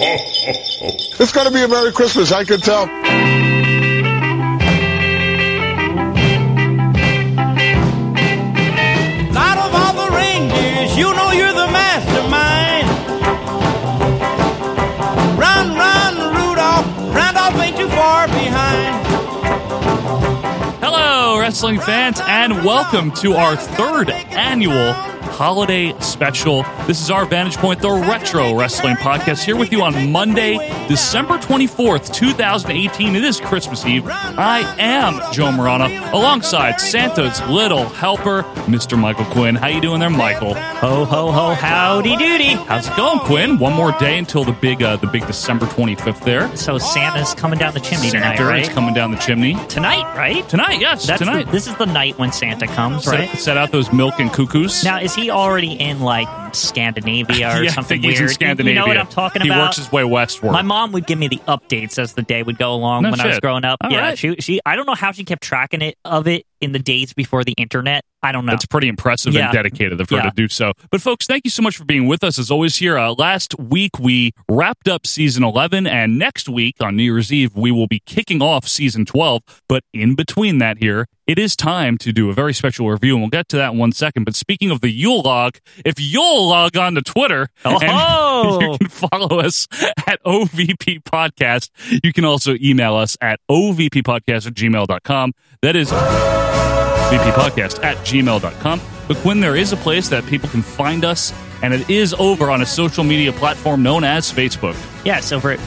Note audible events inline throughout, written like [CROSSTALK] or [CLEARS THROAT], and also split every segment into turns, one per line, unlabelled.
it's going to be a Merry Christmas, I could tell.
Out of all the reindeers, you know you're the mastermind. Run, run, Rudolph. Randolph ain't too far behind.
Hello, wrestling fans, and welcome to our third annual holiday special. This is our Vantage Point, the Retro Wrestling Podcast, here with you on Monday, December 24th, 2018. It is Christmas Eve. I am Joe Morana, alongside Santa's little helper, Mr. Michael Quinn. How you doing there, Michael?
Ho ho ho! Howdy doody!
How's it going, Quinn? One more day until the big, uh, the big December 25th there.
So Santa's coming down the chimney tonight,
Santa
right?
is coming down the chimney.
tonight, right?
Tonight, yes,
That's the-
tonight.
this is the night when Santa comes,
set,
right?
set out those milk and cuckoos.
Now, is he already in like Scandinavia
[LAUGHS]
or
yeah, I
something
think he's in
weird? You-
Scandinavia.
You know what I'm talking
He
about?
works his way westward.
My mom would give me the updates as the day would go along
No
when I was
shit.
growing up.
All
yeah,
right.
she she I don't know how she kept tracking it of it in the days before the internet. I don't know.
That's [LAUGHS] pretty impressive
Yeah.
and dedicated of her
Yeah.
to do so. But folks, thank you so much for being with us as always here. Uh, last week we wrapped up season 11 and next week on New Year's Eve we will be kicking off season 12. But in between that here, it is time to do a very special review and we'll get to that in one second. But speaking of the Yule log, if you'll log on to Twitter [LAUGHS]
Oh!
and you can follow us at OVP Podcast, you can also email us at ovppodcast at gmail.com. That is vppodcast at gmail.com. But Quinn, there is a place that people can find us, and it is over on a social media platform known as Facebook.
Yes, over at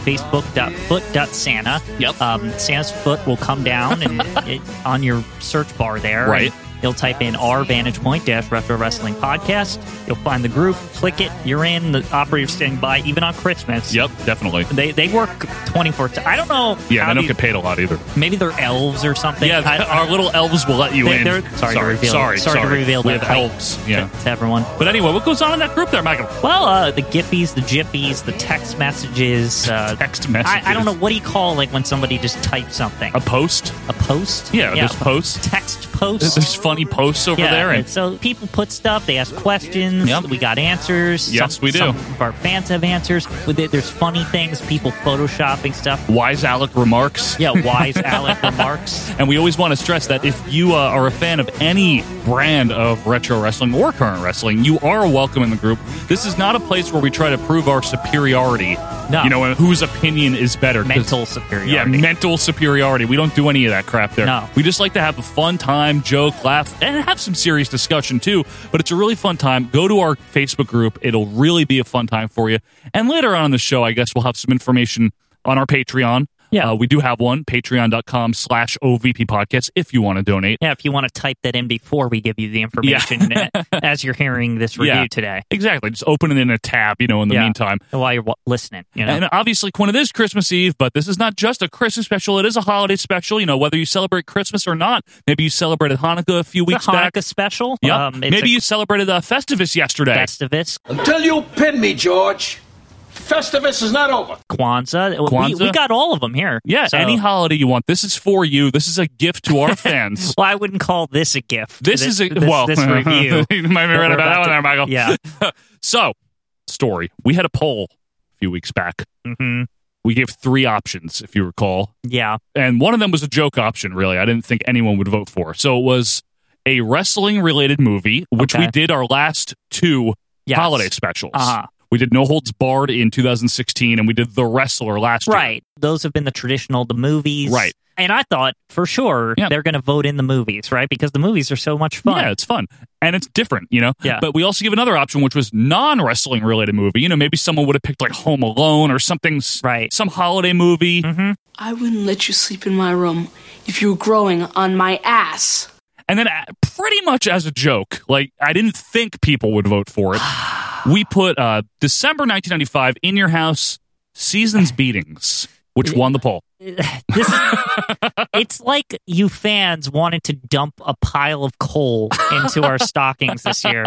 facebook.foot.santa.
Yep.
Um, Santa's foot will come down
[LAUGHS]
and it, on your search bar there.
Right.
and You'll type in our Vantage Point Dash Retro Wrestling Podcast. You'll find the group, click it, you're in. The operator's standing by, even on Christmas.
Yep, definitely.
They, they work 24 I don't know.
Yeah,
how
they don't
these-
get paid a lot either.
Maybe they're elves or something.
yeah,
I-
our little elves will let you
They-
in.
they're- sorry to
sorry,
reveal-
sorry,
sorry to reveal
We
their
have
height.
elves. Yeah.
to everyone.
But anyway, what goes on in that group there, Michael?
Well, uh, the Gippies, the Jippies, the text messages. Uh,
Text
I,
messages.
I don't know. What do you call like when somebody just types something?
A post?
a post?
Yeah, there's
a
posts.
Text
There's,
post.
there's funny posts over
yeah,
there,
and
and
so people put stuff. They ask questions.
Yep.
We got answers.
Yes,
some,
we do.
Some of our fans have answers. But there- There's funny things. People photoshopping stuff.
wise Alec remarks.
Yeah,
[LAUGHS]
wise Alec remarks.
And we always want to stress that if you uh, are a fan of any brand of retro wrestling or current wrestling, you are welcome in the group. This is not a place where we try to prove our superiority.
No.
You know, and whose opinion is better. 'cause-
Mental superiority.
Yeah, mental superiority. We don't do any of that crap there.
No.
We just like to have a fun time, joke, laugh, and have some serious discussion too. But it's a really fun time. Go to our Facebook group. It'll really be a fun time for you. And later on in the show, I guess we'll have some information on our Patreon.
Yeah.
Uh, we do have one, patreon.com slash OVP podcast, if you want to donate.
Yeah, if you want to type that in before we give you the information
[LAUGHS]
as you're hearing this review
Yeah.
today.
Exactly. Just open it in a tab, you know, in the
Yeah.
meantime.
While you're wa- listening, you know?
And uh, obviously, Quinn, it is Christmas Eve, but this is not just a Christmas special. It is a holiday special. You know, whether you celebrate Christmas or not, maybe you celebrated Hanukkah a few
It's
weeks
a Hanukkah
back.
special.
Yep.
Um, it's
maybe
a
you celebrated uh, Festivus yesterday.
Festivus,
Until you pin me, George, Festivus is not over.
Kwanzaa. We-
Kwanzaa?
We, got all of them here.
yeah, uh,
So-
any holiday you want. This is for you. This is a gift to
[LAUGHS]
our fans.
Well, I wouldn't call this a gift.
This, is a
this,
well. [LAUGHS]
this review.
you might be
that
right
we're
about that one,
about to-
there, Michael.
Yeah.
so, story. We had a poll a few weeks back.
hmm
We gave three options, if you recall.
Yeah.
and one of them was a joke option really i didn't think anyone would vote for so it was a wrestling related movie which we
Okay.
did our last two
Yes.
holiday specials
Uh-huh.
we did no holds barred in 2016 and we did the wrestler last year
Right. Those have been the traditional, the movies.
Right.
And I thought for sure
Yeah.
they're going to vote in the movies, right? Because the movies are so much fun.
Yeah, it's fun. And it's different, you know?
Yeah.
But we also give another option, which was non wrestling related movie. You know, maybe someone would have picked like Home Alone or something, s-
Right. Mm-hmm.
some holiday movie.
I wouldn't let you sleep in my room if you were growing on my ass.
And then, uh, pretty much as a joke, like I didn't think people would vote for
[SIGHS]
it. we put uh, December 1995 in your house
[SIGHS]
seasons beatings, which won the poll.
This is, it's like you fans wanted to dump a pile of coal
[LAUGHS]
into our stockings this year.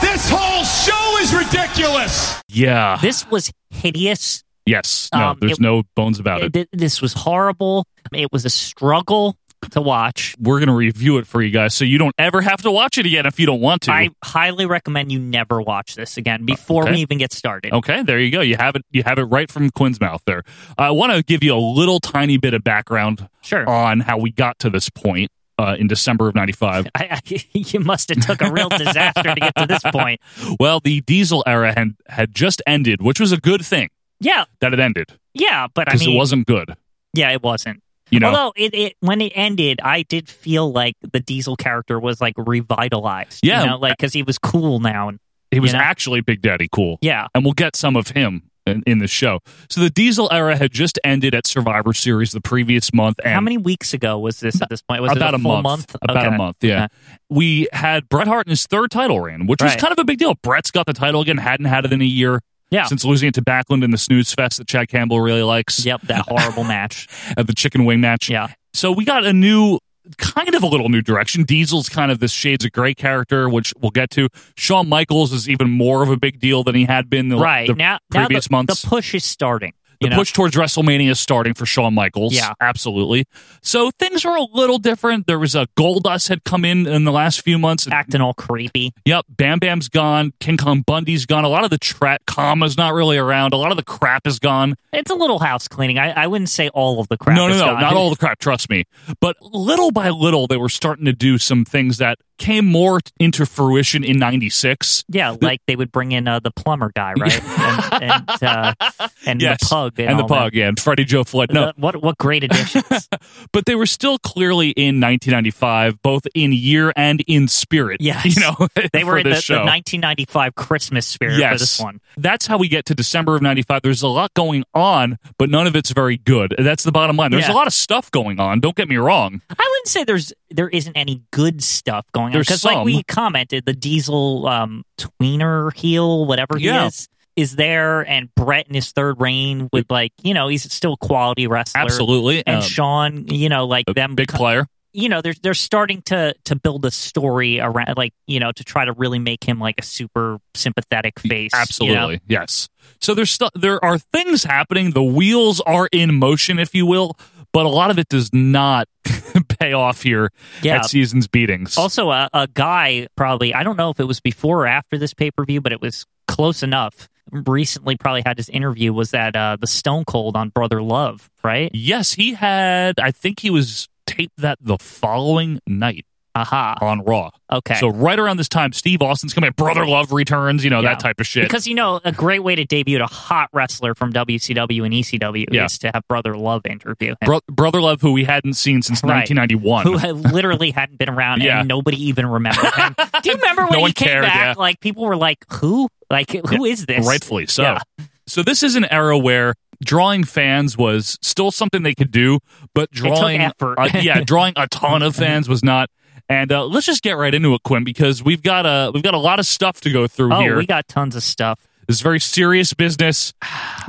This whole show is ridiculous.
Yeah.
This was hideous.
yes. No.
um,
there's
it-
no bones about it.
Th- This was horrible. It was a struggle. to watch.
We're going to review it for you guys so you don't ever have to watch it again if you don't want to.
I highly recommend you never watch this again before
Uh, okay. Oh,
we even get started.
Okay, there you go. You have it. You have it right from Quinn's mouth. There. I want to give you a little tiny bit of background
Sure.
on how we got to this point uh, in December of '95.
I, [LAUGHS] I, you must have took a real disaster to get to this point.
well, the diesel era had, had just ended, which was a good thing
Yeah,
that it ended
yeah, but I
because
mean,
it wasn't good.
yeah, it wasn't.
You know,
Although it, it when it ended, I did feel like the Diesel character was like revitalized.
Yeah.
you know? like because he was cool now. And,
he was
you know?
actually Big Daddy cool.
yeah,
and we'll get some of him in, in the show. So the diesel era had just ended at Survivor Series the previous month. And
how many weeks ago was this at this point? Was
about
it a, full
month, About
Okay. Uh,
a month, yeah.
Okay.
We had Bret Hart in his third title reign, which was
Right.
kind of a big deal. Bret's got the title again, hadn't had it in a year.
Yeah.
Since losing it to Backlund in the snooze fest that Chad Campbell really likes.
Yep, that horrible match.
At the chicken wing match. [LAUGHS]
Yeah.
So we got a new, kind of a little new direction. Diesel's kind of this Shades of Grey character, which we'll get to. Shawn Michaels is even more of a big deal than he had been the,
right
the
now, now
previous
the,
months.
the push is starting.
The
you know?
push towards WrestleMania is starting for Shawn Michaels.
Yeah.
absolutely. So things were a little different. There was a Goldust had come in in the last few months.
acting all creepy.
Yep, Bam Bam's gone. King Kong Bundy's gone. A lot of the tra- comma's not really around. A lot of the crap is gone.
It's a little house cleaning. I, I wouldn't say all of the crap.
no, no,
is
no,
gone.
not all the crap. Trust me. But little by little, they were starting to do some things that came more t- into fruition in '96. [LAUGHS]
Yeah, like they would bring in uh, the plumber guy, right? and and, uh,
[LAUGHS]
and the pug
and the
all that.
pug, yeah, and Freddie Joe Floyd. No,
The- what what
[LAUGHS]
great additions?
but they were still clearly in 1995, both in year and in spirit.
yes,
you know [LAUGHS]
they were
for
in the,
this
the
show.
1995 Christmas spirit
yes,
for this one.
That's how we get to December of '95. There's a lot going on, but none of it's very good. That's the bottom line. There's a
Yeah.
lot of stuff going on. Don't get me wrong.
I wouldn't say there's there isn't any good stuff going on
There's
because, like
some.
we commented, the Diesel um, tweener heel, whatever he
Yeah.
is, is there, and Brett in his third reign with like you know he's still a quality wrestler,
Absolutely,
and
Um,
Sean, you know, like
a
them
big player.
you know they're they're starting to to build a story around like you know to try to really make him like a super sympathetic face you know?
Absolutely, yes. So there's stu- there are things happening. The wheels are in motion, if you will, but a lot of it does not [LAUGHS] pay off here
Yeah.
at season's beatings.
also a, a guy probably i don't know if it was before or after this pay-per-view but it was close enough recently probably had his interview was that uh the stone cold on brother love right
Yes, he had. I think he was taped that the following night
aha
on Raw.
okay
So right around this time, Steve Austin's coming. Brother Love returns. You know
Yeah.
that type of shit.
because you know a great way to debut a hot wrestler from WCW and ECW
Yeah.
is to have Brother Love interview him,
Bro- Brother Love, who we hadn't seen since
Right.
1991.
who had literally hadn't been around
Yeah.
and nobody even remembered
[LAUGHS]
him. Do you remember when
one
he came
cared,
back?
yeah.
Like people were like, "Who? Like who is this?"
Rightfully so.
Yeah.
So this is an era where drawing fans was still something they could do, but
took
drawing,
effort. Mm-hmm.
uh,
[LAUGHS]
yeah, drawing a ton of fans was not. And uh, let's just get right into it, Quinn, because we've got a we've got a lot of stuff to go through
Oh,
here.
we got tons of stuff.
This is very serious
[SIGHS]
business.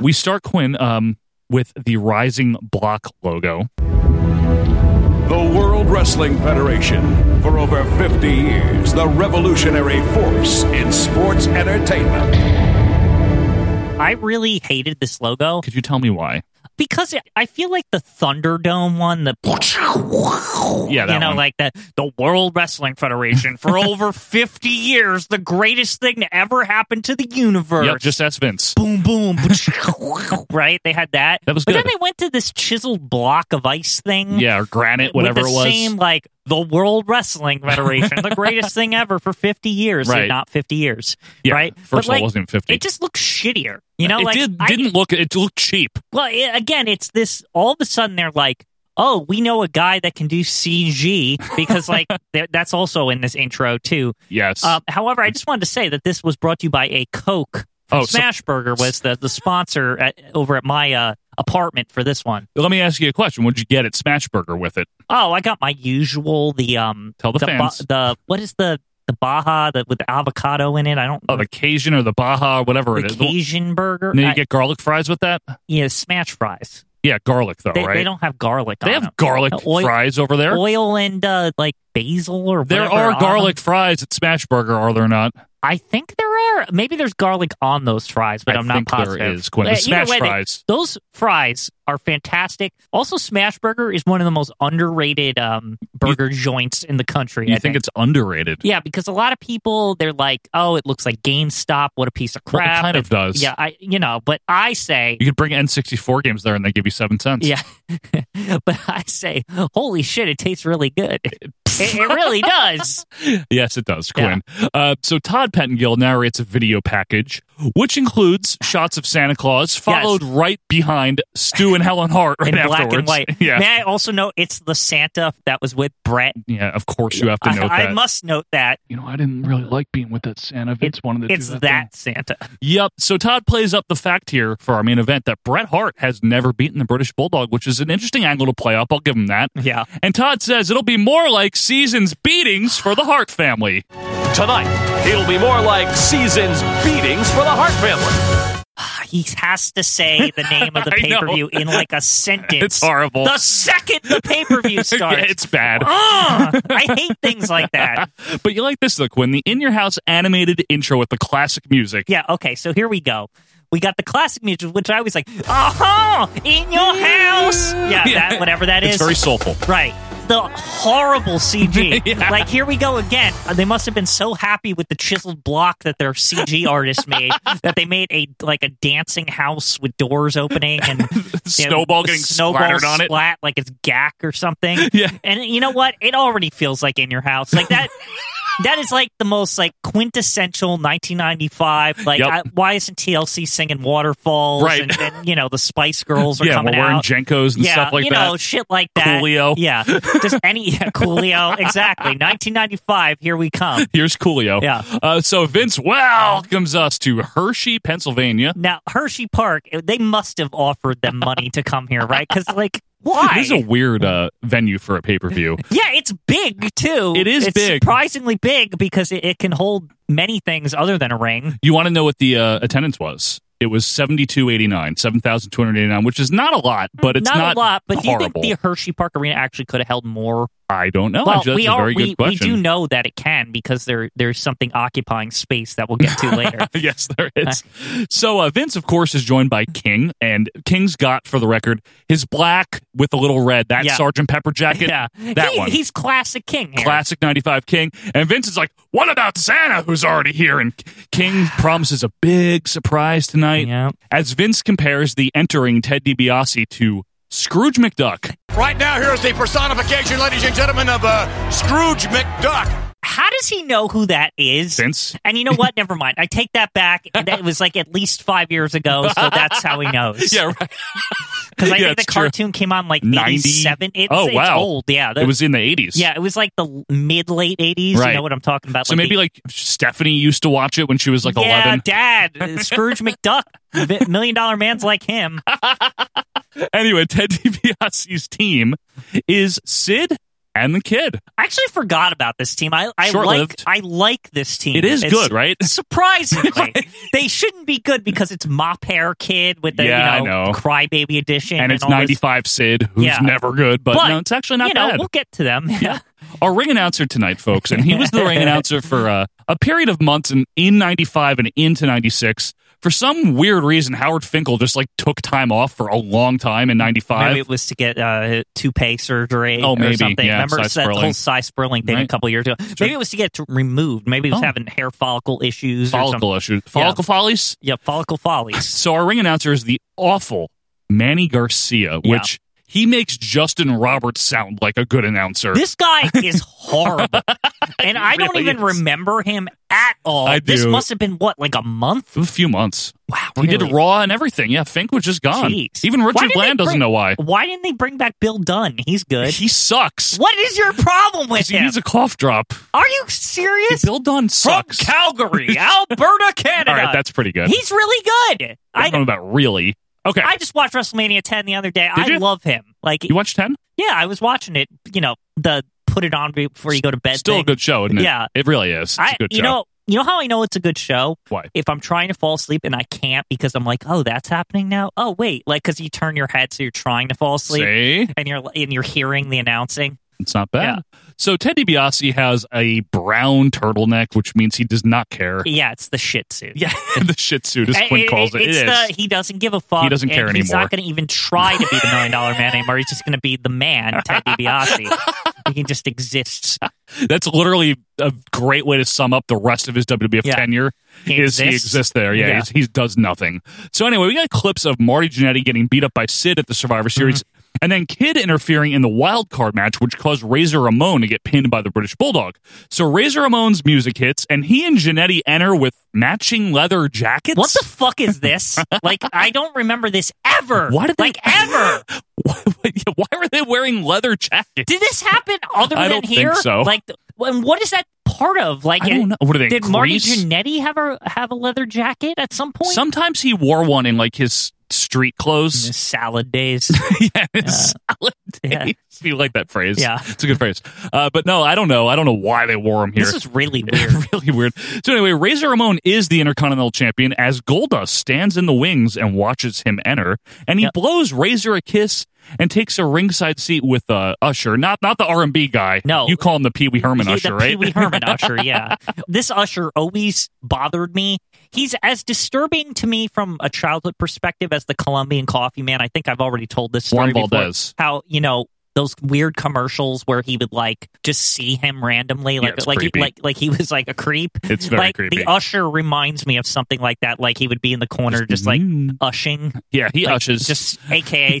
We start Quinn um, with the Rising Block logo.
The World Wrestling Federation. For over 50 years, the revolutionary force in sports entertainment.
I really hated this logo
Could you tell me why?
because it, I feel like the Thunderdome one, the
[LAUGHS] Yeah, that
you know,
one.
like the the World Wrestling
[LAUGHS]
Federation for over fifty years, the greatest thing to ever happen to the universe.
Yep, just ask Vince.
boom, boom, [LAUGHS] right? They had that.
That was
But then
good.
they went to this chiseled block of ice thing.
Yeah, or granite, whatever
with the
it was.
Same like the World Wrestling Federation, the greatest thing ever for fifty years,
Right.
if not fifty years,
Yeah,
right?
first
But,
of all, it
like,
wasn't even 50.
It just looked shittier, you know.
it
like
did,
I-
didn't look. It looked cheap.
well, i again, it's this. All of a sudden, they're like, "Oh, we know a guy that can do CG,"
[LAUGHS]
because like th- that's also in this intro too.
Yes.
Um, however, I just wanted to say that this was brought to you by a Coke.
Oh,
Oh,
so-
Smashburger was the, the sponsor at, over at my uh, apartment for this one.
Let me ask you a question. What'd you get at Smashburger with it?
Oh, I got my usual the um
Tell the
ba-
fans.
the what is the the Baja that with the avocado in it? I don't
Oh, the Cajun or the Baja or whatever
the
it is.
Cajun burger.
And then
I-
you get garlic fries with that?
yeah, smash fries.
Yeah, garlic though,
They,
right?
they don't have garlic.
They
on
have
them.
garlic
The oil,
fries over there.
oil and uh, like basil or
there
whatever
are
on
garlic
them.
fries at Smashburger, are there not?
I think there are. Maybe there's garlic on those fries, but
I
am not
think there
positive.
is, Quinn. The
Either
smash
way, they-
fries.
those fries are fantastic. Also, Smash Burger is one of the most underrated um, burger joints in the country.
You
I
think it's underrated?
Yeah, because a lot of people they're like, "Oh, it looks like GameStop. What a piece of
Well, it
crap!"
kind of does.
Yeah, I you know, but I say,
You could bring N64 games there and they give you seven cents.
[LAUGHS] yeah, [LAUGHS] but I say, holy shit, it tastes really good. [LAUGHS] it, it really does.
[LAUGHS] Yes, it does,
Yeah.
Quinn. Uh, so Todd Pettengill narrates a video package, which includes shots of Santa Claus, followed right behind Stu and Helen Hart [LAUGHS] right
In
afterwards.
black and white.
[LAUGHS] Yeah.
May I also note it's the Santa that was with Brett.
yeah, of course you have to note
I,
that.
I must note that
You know, I didn't really like being with that Santa. Vince wanted to
it's
do
that,
that. thing.
Santa.
Yep. So Todd plays up the fact here for our main event that Bret Hart has never beaten the British Bulldog, which is an interesting angle to play up. I'll give him that.
Yeah.
And Todd says it'll be more like seasons beatings for the Hart family. [LAUGHS]
Tonight, it'll be more like season's beatings for the Hart family.
He has to say the
[LAUGHS]
name of the
I
pay
know.
per view in
[LAUGHS]
like a sentence.
It's horrible.
The second the pay per view
[LAUGHS]
starts,
Yeah, it's bad. [LAUGHS]
Ugh, I hate things like that.
But you like this though, Quinn, the in your house animated intro with the classic music.
Yeah, okay, so here we go. We got the classic music, which I was like, uh-huh, in your house. Yeah,
Yeah. [LAUGHS]
that, whatever that is.
It's very soulful.
Right. The horrible CG.
[LAUGHS] Yeah.
Like, here we go again. Uh, They must have been so happy with the chiseled block that
[LAUGHS]
their CG artist made that they made a like a dancing house with doors opening
[LAUGHS]
and you know,
Snowball getting
snowball
splattered on it.
splat like it's gack or something.
[LAUGHS] Yeah.
And you know what? It already feels like in your house.
[LAUGHS]
Like that. That is like the most like quintessential 1995. Like,
Yep.
I, why isn't TLC singing waterfalls?
Right.
And, and, you know the Spice Girls
[LAUGHS]
are
Yeah, we're
coming
wearing
out
Jenkos and
yeah,
stuff like
you
that.
know, shit like that.
Coolio.
Yeah. Just any yeah, Coolio.
[LAUGHS]
Exactly. 1995, here we come.
Here's Coolio.
Yeah.
Uh, so Vince welcomes us to Hershey, Pennsylvania.
Now, Hershey Park, they must have offered them money to come here, right? Because, like, why?
This is a weird uh, venue for a pay per view.
yeah, it's big, too.
It is
It's
big.
surprisingly big because it, it can hold many things other than a ring.
You want to know what the uh, attendance was? It was seventy two eighty nine, seven thousand two hundred eighty nine, which is not a lot, but it's not,
a lot, but
horrible.
do you think the Hershey Park Arena actually could have held more?
I don't know.
well,
Actually, that's
we
a
are
very
we,
good question.
we do know that it can because there there's something occupying space that we'll get to
[LAUGHS]
later.
[LAUGHS] yes, there is. so uh, Vince, of course, is joined by King, and King's got, for the record, his black with a little red. That
Yeah.
Sergeant Pepper jacket.
yeah,
that
He-
one.
He's classic king. Here.
Classic 95 King. And Vince is like, What about Santa, who's already here? And
[SIGHS]
King promises a big surprise tonight.
Yep.
As Vince compares the entering Ted DiBiase to Scrooge McDuck.
Right now, here's the personification, ladies and gentlemen, of uh, Scrooge McDuck.
How does he know who that is? [LAUGHS]
Vince?
And you know what? Never mind. I take that back. That was like at least five years ago, so that's how he
[LAUGHS]
knows. [LAUGHS]
Yeah, right.
Because I
yeah,
think the
it's true.
cartoon came on like
90.
97. It's,
Oh,
it's
wow.
old. Yeah.
It was in the 80s.
yeah, it was like the mid late 80s.
Right.
You know what I'm talking about?
So maybe
the-
like Stephanie used to watch it when she was like
yeah,
11.
Dad, Scrooge
[LAUGHS]
McDuck, Vi- Million Dollar Man's like him.
Anyway, Ted DiBiase's team is Sid and the kid.
I actually forgot about this team. I, I like
Short-lived.
I like this team.
It is
It's-
good, right? [LAUGHS]
Surprisingly, they shouldn't be good because it's mop hair kid with the
Yeah,
you know,
I know.
crybaby edition,
And it's
all this-
95 Sid, who's
Yeah.
never good, but,
But,
no, it's actually not
you know,
bad.
We'll get to them. Yeah,
[LAUGHS] our ring announcer tonight, folks, and he was the ring announcer for uh, a period of months in, in 95 and into 96. For some weird reason, Howard Finkel just like took time off for a long time in 95.
[LAUGHS] maybe it was to get uh, toupee surgery.
Oh,
or
maybe,
something.
yeah,
Remember
Cy
that whole
Sperling.
Cy Sperling thing a
Right.
couple years ago. Maybe it was to get t- removed. Maybe he was
Oh.
having hair follicle issues. Or
follicle
something.
issues. Follicle follies?
Yeah,
[LAUGHS]
follicle follies.
So our ring announcer is the awful Manny Garcia,
Yeah.
which he makes Justin Roberts sound like a good announcer.
This guy is
[LAUGHS]
horrible, and I don't
really
even
is.
remember him at all.
I
This
do.
must have been what, like a month?
a few months.
Wow,
He did
really?
Raw and everything. Yeah, Fink was just gone.
Jeez.
Even
Why
Richard
didn't
Bland
they
doesn't
bring-
know why.
Why didn't they bring back Bill Dunn? He's good.
He sucks.
what is your problem with
'Cause He
him?
needs a cough drop.
Are you serious?
Bill Dunn
From
sucks. [LAUGHS]
Calgary, Alberta, Canada.
All right, that's pretty good.
He's really good.
I don't know
I,
about really. Okay.
I just watched WrestleMania 10 the other day. I
you?
love him. Like,
you watched 10?
yeah, I was watching it. You know, the put it on before you go to bed.
Still
thing.
a good show, isn't it?
Yeah.
It really is. It's a
I,
good
you
show.
know, you know how I know it's a good show?
Why?
If I'm trying to fall asleep and I can't because I'm like, oh, that's happening now. Oh, wait, like because you turn your head so you're trying to fall asleep
See?
and you're and you're hearing the announcing.
It's not bad. So Ted DiBiase has a brown turtleneck, which means he does not care.
Yeah, it's the shit suit.
Yeah, [LAUGHS] the shit suit, as
[LAUGHS] I-
Quinn calls it.
It's
it
the,
is.
he doesn't give a fuck.
He doesn't
and
care
He's
anymore.
not going to even try to be the million dollar man anymore. He's just going to be the man, Ted
[LAUGHS]
DiBiase. he can just exist.
That's literally a great way to sum up the rest of his WWF
Yeah.
tenure.
He
is he
exists.
exists there? Yeah,
Yeah.
he's he does nothing. So anyway, we got clips of Marty Jannetty getting beat up by Sid at the Survivor
Mm-hmm.
Series, and then Kid interfering in the wild card match, which caused Razor Ramon to get pinned by the British Bulldog. So Razor Ramon's music hits, and he and Jannetty enter with matching leather jackets.
What the fuck is this? like, I don't remember this ever.
Why did they-
like ever?
[LAUGHS] why, why were they wearing leather jackets?
Did this happen other
I
than
don't think
here?
so.
Like, th- and what is that part of? Like,
I
it-
don't know. What are they,
Did Marty
Grease?
Jannetty have a have a leather jacket at some point?
Sometimes he wore one in like his street clothes. [LAUGHS]
salad days. [LAUGHS]
yeah, it's
Uh,
solid [LAUGHS]
yeah.
days. You like that phrase?
Yeah.
it's a good phrase. Uh, but no, I don't know. I don't know why they wore them here.
this is really weird.
[LAUGHS] really weird. So anyway, Razor Ramon is the Intercontinental Champion as Goldust stands in the wings and watches him enter, and he
Yep.
blows Razor a kiss and takes a ringside seat with uh, Usher, not not the R and B guy.
No.
you call him the Pee Wee Herman
He-
Usher,
the
right?
Pee Wee Herman Usher, yeah. [LAUGHS] This Usher always bothered me. He's as disturbing to me from a childhood perspective as the Colombian Coffee Man. I think I've already told this story
Juan
before.
Valdez.
How you know those weird commercials where he would like just see him randomly, like
it's
like he,
creepy.
like like he was like a creep.
It's very
like,
creepy.
The Usher reminds me of something like that. Like he would be in the corner, just, like
"Mm."
ushing.
[LAUGHS] yeah, he
like,
ushes.
just aka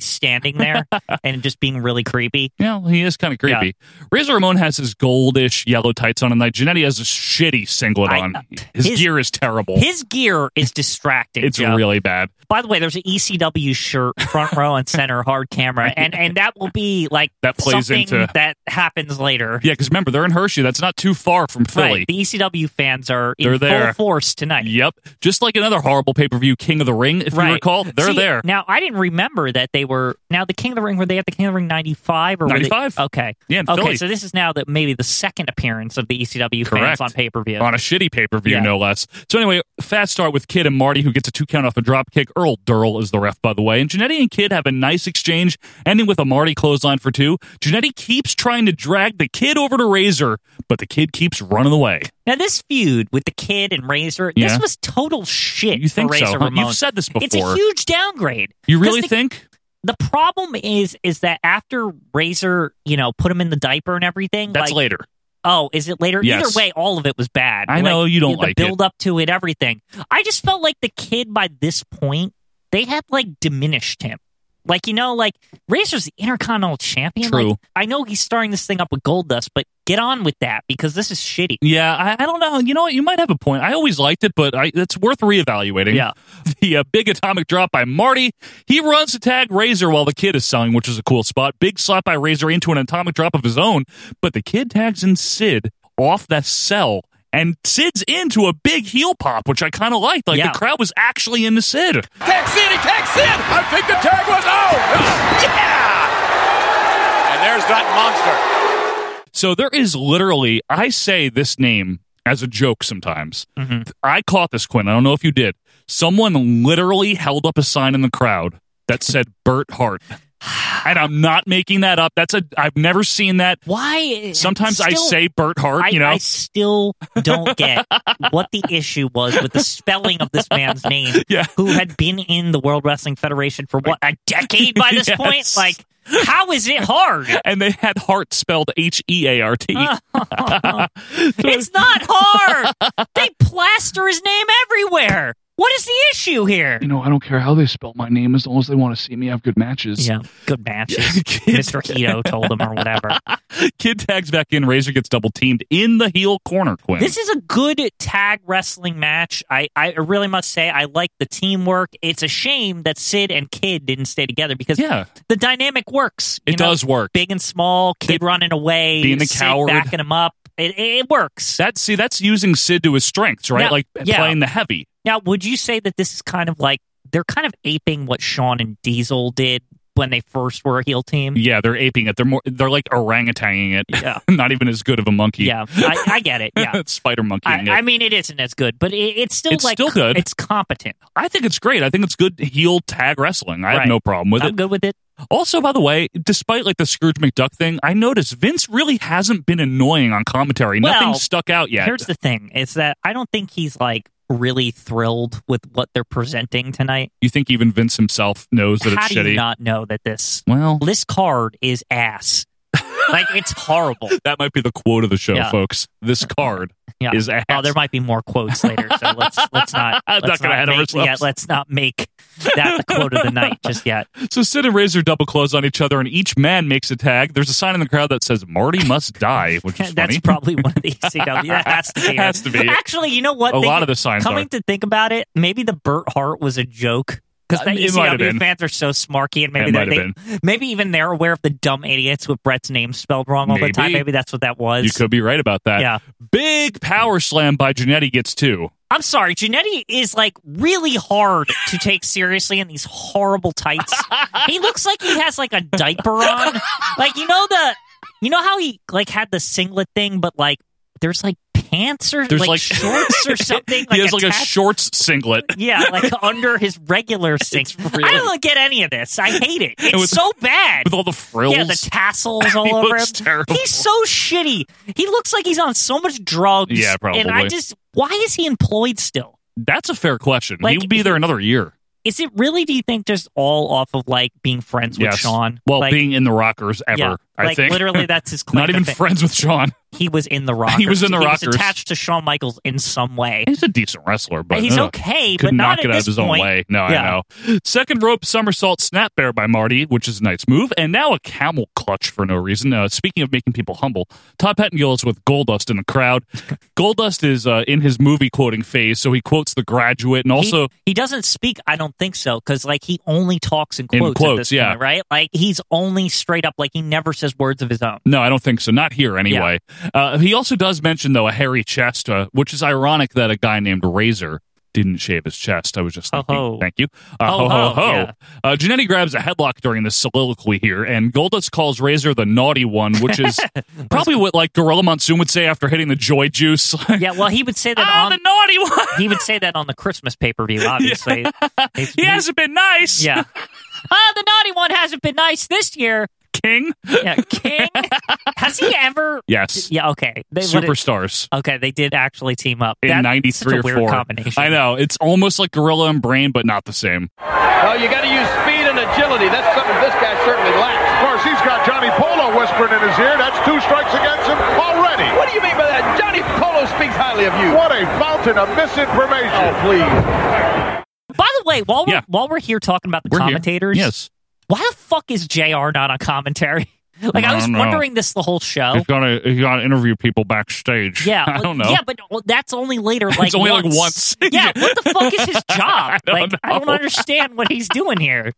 [LAUGHS]
standing there and just being really creepy.
Yeah, he is kind of creepy. Razor Ramon has his goldish yellow tights on, and like Janetti has a shitty singlet
I-
on. His,
his-
gear is terrible.
His gear is distracting.
it's
Joe.
really bad.
By the way, there's an ECW shirt, front row and center,
[LAUGHS]
hard camera, and and that will be like
That plays
something
into-
that happens later.
Yeah, because remember they're in Hershey. That's not too far from Philly.
Right, the ECW fans are in
They're there.
full force tonight.
Yep, just like another horrible pay per view, King of the Ring. If you
Right.
recall, they're
See,
there.
Now I didn't remember that they were now the King of the Ring. Were they at the King of the Ring ninety five or were they-
95.
okay,
Yeah, in
okay.
Philly.
So this is now that maybe the second appearance of the ECW
Correct.
fans on pay per view.
on a shitty pay per view,
Yeah.
no less. So anyway, fast start with Kid and Marty, who gets a two count off a drop kick. Earl Durrell is the ref, by the way. And Janetti and Kid have a nice exchange, ending with a Marty clothesline for two. Janetti keeps trying to drag the Kid over to Razor, but the Kid keeps running away.
Now this feud with the kid and Razor,
Yeah.
this was total shit.
You think
for
so,
Razor
huh?
Ramon.
You've said this
It's a
before.
huge downgrade.
You
'Cause
really
the-
think?
the problem is is that after Razor, you know, put him in the diaper and everything.
That's
like,
later.
Oh, is it later?
Yes.
Either way, all of it was bad.
I know you don't
the
like it.
build up to it. Everything. I just felt like the kid by this point they had like diminished him. Like you know, like Razor's the Intercontinental Champion.
True.
Like, I know he's starting this thing up with Goldust, but get on with that because this is shitty.
Yeah, I, I don't know. You know what? You might have a point. I always liked it, but I, it's worth reevaluating.
Yeah.
The uh, big atomic drop by Marty. He runs to tag Razor while the kid is selling, which is a cool spot. Big slap by Razor into an atomic drop of his own, but the kid tags in Sid off that cell. And Sid's into a big heel pop, which I kind of liked. Like
Yeah.
the crowd was actually into Sid.
Tag City, Tag Sid! I think the tag was out! Yeah! And there's that monster.
So there is literally, I say this name as a joke sometimes.
Mm-hmm.
I caught this, Quinn. I don't know if you did. Someone literally held up a sign in the crowd that said [LAUGHS] Burt Hart. And I'm not making that up. That's a I've never seen that.
Why?
Sometimes I
still-
say Burt Hart,
I,
you know.
I still don't get what the issue was with the spelling of this man's name,
[LAUGHS] Yeah.
who had been in the World Wrestling Federation for what a decade by
[LAUGHS]
this
Yes.
point. Like, how is it hard?
[LAUGHS] and they had Hart spelled H E A R T.
Uh. It's not hard. They plaster his name everywhere. What is the issue here?
You know, I don't care how they spell my name as long as they want to see me have good matches.
Yeah, good matches. Mr. Hito told him or whatever.
Kid tags back in. Razor gets double teamed in the heel corner, Quinn.
This is a good tag wrestling match. I, I really must say I like the teamwork. It's a shame that Sid and Kid didn't stay together because
Yeah.
the dynamic works. you
It
know?
does work.
Big and small, Kid
They-
running away,
being the
Sid
coward.
backing him up. It, it, it works.
that see, that's using Sid to his strengths, right?
Yeah.
like
Yeah.
playing the heavy.
now, would you say that this is kind of like they're kind of aping what Sean and Diesel did? when they first were a heel team.
Yeah, they're aping it. They're more. They're like orangutanging it.
Yeah.
[LAUGHS] not even as good of a monkey.
Yeah, I, I get it.
[LAUGHS]
Yeah.
spider monkeying
I,
it.
I mean, it isn't as good, but it, it's still
It's
like
still good.
It's competent.
I think it's great. I think it's good heel tag wrestling. I have
Right.
no problem with
I'm
it.
good with it.
Also, by the way, despite like the Scrooge McDuck thing, I noticed Vince really hasn't been annoying on commentary.
Well,
Nothing stuck out yet.
Here's the thing: is that I don't think he's like really thrilled with what they're presenting tonight.
you think even Vince himself knows that
How
it's
do
shitty?
you not know that this
well,
this card is ass? like it's horrible.
[LAUGHS] that might be the quote of the show,
[LAUGHS] Yeah.
folks. This card
Yeah.
is ass.
Oh, there might be more quotes later, so let's let's not.
[LAUGHS] I'm
let's
not gonna head over
make, yeah,
ourselves.
let's not make that the quote of
[LAUGHS]
the night just yet.
So Sid and Razor double close on each other, and each man makes a tag. There's a sign in the crowd that says "Marty must
[LAUGHS]
die," which is
That's
funny.
probably one of the ECW. That has to be.
[LAUGHS]
it.
Has to be it.
Actually, you know what?
A lot of the signs
Coming
are.
to think about it, maybe the Bret Hart was a joke. Because the
Uh, it might have
ECW
been.
fans are so smarky, and maybe
It might
they're-
have
they,
been.
maybe even they're aware of the dumb idiots with Bret's name spelled wrong all
Maybe.
the time. Maybe that's what that was.
you could be right about that.
Yeah.
Big power slam by Janetti gets two.
I'm sorry, Janetti is like really hard to take seriously in these horrible tights. he looks like he has like a diaper on. Like you know the you know how he like had the singlet thing, but like there's like pants or
There's
like,
like-
shorts
[LAUGHS]
or something.
he has like a
attached-
shorts singlet.
[LAUGHS] Yeah,
[LAUGHS]
like under his regular singlet. I don't get any of this. I hate it. It's
with-
so bad.
with all the frills.
Yeah, the
[LAUGHS]
tassels all
He
over
looks
him.
terrible.
He's so shitty. He looks like he's on so much drugs.
Yeah, probably.
And I just, why is he employed still?
That's a fair question.
Like-
He'll be there another year.
Is it really? Do you think just all off of like being friends with
Yes.
Sean?
Well,
Like,
being in the Rockers ever,
yeah,
I
like
think. [LAUGHS]
literally that's his. claim
Not
to
even
fame.
friends with Sean.
He was
[LAUGHS]
in the Rockers.
in the
He
Rockers.
attached to Shawn Michaels in some way.
He's a decent wrestler, but
He's
ugh,
okay,
could
but not
knock it
at
out of
this
his own
point.
way. No,
Yeah.
I know. Second rope somersault snap bear by Marty, which is a nice move, and now a camel clutch for no reason. Uh, speaking of making people humble, Todd Pettengill is with Goldust in the
[LAUGHS]
crowd. Goldust is uh, in his movie quoting phase, so he quotes The Graduate and also.
he, he doesn't speak. I don't think so because like he only talks in
In
quotes. at
quotes,
this
yeah.
point, right? Like he's only straight up. Like he never says words of
[LAUGHS]
his own.
No, I don't think so. Not here, anyway. Uh, he also does mention though a hairy chest, uh, which is ironic that a guy named Razor didn't shave his chest. I was just thinking,
Ho, ho.
thank you. Uh,
Ho,
Oh, ho ho.
ho,
ho.
yeah.
Uh, Janetti grabs a headlock during this soliloquy here, and Goldust calls Razor the naughty one, which [LAUGHS] is probably what like Gorilla Monsoon would say after hitting the Joy Juice. [LAUGHS]
Yeah. Well, he would say that
Ah,
on
the naughty one.
[LAUGHS]
[LAUGHS]
he would say that on the Christmas pay per view. Obviously, It's-
He hasn't been nice. [LAUGHS]
[LAUGHS] Yeah. Ah, the naughty one hasn't been nice this year.
King.
Yeah, King.
[LAUGHS]
Has he ever?
Yes.
Yeah. Okay. They, what it-
Superstars.
okay, they did actually team up
In
That-
ninety
such a
three or
weird
four,
Combination.
I know it's almost like Gorilla and Brain, but not the same.
Well, you got to use speed and agility. That's something this guy certainly lacks.
Of course, he's got Johnny Polo whispering in his ear. That's two strikes against him already.
What do you mean by that? Johnny Polo speaks highly of you.
What a fountain of misinformation.
Oh, please.
By the way, while we're,
Yeah.
while we're here talking about the
We're here.
commentators,
Yes.
why the fuck is JR not on commentary? [LAUGHS] Like
I
I was
don't know.
wondering this the whole show.
He's gotta he's gotta interview people backstage.
Oh. [LAUGHS] Yeah,
[LAUGHS] I
well,
don't know.
Yeah, but well, that's only later. Like
only, like,
once.
once. [LAUGHS]
yeah, what the fuck is his job?
don't
like I don't
know.
understand what he's doing here.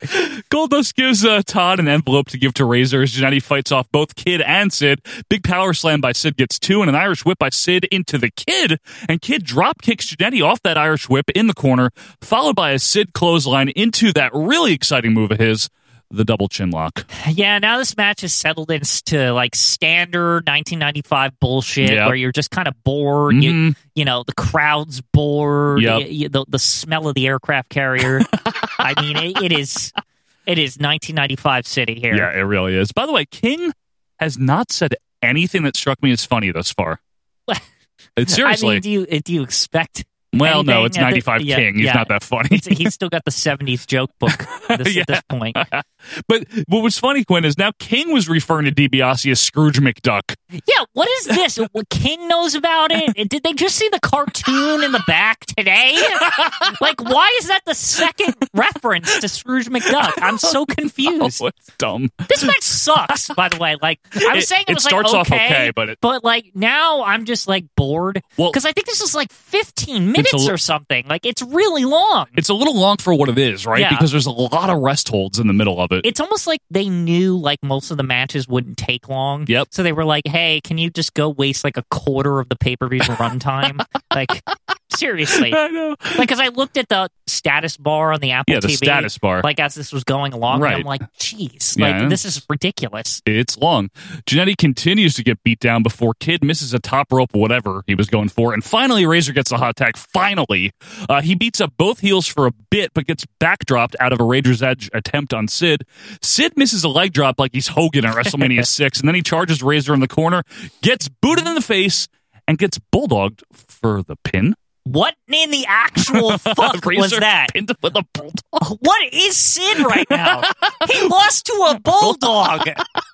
Goldust gives uh, Todd an envelope to give to Razor as Janetti fights off both Kid and Sid. Big power slam by Sid gets two, and an Irish whip by Sid into the Kid. And Kid drop kicks Janetti off that Irish whip in the corner, followed by a Sid clothesline into that really exciting move of his, the double chin lock.
Yeah, now this match is settled into like standard 1995 bullshit
Yep.
where you're just kind of bored.
Mm-hmm.
You, you know, the crowd's bored.
Yep.
y- y- the, the smell of the aircraft carrier.
[LAUGHS]
I mean, it, it is it is 1995 city here.
Yeah, it really is. By the way, King has not said anything that struck me as funny thus
[LAUGHS]
far. It's seriously.
I mean, do you do you expect?
well, no,
anything
it's
at the-
95
yeah,
King. He's
yeah.
not that funny.
It's, he's still got the 70s joke book
[LAUGHS]
this,
Yeah.
at this point.
[LAUGHS] But what was funny, Quinn, is now King was referring to DiBiase as Scrooge
[LAUGHS]
McDuck.
Yeah, what is this? What King knows about it? And Did they just see the cartoon in the back today? Like, why is that the second reference to Scrooge McDuck?
[LAUGHS]
I'm so confused.
Oh, it's dumb.
This
[LAUGHS]
match sucks, by the way. Like, I was
It-
saying it,
it
was
starts
like,
off
okay,
okay, but it-
like now I'm just like bored
Well-
because I think this is like 15 minutes.
it's a
minutes
l-
or something. Like it's really long.
it's a little long for what it is, right?
Yeah.
Because there's a lot of rest holds in the middle of it.
It's almost like they knew like most of the matches wouldn't take long.
Yep.
So they were like, "Hey, can you just go waste like a quarter of the pay
[LAUGHS]
per view's runtime? like, seriously."
[LAUGHS] I know.
Like, because I looked at the status bar on the Apple
Yeah, the
TV,
status bar.
Like as this was going along, and
Right.
I'm like, "Jeez,
Yeah,
like
I know.
this is ridiculous."
It's long. Janetti continues to get beat down before Kid misses a top rope, whatever he was going for. And finally, Razor gets a hot tag. Finally, uh, he beats up both heels for a bit, but gets backdropped out of a Razor's Edge attempt on Sid. Sid misses a leg drop like he's Hogan at
[LAUGHS]
WrestleMania 6, and then he charges Razor in the corner, gets booted in the face, and gets bulldogged for the pin.
What in the
[LAUGHS]
actual fuck was
Razor
that?
Pinned him with a bulldog.
What is Sid right now? he lost to a bulldog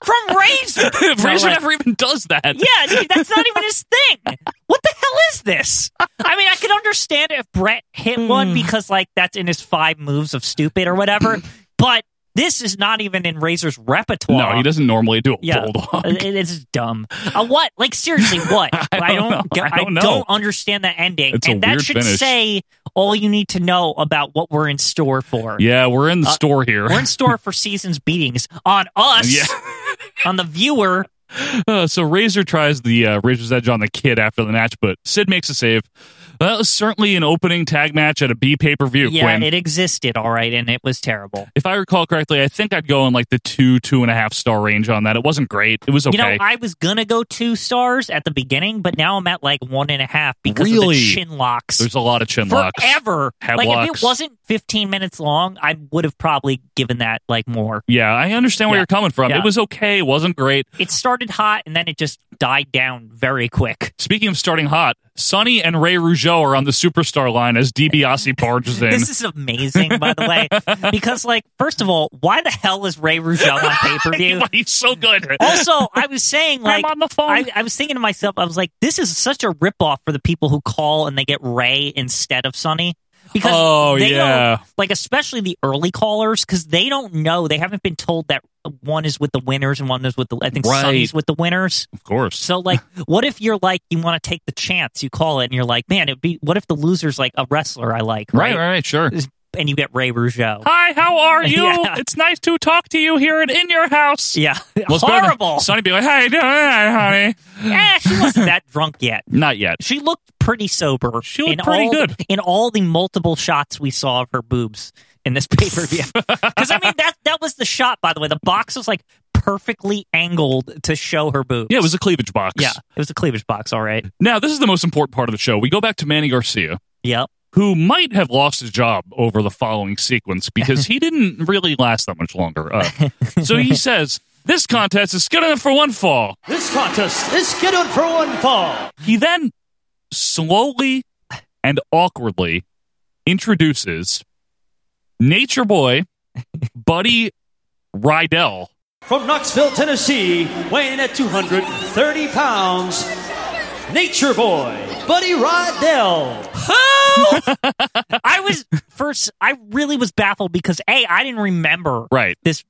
from Razor.
[LAUGHS] Razor
like-
never even does that.
Yeah, dude, that's not even his thing. What the hell is this? I mean, I could understand if Brett hit
Hmm.
one because, like, that's in his five moves of stupid
[CLEARS THROAT]
or whatever, but this is not even in Razor's repertoire.
No, he doesn't normally do a
Yeah,
bulldog.
[LAUGHS] It- it's dumb.
[LAUGHS]
Uh, what? Like seriously, what? I
don't know. [LAUGHS]
get-
I don't know.
understand that ending,
It's a
and that
weird
should
finish.
say all you need to know about what we're in store for.
Yeah, we're in the store here.
Uh,
[LAUGHS]
We're in store for season's beatings on us,
Yeah.
on
[LAUGHS]
the viewer.
Uh, so Razor tries the uh, Razor's Edge on the kid after the match, but Sid makes a save. That was certainly an opening tag match at a B pay per view.
Yeah,
Quinn.
it existed, all right, and it was terrible.
if I recall correctly, I think I'd go in like the two, two and a half star range on that. It wasn't great. It was okay.
You know, I was gonna go two stars at the beginning, but now I'm at like one and a half because of
Really?
the chin locks.
There's a lot of chin locks.
Forever,
Head
like if
locks.
it wasn't 15 minutes long, I would have probably given that like more.
Yeah, I understand where
Yeah.
you're coming from.
Yeah.
It was okay. It wasn't great.
it started hot and then it just died down very quick.
Speaking of starting hot, Sonny and Ray Rougeau are on the superstar line as DiBiase
[LAUGHS]
barges in.
This is amazing, by the
[LAUGHS]
way, because like, first of all, why the hell is Ray Rougeau on pay
[LAUGHS]
per view?
He's so good.
Also, I was saying like,
on the phone.
I, I was thinking to myself, I was like, this is such a ripoff for the people who call and they get Ray instead of Sonny. Because
Oh,
they
yeah.
don't, like especially the early callers, because they don't know, they haven't been told that one is with the winners and one is with the. I think
Right.
Sonny's with the winners.
of course. [LAUGHS]
So like, what if you're like you want to take the chance? You call it and you're like, man, it'd be. What if the loser's like a wrestler I like,
right,
right?
right, right, sure.
And you get Ray Rougeau.
Hi, how [LAUGHS] are you?
Yeah.
It's nice to talk to you here at In Your House.
Yeah,
[LAUGHS] Well, it's better than
horrible.
Sonny be like, "How you doing, honey?"
Eh, she wasn't that drunk yet.
Not yet.
She looked pretty sober.
She looked
in
pretty
all
good.
The, in all the multiple shots we saw of her boobs in this pay
[LAUGHS]
per view. Because I mean that that was the shot. By the way, the box was like perfectly angled to show her boobs.
Yeah, it was a cleavage box.
Yeah, it was a cleavage box. All right.
Now this is the most important part of the show. We go back to Manny Garcia,
Yep.
who might have lost his job over the following sequence because he didn't really last that much longer.
[LAUGHS]
Uh, so he says, "This contest is good enough for one fall."
This contest is scheduled for one fall.
He then slowly and awkwardly introduces Nature Boy, Buddy Rydell.
From Knoxville, Tennessee, weighing at 230 pounds, Nature Boy, Buddy Rydell.
I was [LAUGHS] first. I really was baffled because a I didn't remember
Right.
this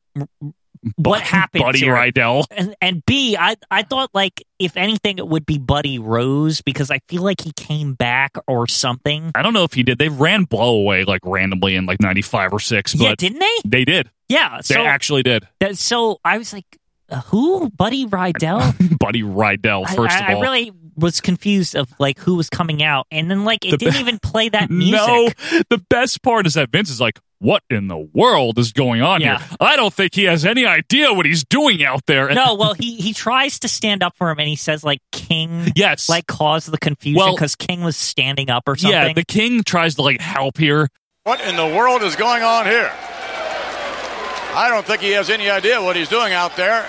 what happened,
Buddy
here.
Rydell.
and and B I I thought like if anything it would be Buddy Rose because I feel like he came back or something.
I don't know if he did. They ran blow away like randomly in like 95 or 6, but
yeah, didn't they?
they did.
Yeah.
They
So
actually did.
that, so I was like, who Buddy
[LAUGHS]
Rydell?
Buddy Rydell,
I-
first
I,
of all.
I really was confused of like who was coming out, and then like it didn't even
[LAUGHS]
play that music.
no, the best part is that Vince is like, what in the world is going on
Yeah.
here? I don't think he has any idea what he's doing out there. And [LAUGHS]
No, well, he he tries to stand up for him, and he says like King,
Yes.
like caused the confusion
Well-
because King was standing up or something.
yeah, the king tries to like help here.
What in the world is going on here? I don't think he has any idea what he's doing out there.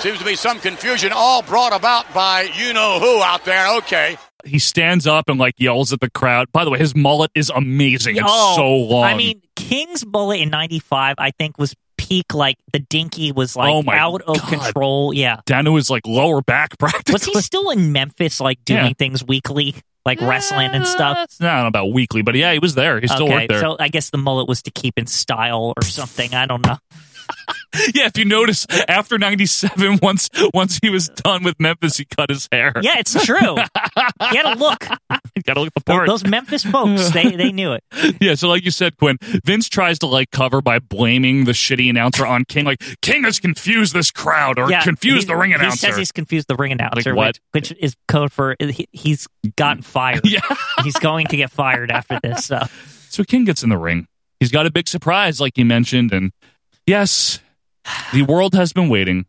Seems to be some confusion, all brought about by you know who out there. Okay.
He stands up and like yells at the crowd. By the way, his mullet is amazing. It's
Oh,
so long.
I mean, King's bullet in '95, I think, was peak. Like the dinky was like
Oh my
out of
God.
control. Yeah,
down to his like lower back [LAUGHS] practically.
was he still in Memphis, like doing
Yeah.
things weekly, like wrestling and stuff?
No, I don't know about weekly, but yeah, he was there. He still
okay,
worked there. [LAUGHS]
so I guess the mullet was to keep in style or something. I don't know.
Yeah, if you notice, after '97, once once he was done with Memphis, he cut his hair.
Yeah, it's true. you had to look.
[LAUGHS] you gotta look at the part.
Those Memphis folks, they they knew it.
yeah, so like you said, Quinn, Vince tries to like cover by blaming the shitty announcer on King. Like King has confused this crowd or
yeah,
confused
he-
the ring announcer.
He says he's confused the ring announcer,
Like what?
Which, which is code for uh, he, he's
[LAUGHS]
gotten fired.
[LAUGHS] Yeah.
he's going to get fired after
[LAUGHS]
this. So
So King gets in the ring. He's got a big surprise, like you mentioned. And yes, the world has been waiting.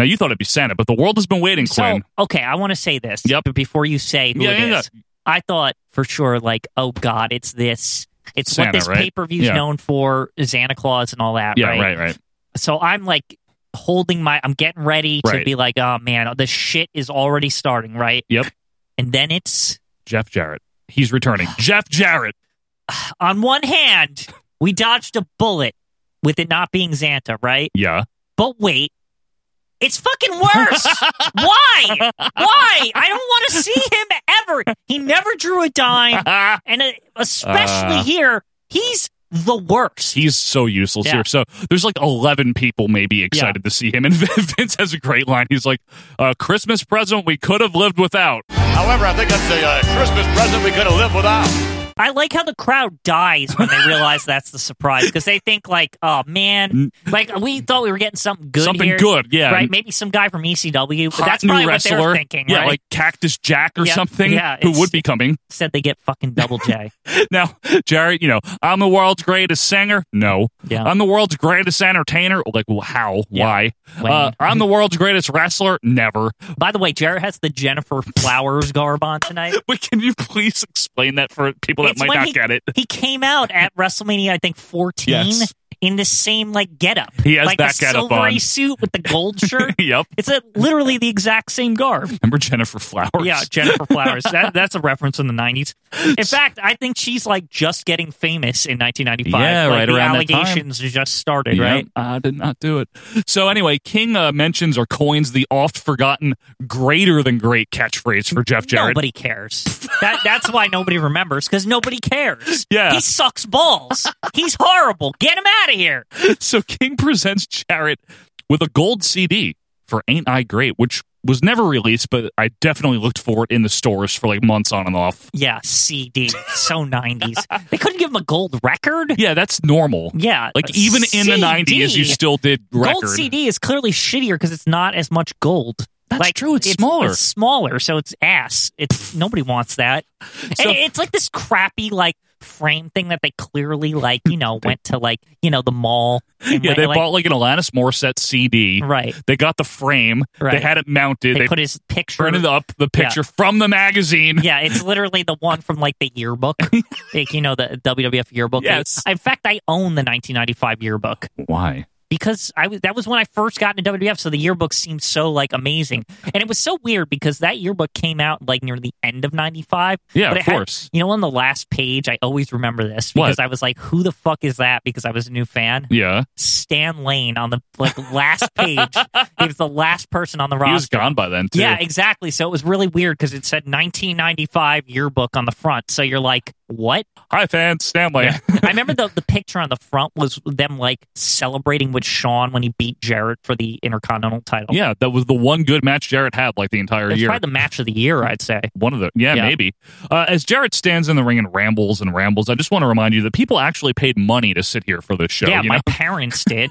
Now, you thought it'd be Santa, but the world has been waiting,
So,
Quinn.
okay, I want to say this.
Yep.
But before you say who
Yeah,
it is,
yeah,
I thought for sure, like, oh God, it's this. It's
Santa,
what this
right?
pay per view is
Yeah.
known for, Santa Claus and all that.
Yeah,
right?
right, right.
So I'm like holding my, I'm getting ready to
Right.
be like, oh man, this shit is already starting, right?
Yep.
And then it's
Jeff Jarrett. He's
[SIGHS]
returning. Jeff Jarrett.
on one hand, we dodged a bullet with it not being Santa, right? [LAUGHS]
Yeah.
But wait, it's fucking worse.
[LAUGHS]
Why? Why? I don't want to see him ever. He never drew a dime,
Ah,
and uh, especially
Uh.
here, he's the worst.
he's so useless
Yeah.
here. So there's like 11 people maybe excited to see him. And [LAUGHS] Vince has a great line. He's like, a Christmas present we could have lived without.
However, I think that's a uh, Christmas present we could have lived without.
I like how the crowd dies when they realize that's the surprise because they think like, oh man, like we thought we were getting something good,
Mm. Something
here,
good, yeah.
right? Maybe some guy from ECW, but
Hot
that's
new
probably
wrestler.
what they're thinking,
yeah,
right?
like Cactus Jack or
Yeah,
something
yeah,
who
it's-
would be coming. [LAUGHS]
Said they get fucking double J.
Now, Jarrett, you know, I'm the world's greatest singer. No.
Yeah.
I'm the world's greatest entertainer. Like, well, how?
Yeah.
Why?
When?
Uh, I'm
[LAUGHS]
the world's greatest wrestler. Never. [LAUGHS]
By the way, Jarrett has the Jennifer Flowers garb
[LAUGHS]
on tonight.
But can you please explain that for people that
It's
might
when
not
he,
get it? [LAUGHS]
He came out at WrestleMania, I think, 14
Yes.
in the same like getup.
He has
like
that
the
getup
silvery
on.
suit with the
[LAUGHS]
gold shirt.
Yep.
It's a, literally the exact same garb.
Remember Jennifer Flowers?
Yeah, Jennifer
[LAUGHS]
Flowers. That, that's a reference in the 90s. In fact, I think she's like just getting famous in 1995.
Yeah,
like,
right
the
around that time.
allegations just started,
Yep,
right?
I did not do it. So anyway, King uh, mentions or coins the oft forgotten greater than great catchphrase for Jeff Jarrett.
Nobody cares. that that's why nobody remembers because nobody cares.
Yeah.
he sucks balls. He's horrible. Get him out of here.
[LAUGHS] So King presents Jarrett with a gold CD for Ain't I Great, which was never released, but I definitely looked for it in the stores for like months on and off.
Yeah, CD. So 90s. They couldn't give him a gold record.
Yeah, that's normal.
Yeah,
Like even in the
CD.
90s, you still did record.
Gold CD is clearly shittier because it's not as much gold.
That's true, it's smaller.
It's smaller, so it's ass. It's nobody wants that.
So-
and it's like this crappy like frame thing that they clearly like
[LAUGHS]
you know went to like you know the mall. and
Yeah,
went,
they
like,
bought like an Alanis Morissette CD.
Right.
They got the frame. They
Right.
had it mounted.
They,
They,
put his picture.
printed up the picture from the magazine.
[LAUGHS] Yeah, it's literally the one from like the
[LAUGHS]
yearbook, like you know the WWF yearbook.
Yes.
In fact, I own the 1995 yearbook.
Why?
because I was that was when I first got into WWF, so the yearbook seemed so like amazing, and it was so weird because that yearbook came out like near the end of '95.
Yeah, of
but it had-
course.
you know, on the last page, I always remember this
What?
because I was like, "Who the fuck is that?" Because I was a new fan.
Yeah.
Stan Lane on the like last
[LAUGHS]
page. he was the last person on the roster.
He was gone by then, too.
Yeah, exactly. So it was really weird because it said 1995 yearbook on the front. So you're like, what?
Hi, fans. Stanley.
[LAUGHS] I remember the the picture on the front was them like celebrating with Sean when he beat Jarrett for the Intercontinental title.
[LAUGHS] yeah, that was the one good match Jarrett had like the entire
it's
year.
probably the match of the year, I'd say.
one of the yeah,
Yeah.
maybe uh, as jarrett stands in the ring and rambles and rambles i just want to remind you that people actually paid money to sit here for this show
yeah,
you
my
know?
parents
[LAUGHS]
did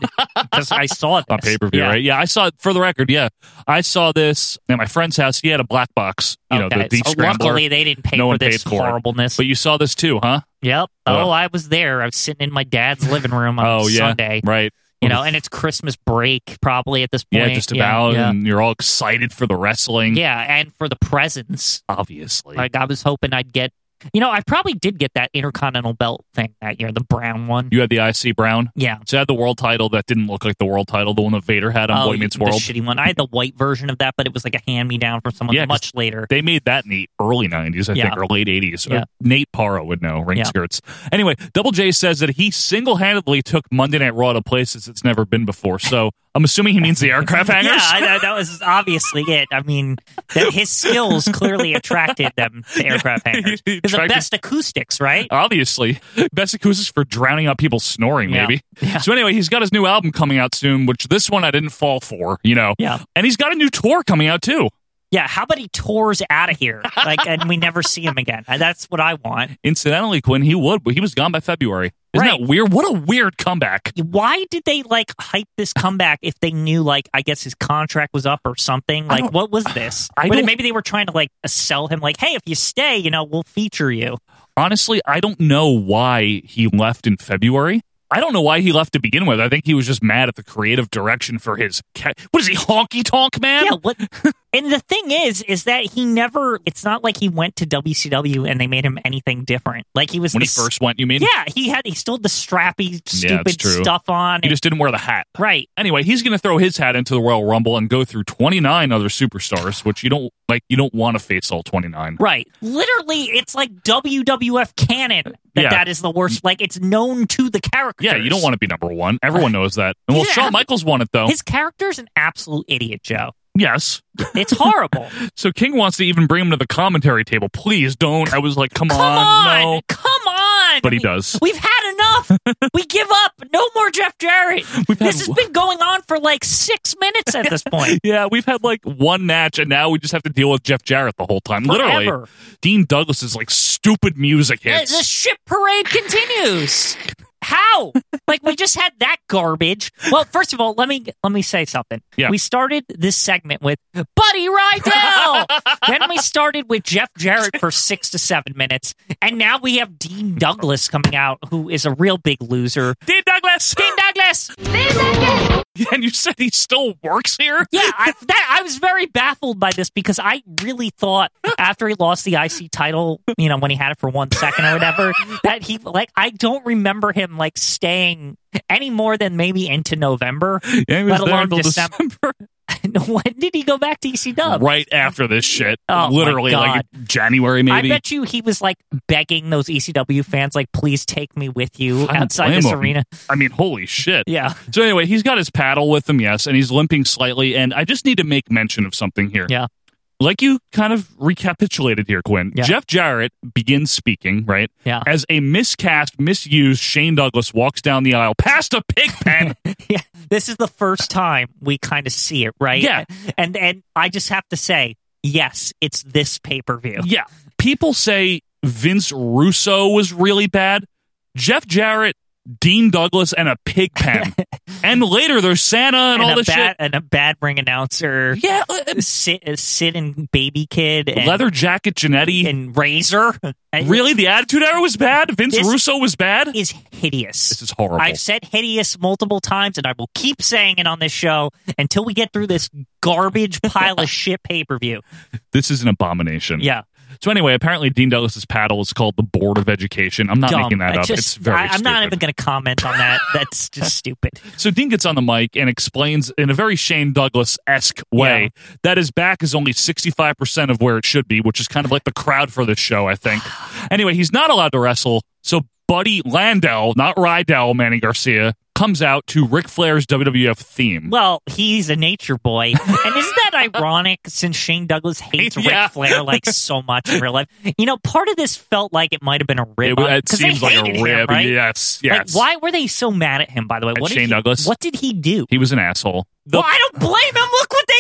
because I saw it
on pay-per-view right yeah i saw it for the record yeah i saw this at my friend's house he had a black box you know the
Okay,
deep
Oh, so
scrambler
luckily they didn't pay
No
for
one
this
paid for it.
horribleness.
but you saw this too huh
yep.
Well.
oh, I was there. I was sitting in my dad's living room on
oh yeah
Sunday.
right
You know, and it's Christmas break probably at this
yeah
point.
just about
Yeah,
and you're all excited for the wrestling
yeah. and for the presents,
obviously
like I was hoping I'd get. You know, I probably did get that Intercontinental belt thing that year, the brown one.
you had the ic brown
yeah.
so I had the world title that didn't look like the world title, the one that Vader had on Boy
Oh, you-
Meets
the
World.
shitty one. I had the white version of that, but it was like a hand me down from someone
Yeah, 'cause
much later.
They made that in the early 90s, I
Yeah.
think, or late 80s. Uh,
Yeah.
Nate Parra would know, ring
Yeah.
skirts. Anyway, Double J says that he single handedly took Monday Night Raw to places it's never been before. So I'm assuming he means the aircraft hangars.
[LAUGHS] Yeah, I, that- that was obviously it. I mean, that his skills clearly attracted them
[LAUGHS]
to aircraft hangars.
he Oh,
Because the
attracted-
best acoustics, right?
[LAUGHS] Obviously, best acoustics for drowning out people snoring,
[LAUGHS] Yeah.
maybe. So anyway, he's got his new album coming out soon, which this one I didn't fall for, you know.
Yeah.
and he's got a new tour coming out too
Yeah, how about he tours out of here, like, and we never see him again? And That's what I want.
incidentally quinn he would but he was gone by february isn't
Right.
that weird what a weird comeback
Why did they like hype this comeback if they knew, like, I guess his contract was up or something? Like,
don't-
what was this?
[SIGHS] I
But
don't-
maybe they were trying to like uh, sell him, like, hey, if you stay, you know, we'll feature you.
honestly i don't know why he left in february i don't know why he left to begin with i think he was just mad at the creative direction for his ca- what is he honky tonk man
Yeah, what?
[LAUGHS]
and the thing is, is that he never. It's not like he went to WCW and they made him anything different. Like he was
when he
this-
first went you mean
Yeah, he had. He still had the strappy,
Yeah, it's
stupid
true.
stuff on.
he
and-
just didn't wear the hat
right.
anyway he's going to throw his hat into the royal rumble and go through 29 other superstars which you don't like you don't want to face all 29
Right. Literally, it's like WWF canon that
Yeah.
that is the worst. Like, it's known to the characters.
yeah you don't want to be number one everyone knows that and well
Yeah.
shawn michaels won it though
His character's an absolute idiot, Joe.
yes
It's
[LAUGHS]
horrible.
So King wants to even bring him to the commentary table. Please don't. I was like, come,
Come on.
Uh, no.
Come on.
But he
We-
does.
We've had
[LAUGHS]
enough. we give up. No more Jeff Jarrett.
We've had
this has
wha-
been going on for like six minutes at this
[LAUGHS]
point.
Yeah, we've had like one match, and now we just have to deal with Jeff Jarrett the whole time. Literally,
Forever.
Dean Douglas's like stupid music
The-
hits.
The ship parade continues. How? Like we just had that garbage. Well, first of all, let me let me say something.
Yeah.
We started this segment with Buddy Rydell. then we started with Jeff Jarrett for six to seven minutes, and now we have Dean Douglas coming out, who is a real big loser.
Dean Douglas.
Dean Douglas.
[LAUGHS] and you said he still works here.
Yeah, I, that, I was very baffled by this because I really thought after he lost the IC title, you know, when he had it for one second or whatever, that he like I don't remember him like staying any more than maybe into November,
Yeah, he was
let
there
alone
until
December. [LAUGHS] when did he go back to E ECW?
Right after this shit,
Oh, my
literally like January maybe.
I bet you he was like begging those ECW fans, like, please take me with you
I don't
outside
blame
this
him.
arena.
I mean, holy shit.
Yeah.
So anyway, he's got his paddle with him, yes, and he's limping slightly. And I just need to make mention of something here.
Yeah.
Like you kind of recapitulated here, Quinn.
Yeah.
Jeff Jarrett begins speaking, right?
Yeah.
As a miscast, misused Shane Douglas walks down the aisle past a pig
[LAUGHS]
pen.
yeah, this is the first time we kind of see it, right?
Yeah.
and and I just have to say, yes, it's this pay per view.
yeah. People say Vince Russo was really bad. Jeff Jarrett, Dean Douglas, and a pig
[LAUGHS]
pen. and later there's Santa and, all
a
this
bad
shit.
and a bad ring announcer.
Yeah. uh,
Sit, uh, sit and baby kid and
Leather jacket Janetti.
and razor.
Really, the Attitude Era was bad. Vince
This-
Russo was bad.
is hideous.
This is horrible.
I've said hideous multiple times, and I will keep saying it on this show until we get through this garbage pile
[LAUGHS]
of shit pay per view.
This is an abomination.
Yeah,
So anyway, apparently Dean Douglas's paddle is called the Board of Education. I'm not
dumb.
making that
I
up.
just-
it's very.
I, I'm not even
stupid.
going to comment on that. That's just stupid.
So Dean gets on the mic and explains in a very Shane Douglas esque way that his back is only 65 percent of where it should be, which is kind of like the crowd for this show, I
[SIGHS]
think. anyway, he's not allowed to wrestle, so Buddy Landell, not Rydell, Manny Garcia, comes out to Ric Flair's WWF theme.
Well, he's a nature boy. And isn't
[LAUGHS]
that ironic since Shane Douglas hates
Yeah.
Ric Flair like so much in real life? You know, part of this felt like it might have been a
it,
rib. on-
it
'cause they
seems like a
hated him,
rib.
right?
Yes, yes.
Like, why were they so mad at him, by the way?
At
What did
Shane
he,
Douglas?
What did he do?
He was an asshole. The-
well, I don't blame him. Look what they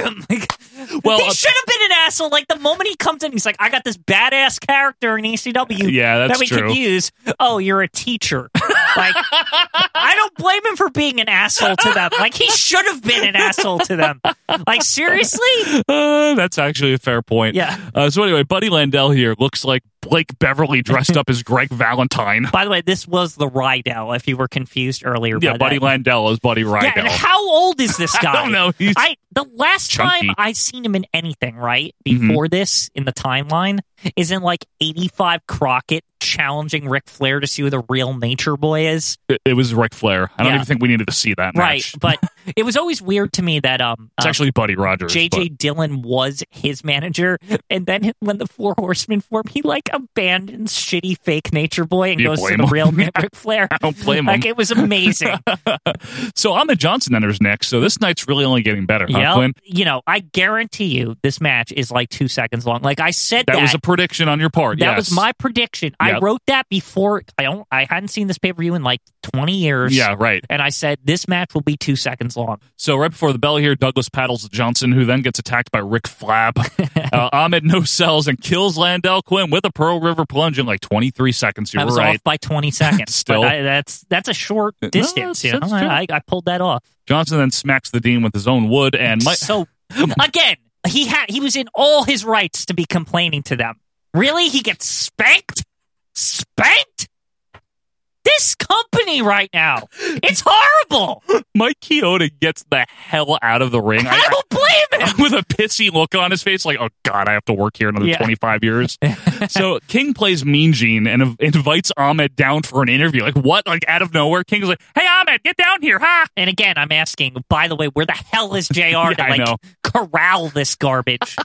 gave him. [LAUGHS] Like,
Well,
he
uh,
should have been an asshole. Like the moment he comes in, he's like, "I got this badass character in E ECW,
Yeah, that's
that we
true.
could use." Oh, you're a teacher. like, I don't blame him for being an asshole to them. Like he should have been an asshole to them. Like seriously,
Uh, that's actually a fair point.
Yeah.
Uh, so anyway, Buddy Landell here looks like Blake Beverly dressed
[LAUGHS]
up as Greg Valentine.
by the way, this was the Rydell. If you were confused earlier,
Yeah,
by
Buddy
that.
Landell is Buddy
Yeah,
Rydell.
and how old
[LAUGHS]
is this guy?
don't know. He's
I the last
chunky. Mm-hmm.
time I seen him in anything, right before this in the timeline, is in like 85 Crockett challenging Ric Flair to see who the real Nature Boy is.
It, it was Ric Flair. I don't
Yeah.
even think we needed to see that match.
Right. But it was always weird to me that um,
it's
um,
actually Buddy Rogers.
JJ Dillon was his manager, and then when the Four Horsemen form, he like abandons shitty fake Nature Boy and
You
goes to
blame
the
him. [LAUGHS]
real Ric Flair. I
don't blame
like,
him.
it
[LAUGHS]
was amazing.
but- So I'm the Johnson enters next. So this night's really only getting better, huh,
yeah,
Quinn?
you know, I guarantee you, this match is like two seconds long. Like I said,
That,
that,
was a prediction on your part.
that
yes.
was my prediction. I
Yep.
wrote that before. I don't. I hadn't seen this pay per view in like twenty years.
Yeah, right.
And I said this match will be two seconds long.
So right before the bell here, Douglas paddles Johnson, who then gets attacked by Rick
[LAUGHS]
Flab. uh, Ahmed no sells and kills Landell Quinn with a Pearl River plunge in like 23 seconds. You
I
were
was
right.
off by twenty seconds.
Still.
but I, that's that's a short distance. you know?
that's true.
I, I pulled that off.
Johnson then smacks the dean with his own wood, and Mike,
so again, he had he was in all his rights to be complaining to them. Really, he gets spanked, spanked. This company right now, it's horrible.
[LAUGHS] Mike Chioda gets the hell out of the ring. [LAUGHS] I-
I don't blame him.
I- [LAUGHS] with a pissy look on his face, like, oh God, I have to work here another
Yeah.
25
[LAUGHS]
years. so King plays Mean Gene and inv- invites Ahmed down for an interview. Like, what? Like, out of nowhere, King's like, hey, Ahmed, get down here, ha!
And again, I'm asking. By the way, where the hell is
[LAUGHS]
Jr. to
I
like
know.
corral this garbage?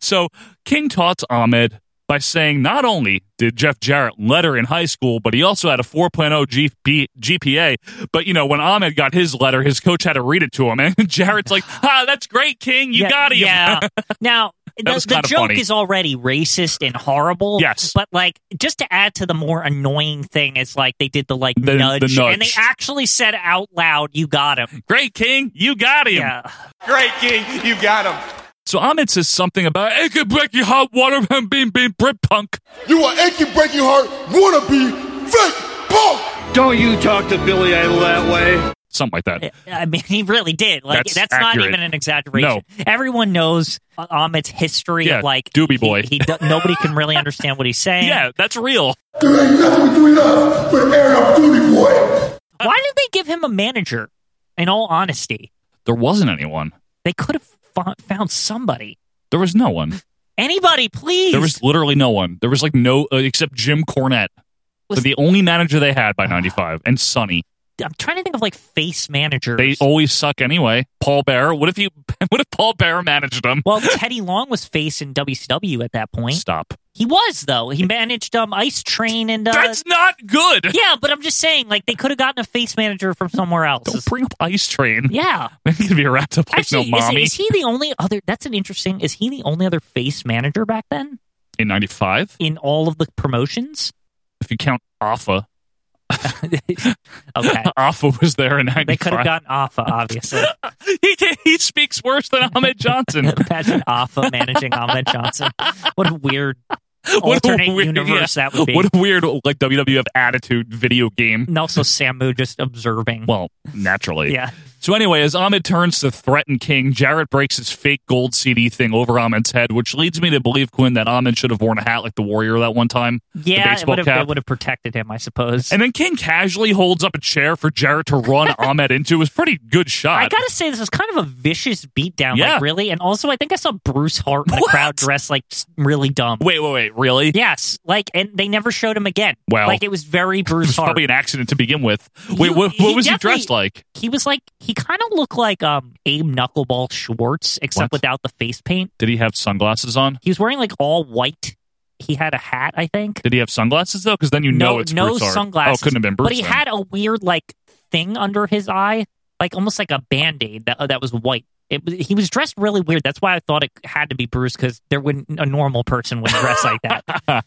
So King taunts Ahmed by saying not only did Jeff Jarrett letter in high school, but he also had a 4.0 GP, GPA. But, you know, when Ahmed got his letter, his coach had to read it to him. [LAUGHS] And Jarrett's like, ah, that's great, King. You
Yeah,
got him. [LAUGHS]
Yeah. Now. The,
was
the
kinda
joke
funny.
is already racist and horrible.
Yes.
but like, just to add to the more annoying thing is like they did the like
The- the
nudge, and they
nudge.
actually said out loud, "You got him."
great, King. You got him.
Yeah,
Great King, you got him.
So Ahmed says something about it could break your heart, water [LAUGHS] and being being Brit punk.
You are aching, breaking heart, wannabe, fake punk.
Don't you talk to Billy Idol that way.
Something like that.
I mean, [LAUGHS] he really did. Like,
That's
that's, not
accurate.
even an exaggeration.
No.
everyone knows uh, Ahmed's history
Yeah,
of like
Doobie
he-
Boy.
He, do- nobody can really understand what he's saying.
Yeah, that's real.
There ain't nothing we do enough but airing up duty, boy.
Why did they give him a manager? In all honesty,
There wasn't anyone.
they could have fo- found somebody.
There was no one.
Anybody, please.
There was literally no one. There was like no uh, except Jim Cornette.
Was-
the only manager they had by 95 and Sonny.
I'm trying to think of like face managers.
They always suck anyway. Paul Bearer. What if you [LAUGHS] what if Paul Bearer managed them?
well, Teddy Long was face in WCW at that point.
Stop.
He was though. He managed um Ice Train and uh,
that's not good.
yeah. But I'm just saying, like they could have gotten a face manager from somewhere else.
Don't bring up Ice Train.
yeah.
[LAUGHS] It's gonna be wrapped up like
Actually,
no
is,
mommy
is he the only other? That's an interesting. Is he the only other face manager back then
in 95.
in all of the promotions?
If you count Alpha, [LAUGHS]
Okay,
Alpha was there in 95.
they could have gotten Alpha, obviously.
[LAUGHS] he can, he speaks worse than Ahmed
[LAUGHS]
Johnson.
Imagine Alpha
[LAUGHS]
managing Ahmed Johnson. What a weird alternate universe
yeah.
that would be.
What a weird like WWF attitude video game.
and also Samu just observing.
Well, naturally.
yeah,
So anyway, as Ahmed turns to threaten King, Jarrett breaks his fake gold CD thing over Ahmed's head, which leads me to believe Quinn that Ahmed should have worn a hat like the Warrior that one time. the
yeah, it
baseball
would have
cap.
it would have protected him, I suppose.
And then King casually holds up a chair for Jarrett to
[LAUGHS]
run Ahmed into. It was a pretty good shot.
I gotta say, this is kind of a vicious beatdown,
Yeah.
like really. And also, I think I saw Bruce Hart in the crowd dressed like really dumb.
wait, wait, wait, really?
Yes, like, and they never showed him again.
Well,
like it was
[LAUGHS]
very
It was
Bruce Hart.
probably an accident to begin with. Wait,
You-
what,
he
what was he
definitely-
dressed like?
he was like he kind of looked like um Abe Knuckleball Schwartz, except
What?
without the face paint.
Did he have sunglasses on?
He was wearing like all white. He had a hat, I think.
Did he have sunglasses though? Because then you know
no,
it's
no
Bruce Hart.
sunglasses.
Oh, couldn't have been Bruce.
But he
then.
had a weird like thing under his eye, like almost like a band aid that uh, that was white. It, was- he was dressed really weird. That's why I thought it had to be Bruce because there wouldn't a normal person would dress like
[LAUGHS]
that.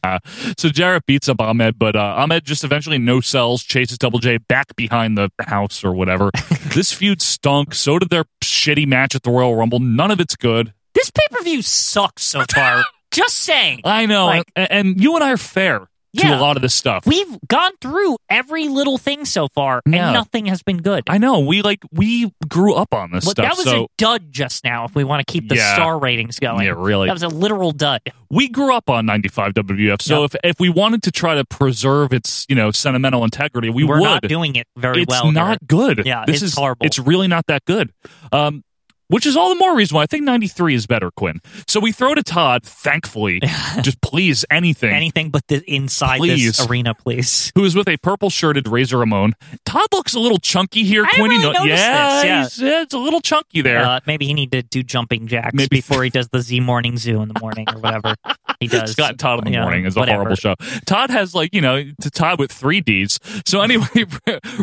so Jarrett beats up Ahmed, but uh, Ahmed just eventually no sells, chases Double J back behind the house or
[LAUGHS]
whatever. this feud stunk. So did their shitty match at the Royal Rumble. None of it's good.
This pay per view sucks so
[LAUGHS]
far. Just saying.
I know.
Like-
and, and you and I are fair to
Yeah.
a lot of this stuff.
We've gone through every little thing so far, and
Yeah.
nothing has been good.
I know. We like we grew up on this
Well,
stuff.
that was
so
a dud just now. If we want to keep the
Yeah.
star ratings going,
Yeah, really.
that was a literal dud.
we grew up on 95 WWF. So
Yep.
if if we wanted to try to preserve its, you know, sentimental integrity, we
We're
would.
not doing it very
it's
well. here.
not good.
Yeah,
this is
it's horrible.
It's really not that good. Um, which is all the more reason why I think 93 is better, Quinn. So we throw to Todd,
[LAUGHS]
thankfully, just please anything.
Anything but the inside
Please.
this arena, please.
who is with a purple shirted Razor Ramon. Todd looks a little chunky here,
I
Quinn. You
really
know-
noticed
yeah,
this, yeah.
he's- yeah, it's a little chunky there.
Uh, maybe he need to do jumping jacks
Maybe-
before he does the Z Morning Zoo in the morning or
[LAUGHS]
whatever he does.
Scott and Todd in the
Yeah,
morning is a
whatever.
horrible show. Todd has like you know to Todd with three D's. So anyway, [LAUGHS]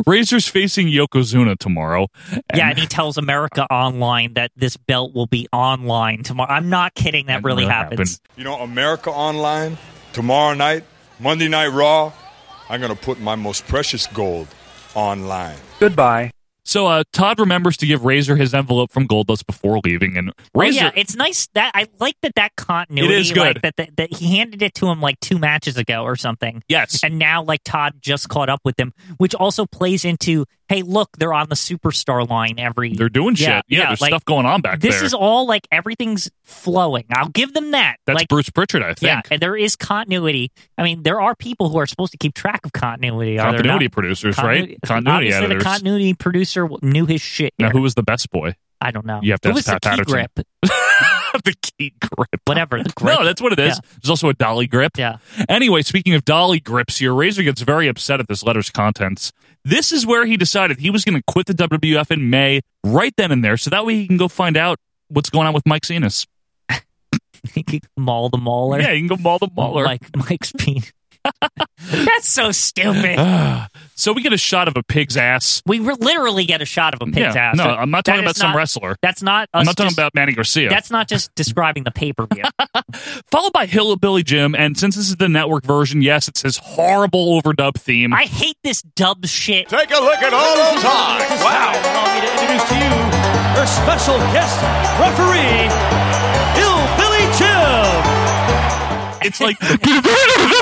Razor's facing Yokozuna tomorrow.
Yeah, and he tells America Online that this belt will be online tomorrow. I'm not kidding. That
That
really
really
happens.
You know, America Online, tomorrow night, Monday Night Raw, I'm going to put my most precious gold online.
So uh, Todd remembers to give Razor his envelope from Goldust before leaving, and
Well,
Razor.
Oh, yeah, it's nice that I like that that continuity.
It is
Like,
good.
that, that that he handed it to him like two matches ago or something.
Yes.
and now like Todd just caught up with him, which also plays into hey, look, they're on the superstar line every.
they're doing shit. Yeah, there's
like,
stuff going on back
This
there.
is all like everything's flowing. I'll give them that.
That's
like,
Bruce Pritchard, I
Yeah,
think.
and there is continuity. I mean, there are people who are supposed to keep track of continuity. are there
continuity
not?
producers,
Continuity-
right? Continuity
Obviously,
editors.
the continuity producer w- knew his shit.
now,
here.
who was the best boy? [LAUGHS]
I don't know.
You have to
Who
ask
was the
Pat
key
Patterson.
grip? [LAUGHS]
the [LAUGHS] key grip.
Whatever the grip.
[LAUGHS] No, that's what it is. There's also a dolly grip.
Yeah. [LAUGHS]
Anyway, speaking of dolly grips here, Razor gets very upset at this letter's contents. This is where he decided he was going to quit the WWF in May, right then and there, so that way he can go find out what's going on with Mike Zenas.
Maul the mauler.
Yeah, you can go maul the mauler.
Like Mike's
[LAUGHS]
penis. That's so stupid.
So we get a shot of a pig's ass.
We re- literally get a shot of a pig's
Yeah,
ass.
no, I'm not
That
talking
is
about some
not-
wrestler.
That's not. Us
I'm not talking
just-
about Manny Garcia.
That's not just describing the pay per view.
Followed by Hillbilly Jim, and since this is the network version, yes, it's his horrible overdub theme.
I hate this dub shit.
Take a look at all those eyes.
Wow. Allow me to introduce to you our special guest referee, Hillbilly Jim.
it's
[LAUGHS]
like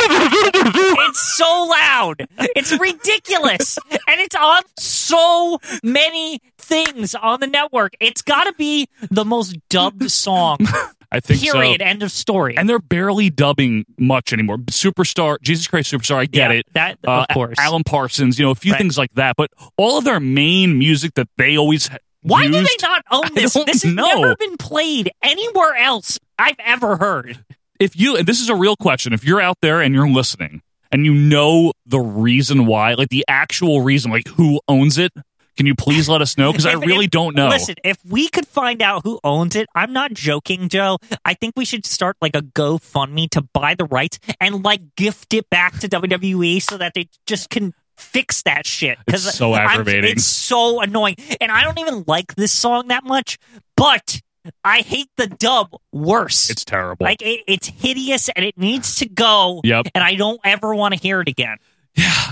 It's so loud. It's ridiculous. and it's on so many things on the network. It's got to be the most dubbed song.
I [LAUGHS] think so.
Period. End of story.
and they're barely dubbing much anymore. Superstar, Jesus Christ Superstar, I get
Yeah,
it.
that-
Uh,
of course.
Alan Parsons, you know, a few
Right.
things like that. But all of their main music that they always ha-
Why do
used,
they not own
I
this?
don't
This has
know.
never been played anywhere else I've ever heard.
If you, and this is a real question, if you're out there and you're listening and you know the reason why, like the actual reason, like who owns it, can you please let us know?
[LAUGHS]
Because I
If-
really
if-
don't know.
Listen, if we could find out who owns it, I'm not joking, Joe. I think we should start like a GoFundMe to buy the rights and like gift it back to WWE so that they just can fix that shit. 'Cause
It's so
I'm-
aggravating.
It's so annoying, and I don't even like this song that much, but I hate the dub worse.
it's terrible.
like it, it's hideous and it needs to go.
Yep.
And I don't ever want to hear it again.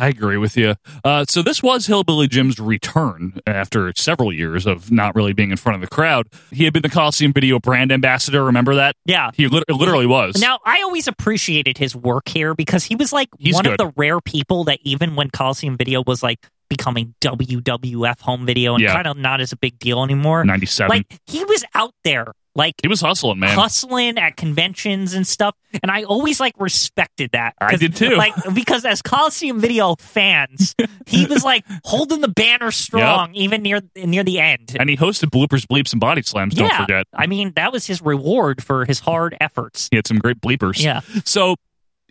I agree with you. Uh, so this was Hillbilly Jim's return after several years of not really being in front of the crowd. He had been the Coliseum Video brand ambassador. Remember that?
Yeah.
he lit- it literally was.
Now, I always appreciated his work here because he was like
He's
one of
good.
the rare people that even when Coliseum Video was like becoming WWF home video and
Yeah.
kind of not as a big deal anymore,
ninety-seven.
like he was out there, like
he was hustling, man.
hustling at conventions and stuff. And I always like respected that.
I
'Cause,
did too.
Like because as Coliseum Video fans,
[LAUGHS]
he was like holding the banner strong even near near the end.
and he hosted bloopers, bleeps, and body slams. Don't
yeah,
forget,
I mean that was his reward for his hard efforts.
he had some great bleepers.
Yeah.
So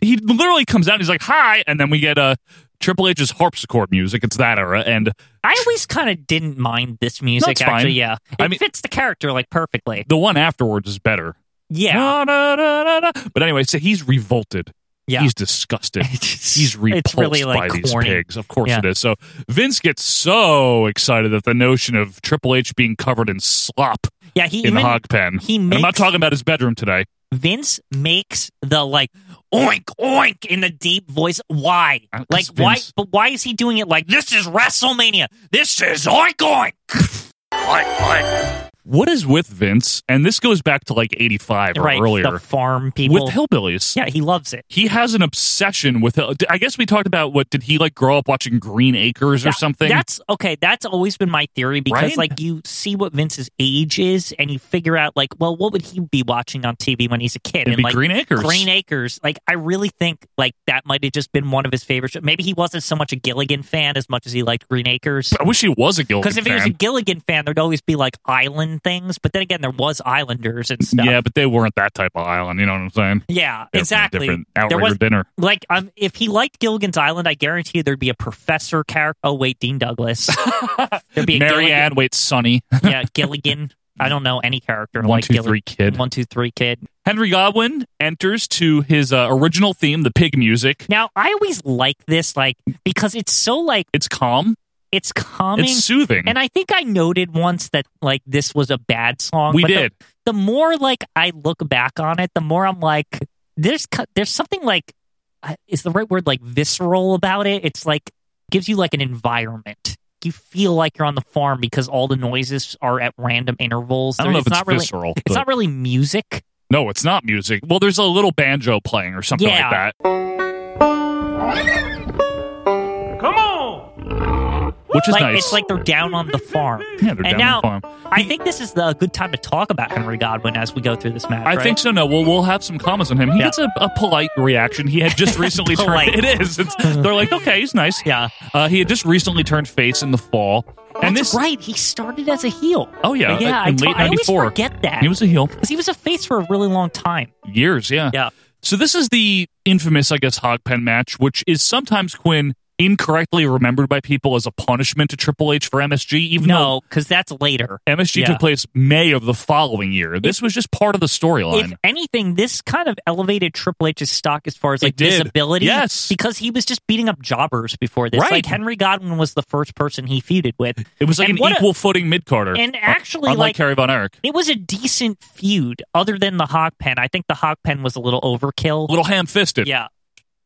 he literally comes out. and He's like, "Hi," and then we get uh, Triple H's harpsichord music. It's that era, and
I always kind of didn't mind this music.
That's fine.
actually, yeah, it
I mean-
fits the character like perfectly.
the Ah, one afterwards is better.
Yeah,
Da, da, da, da, da. But anyway, so he's revolted.
yeah.
He's disgusted. He's repulsed
[LAUGHS] It's really, like,
by these
corny.
pigs. Of course
Yeah.
it is. So Vince gets so excited at the notion of Triple H being covered in slop
yeah, he
in the
even-
hog pen.
he
And I'm not
makes-
talking about his bedroom today.
Vince makes the like oink oink in the deep voice. Why?
Uh, 'cause
Like why?
Vince-
But why is he doing it like this? Is WrestleMania? This is oink oink.
What is with Vince? And this goes back to like 85 [LAUGHS] or
right,
earlier
the farm people.
with hillbillies.
yeah, he loves it.
He has an obsession with. hill- I guess we talked about what did he like grow up watching Green Acres or
That-
something?
That's okay. That's always been my theory because
Right?
like you see what Vince's age is and you figure out like, well, what would he be watching on TV when he's a kid?
It'd
and
be
like
Green Acres.
Green Acres. Like I really think like that might have just been one of his favorite. Shows. Maybe he wasn't so much a Gilligan fan as much as he liked Green Acres.
I wish he was a Gilligan
Because if he was a
fan.
Gilligan fan, there'd always be like island island things, but then again, there was islanders and stuff.
Yeah, but they weren't that type of island. You know what I'm saying?
Yeah,
They're from a
exactly.
different
There
outrigger
was-
dinner.
Like, um, if he liked Gilligan's Island, I guarantee you there'd be a professor character. Oh wait,
[LAUGHS]
Dean Douglas. there'd be a
Marianne,
Gilligan.
wait, Sonny. [LAUGHS]
yeah, Gilligan. I don't know any character
One,
like
two,
Gilligan.
three, kid.
One two three kid.
Henry Godwin enters to his uh, original theme, the pig music.
Now I always like this, like because it's so like
It's calm.
it's calming.
it's soothing.
And I think I noted once that like this was a bad song.
We
but the-
did.
The, more like I look back on it, the more I'm like, there's co- there's something like, I- is the right word like visceral about it? It's like gives you like an environment. You feel like you're on the farm because all the noises are at random intervals.
I don't
There-
know if it's
not really,
visceral,
It's
but-
not really music.
no, it's not music. Well, there's a little banjo playing or something
Yeah.
like that,
Come on!
which is
like
nice.
it's like they're down on the farm.
Yeah, they're down on
and now
the farm.
I think this is the good time to talk about Henry Godwin as we go through this match.
I
right?
think so. No, we'll we'll have some comments on him. He gets a, a polite reaction. He had
[LAUGHS]
just recently turned.
Polite.
[LAUGHS] It is. It's, they're like, okay, he's nice.
Yeah.
Uh, he had just recently turned face in the fall, and
That's
this
right. He started as a heel.
Oh yeah,
yeah.
in
I,
late
ta- I always
'94.
forget that
He was a heel
because he was a face for a really long time.
years. Yeah.
Yeah.
So this is the infamous, I guess, hog pen match, which is sometimes Quinn incorrectly remembered by people as a punishment to Triple H for MSG, even
No, because that's later.
though MSG
Yeah.
took place May of the following year. This was just part of the
If
storyline.
anything, this kind of elevated Triple H's stock as far as
It
like
did.
visibility.
Yes.
because he was just beating up jobbers before this.
Right.
Like Henry Godwin was the first person he feuded with.
It was like
And
an
what a-
equal footing mid Carter.
and actually,
unlike
like-
Kerry Von Erich.
it was a decent feud, other than the hog pen. I think the hog pen was a little overkill.
A little ham fisted.
yeah,
[LAUGHS]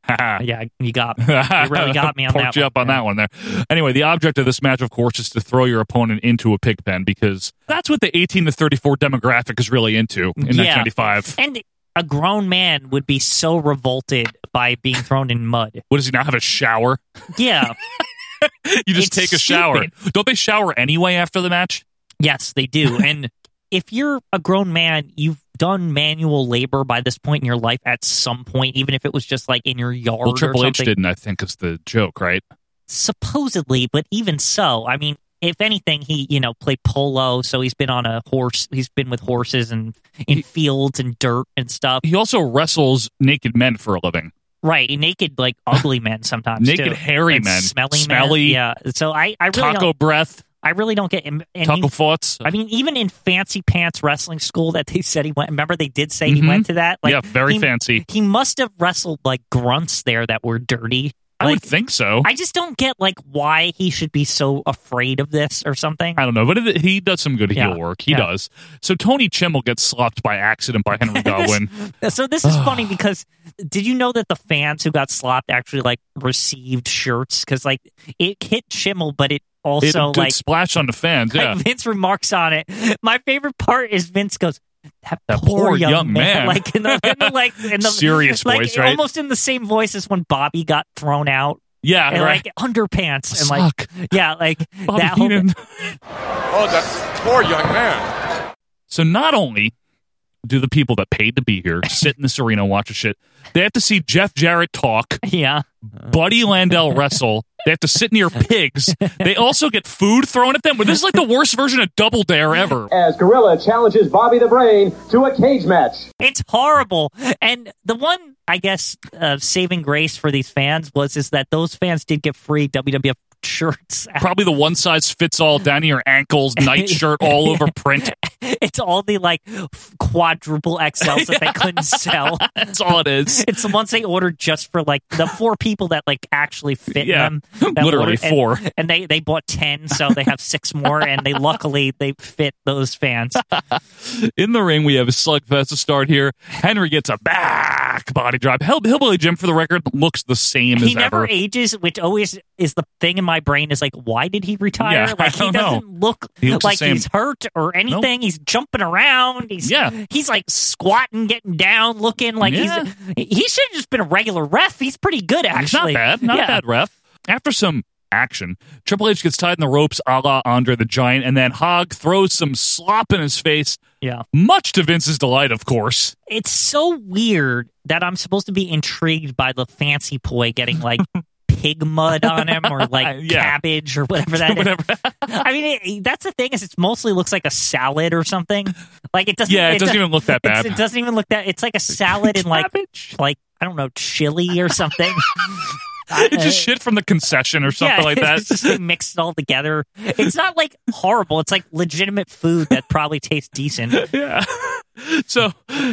Yeah.
yeah, you got me. you really got me on
Porked
that.
you
one.
up on that one there. Anyway, the object of this match, of course, is to throw your opponent into a pig pen because that's what the 18 to 34 demographic is really into in
Yeah.
1995.
And a grown man would be so revolted by being thrown in mud.
What does he now have a shower?
Yeah.
You just
It's
take a shower.
stupid.
Don't they shower anyway after the match?
Yes,
[LAUGHS]
they do. And if you're a grown man, you've done manual labor by this point in your life at some point, even if it was just like in your yard.
Well, Triple
or
H
something.
didn't, I think, is the joke, right?
Supposedly, but even so, I mean, if anything, he, you know, played polo, so he's been on a horse. He's been with horses and in fields and dirt and stuff.
He also wrestles naked men for a living.
Right. Naked, like ugly men sometimes.
Naked,
too.
hairy
And
men.
Smelly,
Smelly.
Men. Yeah. So I, I really
Taco
don't,
breath,
I really don't get him. and
taco
he-
thoughts.
I mean, even in fancy pants wrestling school that they said he went. Remember, they did say he
Mhm.
went to that.
Yeah, very
he-
fancy.
He must have wrestled like grunts there that were dirty.
I would
Like,
think so.
I just don't get like why he should be so afraid of this or something.
I don't know, but it, he does some good heel
Yeah.
work. He
Yeah.
does. So Tony Chimmel gets slopped by accident by
[LAUGHS]
Henry Godwin.
So this is funny because did you know that the fans who got slopped actually like received shirts because like it hit Schimmel, but it
it
also
did
like
splash on the fans. Yeah,
Like, Vince remarks on it. My favorite part is Vince goes, "That,
That
poor,
poor
young,
young
man.
man.
Like in the, in the like in the
Serious
like,
voice, right?
Almost in the same voice as when Bobby got thrown out
yeah,
and
right.
like underpants and
Suck.
like yeah, like
Bobby
that whole.
Heenan.
Oh, that poor young man.
So not only do the people that paid to be
[LAUGHS]
here sit in this arena and watch the shit, they have to see Jeff Jarrett talk,
[LAUGHS] Yeah,
Buddy Landell [LAUGHS] wrestle. They have to sit near pigs. They also get food thrown at them. This is like the worst version of Double Dare ever.
As Gorilla challenges Bobby the Brain to a cage match.
it's horrible. And the one, I guess, uh, saving grace for these fans was is that those fans did get free WWF shirts. [LAUGHS]
Probably the one size fits all down to your ankles, nightshirt all
[LAUGHS]
over print.
it's all the like f- quadruple XLs
[LAUGHS]
that they couldn't sell.
That's all it is.
It's the ones they ordered just for like the four people that like actually fit
Yeah.
them. that
Literally
ordered- and-
four.
and, they they bought ten, so they have six more, and they luckily they fit those fans.
In the ring, we have a slugfest to start here. Henry gets a back body drop. Hill- Hillbilly Jim, for the record, looks the same
He
as
never
ever.
ages, which always is the thing in my brain. Is like, why did he retire?
Yeah, I
like he
don't know.
doesn't look
He looks the
like
same.
he's hurt or anything. He's jumping around. He's
Yeah.
He's like squatting, getting down, looking like
Yeah.
he's he should have just been a regular ref. He's pretty good
He's not
actually.
bad. Not
Yeah.
a bad ref. After some action, Triple H gets tied in the ropes a la Andre the Giant, and then Hog throws some slop in his face,
Yeah.
much to Vince's delight, of course. [LAUGHS]
it's so weird that I'm supposed to be intrigued by the fancy poi getting like pig mud on him or like
Yeah.
cabbage or
[LAUGHS]
whatever that is.
Whatever.
I mean, it, that's the thing is it mostly looks like a salad or something. Like it doesn't.
Yeah, it doesn't even look that
it's-
bad.
[LAUGHS] It doesn't even look that. It's like a salad and like
Cabbage?
like I don't know
[LAUGHS]
chili or something.
It's just shit from the concession or something
yeah,
like that.
It's just [LAUGHS] they mixed it all together. It's not like horrible. It's like legitimate food that probably tastes
[LAUGHS]
decent.
Yeah. So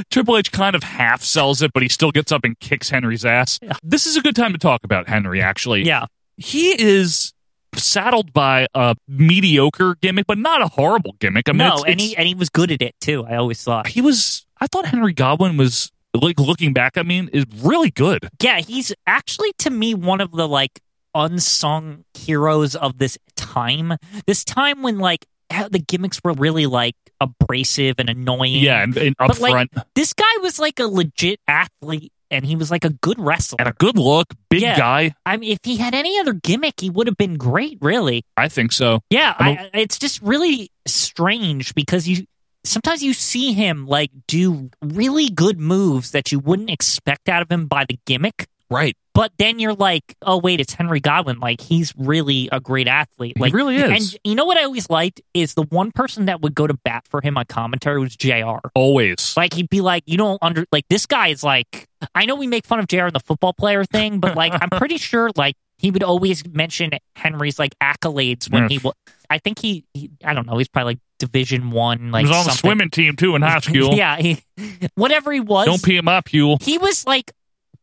Triple H kind of half sells it, but he still gets up and kicks Henry's ass. This is a good time to talk about Henry, actually.
Yeah.
He is saddled by a mediocre gimmick, but not a horrible gimmick. I mean,
no,
it's-
and
it's-
he and he was good at it too. I always thought.
he was. I thought Henry Goblin was like looking back. I mean, is really good.
Yeah, he's actually to me one of the like unsung heroes of this time. This time when like how the gimmicks were really like abrasive and annoying.
Yeah, and, and up
but like
front,
this guy was like a legit athlete, and he was like a good wrestler.
and a good look, big
Yeah.
guy.
I mean, if he had any other gimmick, he would have been great. Really,
I think so.
yeah.
I
I
mean-
it's just really strange because you sometimes you see him like do really good moves that you wouldn't expect out of him by the gimmick.
Right.
But then you're like, oh wait, it's Henry Godwin. Like he's really a great athlete.
He
Like
really is.
And you know what I always liked is the one person that would go to bat for him on commentary was Jr.
Always.
Like he'd be like, you don't under like this guy is like. I know we make fun of Jr. and the football player thing, but like
[LAUGHS]
I'm pretty sure like he would always mention Henry's like accolades when
Yeah.
he was. I think he, he. I don't know. He's probably like Division One.
he
Like
was on the
something.
swimming team too in high school.
[LAUGHS] yeah, he, whatever he was.
Don't pee him up, Huel.
He was like,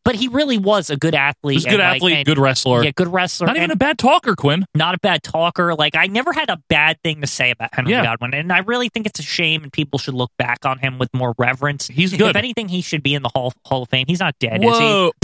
but he really was a good athlete.
He's a good
and, like,
athlete,
and-
good wrestler.
yeah, good wrestler.
Not even
and
a bad talker, Quinn.
not a bad talker. Like I never had a bad thing to say about Henry
Yeah.
Godwin, and I really think it's a shame, and people should look back on him with more reverence.
He's good.
If anything, he should be in the Hall Hall of Fame. He's not dead,
Whoa. [LAUGHS]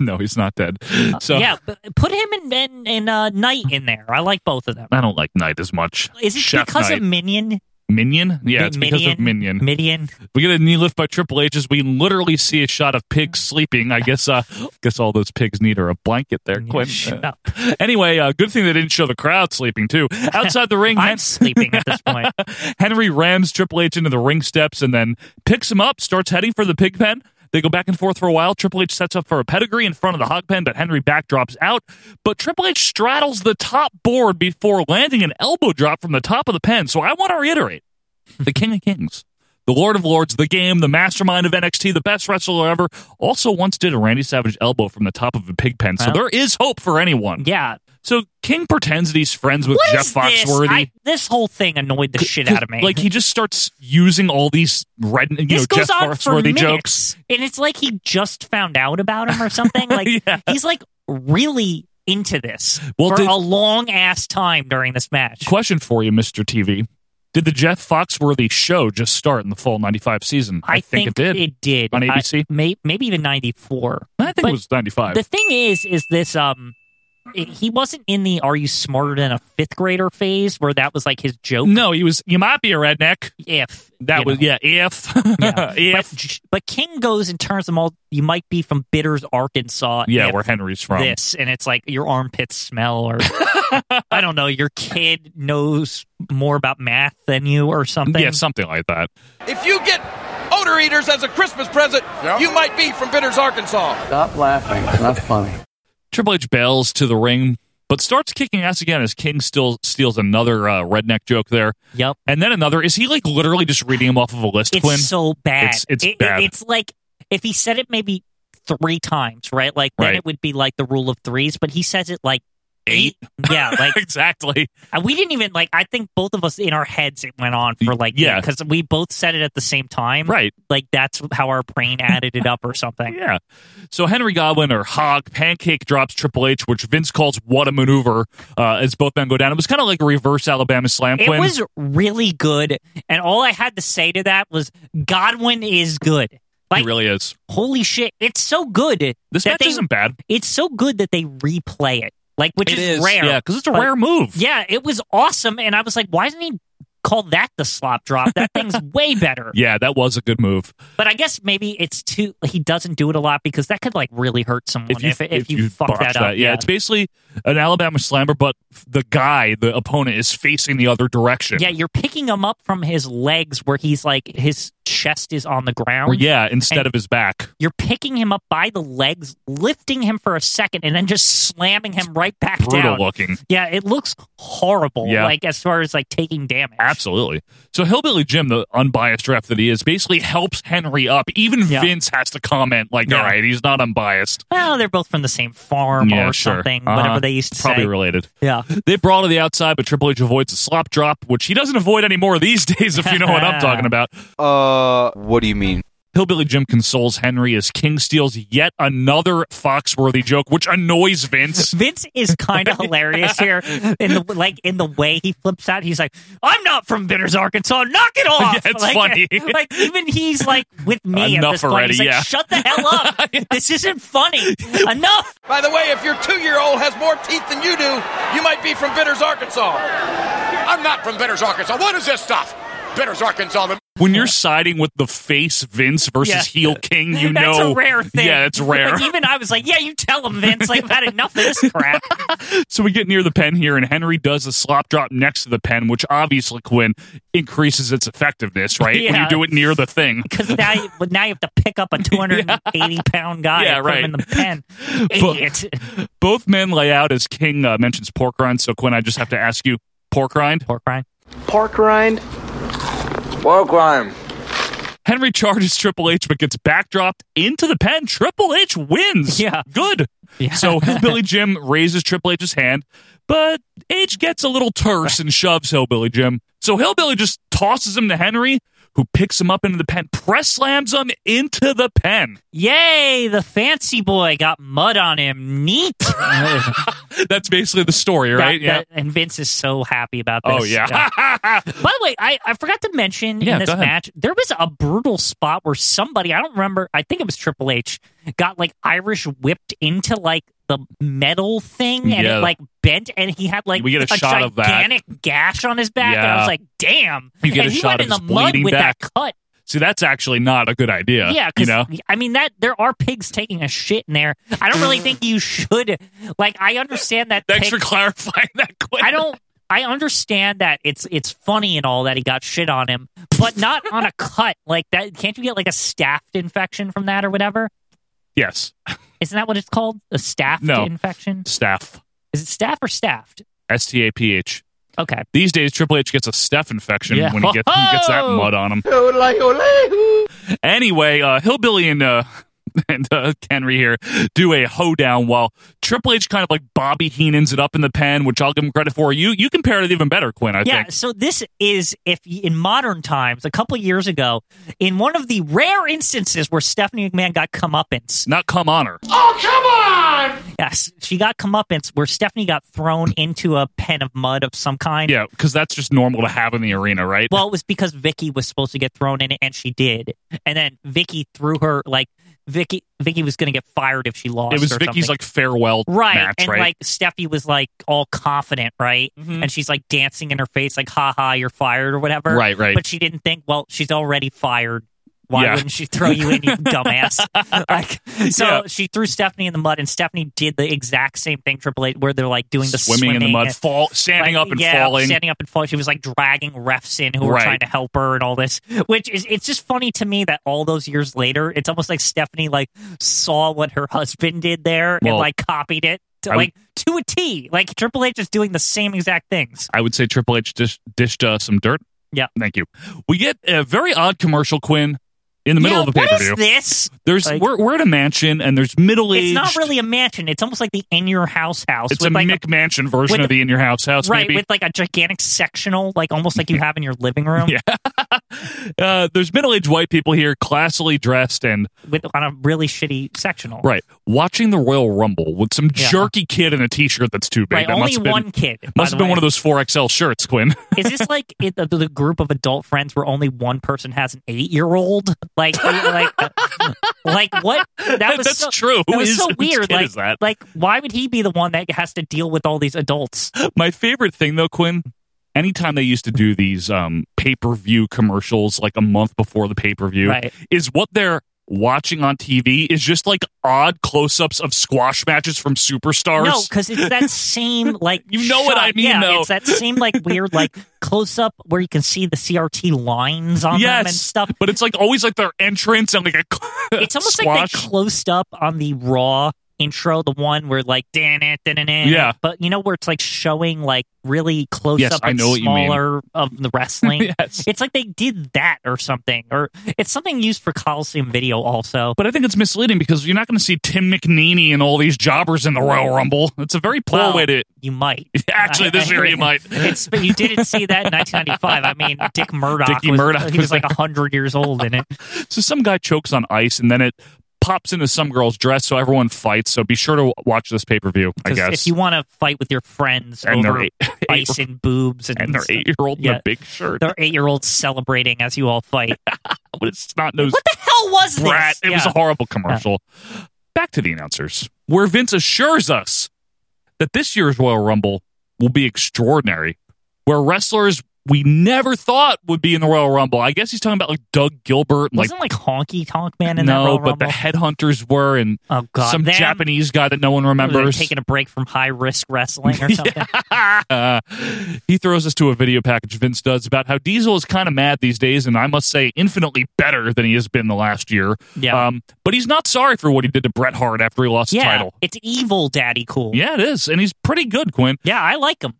no, he's not dead.
is
So
he? Uh, Yeah, but put him and and, and uh, Knight in there. I like both of them.
I don't like Knight as much.
Is it
Chef
because
Knight.
of Minion?
Minion? Yeah, it's because of Minion.
Minion.
we get a knee lift by Triple H as we literally see a shot of pigs sleeping. I guess uh guess all those pigs need are a blanket there,
Yeah,
Quinn.
shut
Uh,
up.
Anyway, uh, good thing they didn't show the crowd sleeping too. Outside the ring,
I'm
Hen-
sleeping at this point.
[LAUGHS] Henry rams Triple H into the ring steps and then picks him up, starts heading for the pig pen. They go back and forth for a while. Triple H sets up for a pedigree in front of the hog pen, but Henry backdrops out. But Triple H straddles the top board before landing an elbow drop from the top of the pen. So I want to
[LAUGHS]
reiterate the King of Kings, the Lord of Lords, the game, the mastermind of NXT, the best wrestler ever, also once did a Randy Savage elbow from the top of a pig pen. So
Wow.
there is hope for anyone.
Yeah.
So King pretends that he's friends with
What
[LAUGHS] Jeff
is this?
Foxworthy.
I- this whole thing annoyed the shit out of me.
Like he just starts using all these red, you
this
know,
goes
Jeff
on for
Foxworthy
minutes,
jokes.
and it's like he just found out about him
[LAUGHS]
or something. Like
Yeah.
he's like really into this
Well,
for
did-
a long ass time during this match.
Question for you, Mister TV: Did the Jeff Foxworthy show just start in the fall '95 season?
I,
think, it did.
It did
On
I-
ABC?
may, maybe even ninety four.
I think it was '95.
The thing is, is this um. it- He wasn't in the "Are you smarter than a fifth grader?" phase, where that was like his joke.
no, he was. You might be a redneck.
If
That
you
was [LAUGHS]
know.
yeah. If
Yeah.
if
But, but King goes and turns them all. You might be from Bitters, Arkansas.
yeah,
if
where Henry's from.
this and it's like your armpits smell
[LAUGHS]
or i don't know your kid knows more about math than you or something
Yeah, something like that.
If you get odor eaters as a Christmas present,
Yeah.
you might be from Bitters, Arkansas.
Triple H bails to the ring, but starts kicking ass again as King still steals another uh, redneck joke there.
yep
And then another. Is he like literally just reading him off of a list,
it's
Quinn?
so bad
It's- it's
It- it-
bad.
it's like if he said it maybe three times right like then
Right.
it would be like the rule of threes but he says it like
Eight.
yeah
[LAUGHS]
like
exactly.
uh, we didn't even like i think both of us in our heads it went on for like
Yeah.
because we both said it at the same time
Right.
like that's how our brain added it up or something
Yeah. So Henry Godwin or Hog Pancake drops Triple H, which Vince calls what a maneuver uh, as both men go down. It was kind of like a reverse Alabama slam.
It
Quinn.
was really good, and all I had to say to that was Godwin is good.
He
Like
really is.
holy shit, it's so good.
This
that
match
they-
isn't bad.
It's so good that they replay it, like which
It
is,
is,
rare.
yeah, because it's a
But-
rare move.
Yeah, it was awesome, and I was like, why didn't he call that the slop drop? That
[LAUGHS]
thing's way better.
Yeah, that was a good move.
But I guess maybe it's too. He doesn't do it a lot because that could like really hurt someone if if, it- if, you, fuck
botch
that up.
yeah, it's basically an Alabama slammer, but the guy, the opponent, is facing the other direction.
Yeah, you're picking him up from his legs where he's like his chest is on the ground.
Or yeah, instead
And-
of his back.
You're picking him up by the legs, lifting him for a second, and then just slamming him right back
Brutal
down.
looking.
Yeah, it looks horrible.
Yeah.
Like as far as like taking damage.
Absolutely. So Hillbilly Jim, the unbiased ref that he is, basically helps Henry up. Even
Yeah.
Vince has to comment, like,
Yeah.
all right, he's not unbiased.
Well, they're both from the same farm
yeah,
or
sure.
something.
Uh-huh.
Whatever they used to
Probably
say.
related.
Yeah.
They brawl to the outside, but Triple H avoids a slop drop, which he doesn't avoid anymore these [LAUGHS] days, if you know what I'm
[LAUGHS]
talking about.
Uh, what do you mean?
Hillbilly Jim consoles Henry as King steals yet another Foxworthy joke, which annoys
[LAUGHS]
Vince.
Vince is
[LAUGHS]
kind of hilarious here in the like in the way he flips out. He's like, "I'm not from Bitters, Arkansas. Knock it off!"
[LAUGHS] Yeah, it's
like,
funny.
[LAUGHS] Like even he's like with me at
Enough
this point.
already,
he's like,
yeah.
"Shut the
[LAUGHS]
hell up! this isn't funny. Enough."
By the way, if your two year old has more teeth than you do, you might be from Bitters, Arkansas.
I'm not from Bitters, Arkansas. What is this stuff? Bitters, Arkansas. The
When you're siding with the face Vince versus
Yeah.
heel King, [LAUGHS] you
That's
know
a rare thing.
Yeah,
[LAUGHS]
it's rare.
Like, even I was like, "Yeah, you tell him, Vince. Like, I've had enough of this
[LAUGHS]
crap."
So we get near the pen here, and Henry does a slop drop next to the pen, which obviously Quinn increases its effectiveness, right? When you
Yeah.
do it near the thing.
Because now, you, but now you have to
[LAUGHS]
pick up a 280 pound guy
Yeah,
and put
right.
him in
[LAUGHS]
the pen. Idiot.
Both men lay out as King uh, mentions pork rind. So Quinn, I just have to ask you, pork rind?
Pork rind.
Pork rind? Pork rind.
Henry charges Triple H, but gets backdropped into the pen. Triple H wins.
[LAUGHS] Yeah.
good.
Yeah.
So Hillbilly Jim raises Triple H's hand, but H gets a little terse and shoves Hillbilly Jim. So Hillbilly just tosses him to Henry, who picks him up into the pen, press slams him into the pen.
Yay! The fancy boy got mud on him. Neat.
That's basically the story, right?
That- that- and Vince is so happy about this.
oh yeah.
By the way, I, I forgot to mention
Yeah,
in this
go ahead.
match, there was a brutal spot where somebody, I don't remember, I think it was Triple H, got like Irish whipped into like the metal thing and
Yeah.
it like bent and he had like
We get a shot of that.
gigantic gash on his back. And
Yeah.
I was like, damn.
You get
and
a
he
shot
went
of
in the
his
mud
bleeding
with
back.
that cut.
[LAUGHS] See, that's actually not a good idea.
Yeah,
you
because
know.
I mean that there are pigs taking a shit in there. I don't really think you should. Like, I understand that.
Thanks
pig-
for [LAUGHS] clarifying that. Quinn.
I don't. I understand that it's it's funny and all that he got shit on him, but not on a cut like that. Can't you get like a staph infection from that or whatever?
Yes,
Isn't that what it's called? A staph
No.
infection?
staff.
Is it staph or staffed?
S T A P H.
Okay.
These days, Triple H gets a staph infection
Yeah.
when he gets, he gets that
Ho-ho!
mud on him. Anyway, uh, Hillbilly and uh, [LAUGHS] and uh, Henry here do a hoedown while Triple H kind of like Bobby Heenan's it up in the pen, which I'll give him credit for. You you compared it even better, Quinn. I
yeah.
think.
So this is if y- in modern times, a couple years ago, in one of the rare instances where Stephanie McMahon got comeuppance.
Not come on her.
Yes, she got comeuppance where Stephanie got thrown into a pen of mud of some kind.
Yeah, because that's just normal to have in the arena, right?
Well, it was because Vicky was supposed to get thrown in it, and she did. And then Vicky threw her like Vicky. Vicky was going to get fired if she lost.
it was
or
Vicky's
something.
like farewell
right,
match,
and
right? Mm-hmm.
like Steffi was like all confident, right? And she's like dancing in her face, like "ha ha, you're fired" or whatever.
Right, right.
But she didn't think, well, she's already fired. Why
Yeah.
wouldn't she throw
[LAUGHS]
you in, you dumbass? like, so
Yeah.
she threw Stephanie in the mud, and Stephanie did the exact same thing. Triple H, where they're like doing the
swimming, in the mud,
and-
fall, standing
like,
up and
yeah,
falling.
standing up and falling. She was like dragging refs in who were
Right.
trying to help her and all this, which is it's just funny to me that all those years later, it's almost like Stephanie like saw what her husband did there
Well,
and like copied it to,
I
like to a T. Like Triple H is doing the same exact things.
I would say Triple H dish, dished uh, some dirt.
Yeah.
thank you. We get a very odd commercial, Quinn, in the middle of
Yeah,
the pay per view.
What is this?
There's
Like-
we're we're at a mansion and there's middle aged.
It's not really a mansion. It's almost like the in your house house.
It's a
with like
McMansion version
with
of the in your house house,
right
maybe.
with like a gigantic sectional, like almost
[LAUGHS]
like you have in your living room
Yeah. uh, there's middle aged white people here, classily dressed and
with on a really shitty sectional.
right watching the Royal Rumble with some
Yeah.
jerky kid in a t-shirt that's too big.
Right,
That
only
must have been,
one kid. by
Must
the
have been
way.
one of those four XL shirts, Quinn. [LAUGHS]
Is this like it, the, the group of adult friends where only one person has an eight-year-old? Like, like, [LAUGHS] like what? That was
That's
so,
true.
That
Who
was
is-
so
whose
weird.
kid
Like,
is that?
like, why would he be the one that has to deal with all these adults?
My favorite thing though, Quinn, anytime they used to do these um pay-per-view commercials like a month before the pay-per-view
Right.
is what their watching on TV is just like odd close ups of squash matches from superstars.
No, because it's that
[LAUGHS]
same like
You know what
shot.
I mean,
Yeah,
though.
it's that same like
[LAUGHS]
weird like close up where you can see the CRT lines on them and
yes,
stuff.
but it's like always like their entrance and like a [LAUGHS]
It's almost like
squash.
they closed up on the Raw intro, the one where like dan it, dan
Yeah.
But you know where it's like showing like really close
Yes,
up
I
and
know what you mean.
smaller of the wrestling.
[LAUGHS] Yes.
It's like they did that or something, or it's something used for Coliseum video also.
But I think it's misleading because you're not going to see Tim McNeany and all these jobbers in the Royal Rumble. It's a very poor
Well,
way to.
You might
[LAUGHS] Actually, this
[LAUGHS]
year you might.
It's but you didn't see that in 1995. I mean, Dick Murdoch.
Dickie
was,
Murdoch
He
was
was like 100 years old in it.
So some guy chokes on ice and then it pops into some girl's dress, so everyone fights. So be sure to w- watch this pay per view. I
'Cause
guess
if you want to fight with your friends
And they're
over
eight-
ice and boobs and,
and their eight year old in a big shirt,
They're eight year olds celebrating as you all fight.
but it's not no
[LAUGHS] what the hell was this?
brat. It was a
Yeah.
horrible commercial. Back to the announcers, where Vince assures us that this year's Royal Rumble will be extraordinary, where wrestlers we never thought would be in the Royal Rumble. I guess he's talking about like Doug Gilbert, and, like
Wasn't like Honky Tonk Man in that
no,
Royal
but the
Rumble?
headhunters were, and
Oh, God.
some
Them?
Japanese guy that no one
Were they
remembers.
taking a break from high risk
[LAUGHS]
wrestling or something.
Uh, [LAUGHS] he throws us to a video package Vince does about how Diesel is kind of mad these days, and I must say, infinitely better than he has been the last year.
Yeah.
Um, but he's not sorry for what he did to Bret Hart after he lost
Yeah,
the title.
it's evil, daddy cool.
Yeah, it is, and he's pretty good, Quinn.
Yeah, I like him.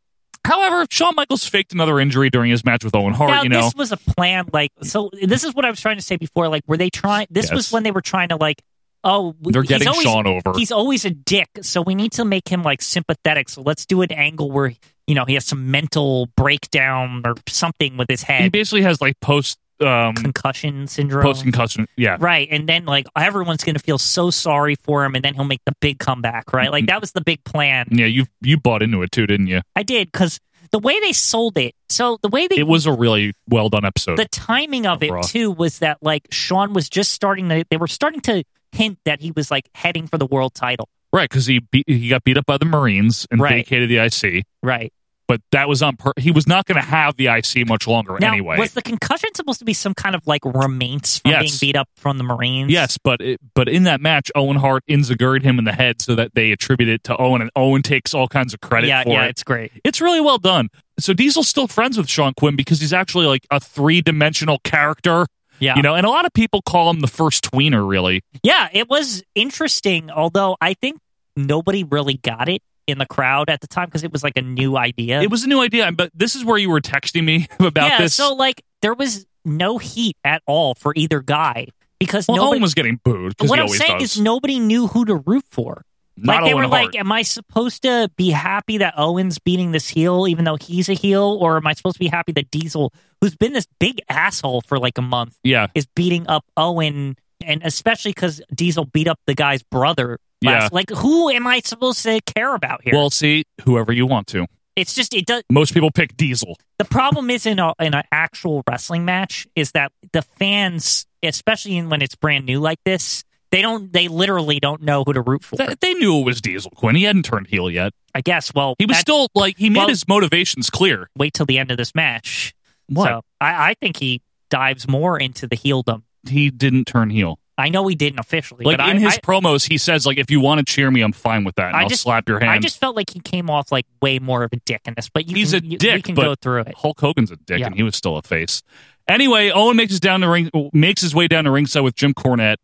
However, Shawn Michaels faked another injury during his match with Owen Hart.
now,
you know,
this was a plan. Like, so this is what I was trying to say before. Like, were they trying? This
Yes.
was when they were trying to like, oh, w-
They're
he's
getting
always-
Shawn over.
He's always a dick, so we need to make him like sympathetic. So let's do an angle where you know he has some mental breakdown or something with his
he
head,
basically has like post um,
concussion syndrome,
post concussion. Yeah,
right? And then like everyone's gonna feel so sorry for him, and then he'll make the big comeback, right?
Mm-hmm.
Like that was the big plan.
yeah. You you bought into it too, didn't you?
I did because the way they sold it. So the way they
It was a really well done episode.
the timing of it
Raw.
too was that like Sean was just starting to they were starting to hint that he was like heading for the world title.
Right, because he beat, he got beat up by the Marines and
Right.
vacated the IC.
Right.
But that was on. Per- he was not going to have the IC much longer
Now,
anyway.
was the concussion supposed to be some kind of like remains from
Yes.
being beat up from the Marines?
yes, but it, but in that match, Owen Hart inzagurred him in the head so that they attribute it to Owen, and Owen takes all kinds of credit
Yeah,
for
yeah,
it.
it's great.
It's really well done. So Diesel's still friends with Sean Quinn because he's actually like a three dimensional character.
Yeah.
You know, and a lot of people call him the first tweener, really.
Yeah, it was interesting, although I think nobody really got it in the crowd at the time because it was like a new idea.
It was a new idea, but this is where you were texting me [LAUGHS] about
yeah,
this.
so like there was no heat at all for either guy because
well,
nobody
Owen was getting booed because
what
he
I'm
always
saying
does.
is nobody knew who to root for.
Not
like they
Owen
were
Hart.
like, "Am I supposed to be happy that Owens beating this heel, even though he's a heel, or am I supposed to be happy that Diesel, who's been this big asshole for like a month,
yeah.
is beating up Owen, and especially because Diesel beat up the guy's brother? Last,
Yeah.
like who am I supposed to care about here?
Well, see, whoever you want to.
it's just it does.
Most people pick Diesel.
The problem is in a, in an actual wrestling match is that the fans, especially in, when it's brand new like this, they don't. They literally don't know who to root for.
Th- they knew it was Diesel Quinn. He hadn't turned heel yet.
I guess. Well,
He was
that-
still like he made
well-
his motivations clear.
wait till the end of this match.
What?
So I, I think he dives more into the heeldom.
He didn't turn heel.
I know he didn't officially,
Like
but I,
in his
I,
promos, he says like if you want to cheer me, I'm fine with that. And
I
I'll
just-
slap your hand.
I just felt like he came off like way more of a dick in this. But you
He's
can,
a
you-
dick,
We can
but
go through it.
Hulk Hogan's a dick,
Yeah.
and he was still a face. Anyway, Owen makes his down the ring, makes his way down to ringside with Jim Cornette.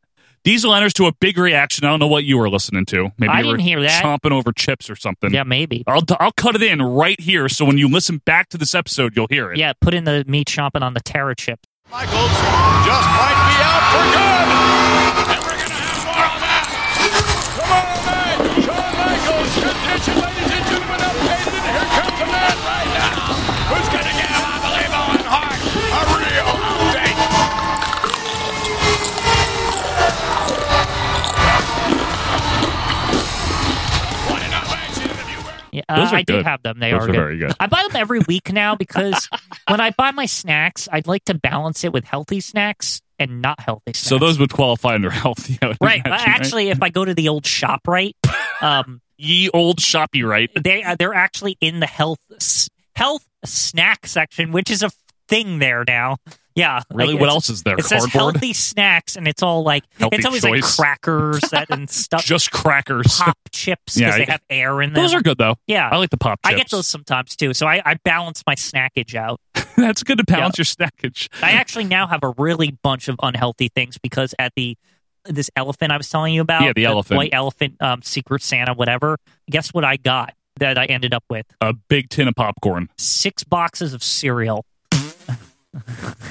Diesel enters to a big reaction. I don't know what you were listening to. Maybe
I
you were
didn't hear that.
chomping over chips or something.
Yeah, maybe.
I'll I'll cut it in right here, so when you listen back to this episode, you'll hear it.
Yeah, put in the meat chomping on the terror chip.
Michaels just might be out for good. And we're going to have more of that. Tomorrow night, Shawn Michaels, tradition, ladies and gentlemen, of Peyton. Here comes a man right now who's going to give, I believe, Owen Hart a real update. What an ovation if you were-
Yeah,
Those
uh,
are
I
good.
did have them. They
Those
are,
are
good.
very good.
[LAUGHS] I buy them every week now because when I buy my snacks, I'd like to balance it with healthy snacks and not healthy snacks.
So those would qualify under healthy. I would
right?
imagine,
Actually, if I go to the old shop,
[LAUGHS]
right, um,
ye old shoppy, right?
they uh, they're actually in the health s- health snack section, which is a thing there now. Yeah.
Really?
like,
What
it's-
else is there?
It says
Cardboard?
healthy snacks, and it's all like
Healthy
it's always like
choice.
crackers that
[LAUGHS]
and stuff.
Just crackers.
pop chips because
Yeah,
they
I-
have air in
[LAUGHS]
them.
Those are good though.
Yeah.
I like the pop chips.
I get those sometimes too, so I, I balance my snackage out.
[LAUGHS] That's good to balance your snackage.
I actually now have a really bunch of unhealthy things because at the this elephant I was telling you about,
Yeah, the elephant.
white elephant, um, Secret Santa, whatever. Guess what I got that I ended up with?
A big tin of popcorn.
Six boxes
[LAUGHS]
of cereal.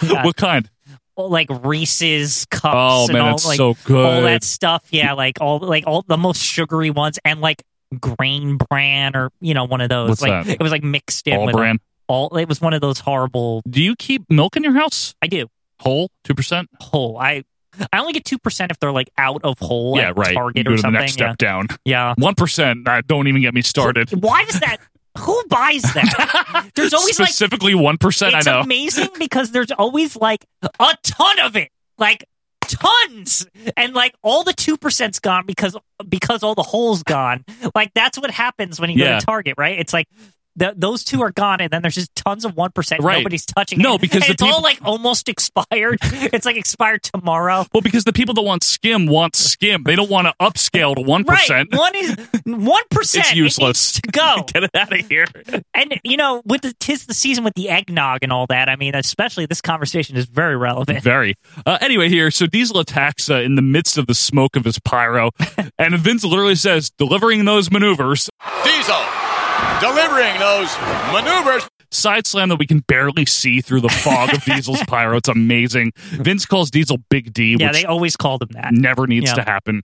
Yeah.
What kind?
Well, like Reese's cups.
Oh,
and
man,
all,
that's
like,
so
All
good.
that stuff, yeah, like all like all the most sugary ones, and like grain bran or you know one of those.
What's
like
that?
it was like mixed in
All
with like,
bran?
all. It was one of those horrible.
Do you keep milk in your house?
I do
Whole two percent.
whole. I I only get two percent if they're like out of whole
Yeah,
at
right.
Target
you go to
or
the
something.
next step down.
yeah.
One percent. Don't even get me started.
yeah. Why does that? Who buys [LAUGHS] that? There's always like
Specifically one percent. I
it's
know.
amazing because there's always like a ton of it, like tons, and like all the two percent's gone because because all the holes gone. Like that's what happens when you go
Yeah.
to Target, right? It's like. th those two are gone, and then there's just tons of one percent.
Right.
Nobody's touching.
No,
it.
because
And
the
it's
people-
all like almost [LAUGHS] expired. it's like expired tomorrow.
Well, because the people that want skim want skim. They don't want to upscale to one
Right.
percent.
One is one percent.
[LAUGHS] It's useless.
to [LAUGHS] go.
[LAUGHS] Get it out of here.
And you know, with the tis the season with the eggnog and all that. I mean, especially this conversation is very relevant.
Very. Uh, anyway, here, so Diesel attacks uh, in the midst of the smoke of his
[LAUGHS]
pyro, and Vince literally says, delivering those maneuvers,
Diesel delivering those maneuvers.
side slam that we can barely see through the fog
[LAUGHS]
of Diesel's pyro. It's amazing. Vince calls Diesel Big D,
yeah,
which
they always called him that.
never needs
Yeah.
to happen.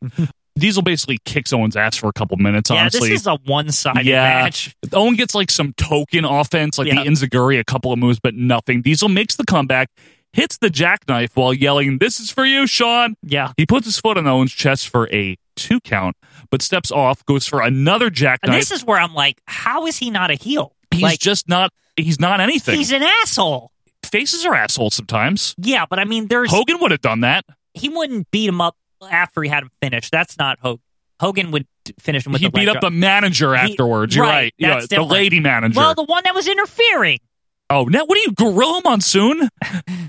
Diesel basically kicks Owen's ass for a couple minutes,
yeah,
honestly.
this is a one-sided
yeah.
match.
Owen gets like some token offense, like
Yeah.
the Inzaguri, a couple of moves, but nothing. Diesel makes the comeback, hits the jackknife while yelling, This is for you, Sean.
Yeah.
He puts his foot on Owen's chest for a two count, but steps off, goes for another
And
jackknife.
this is where I'm like, how is he not a heel?
he's
like,
just not, he's not anything.
he's an asshole.
Faces are assholes sometimes.
Yeah, but I mean, there's
Hogan would have done that.
he wouldn't beat him up after he had him finished. That's not Hogan. Hogan would finish him with
He
the leg
beat up the
drop.
manager
He-
afterwards. You're right. Yeah,
that's
the
different.
lady manager.
Well, the one that was interfering.
oh, now what are you, Gorilla Monsoon?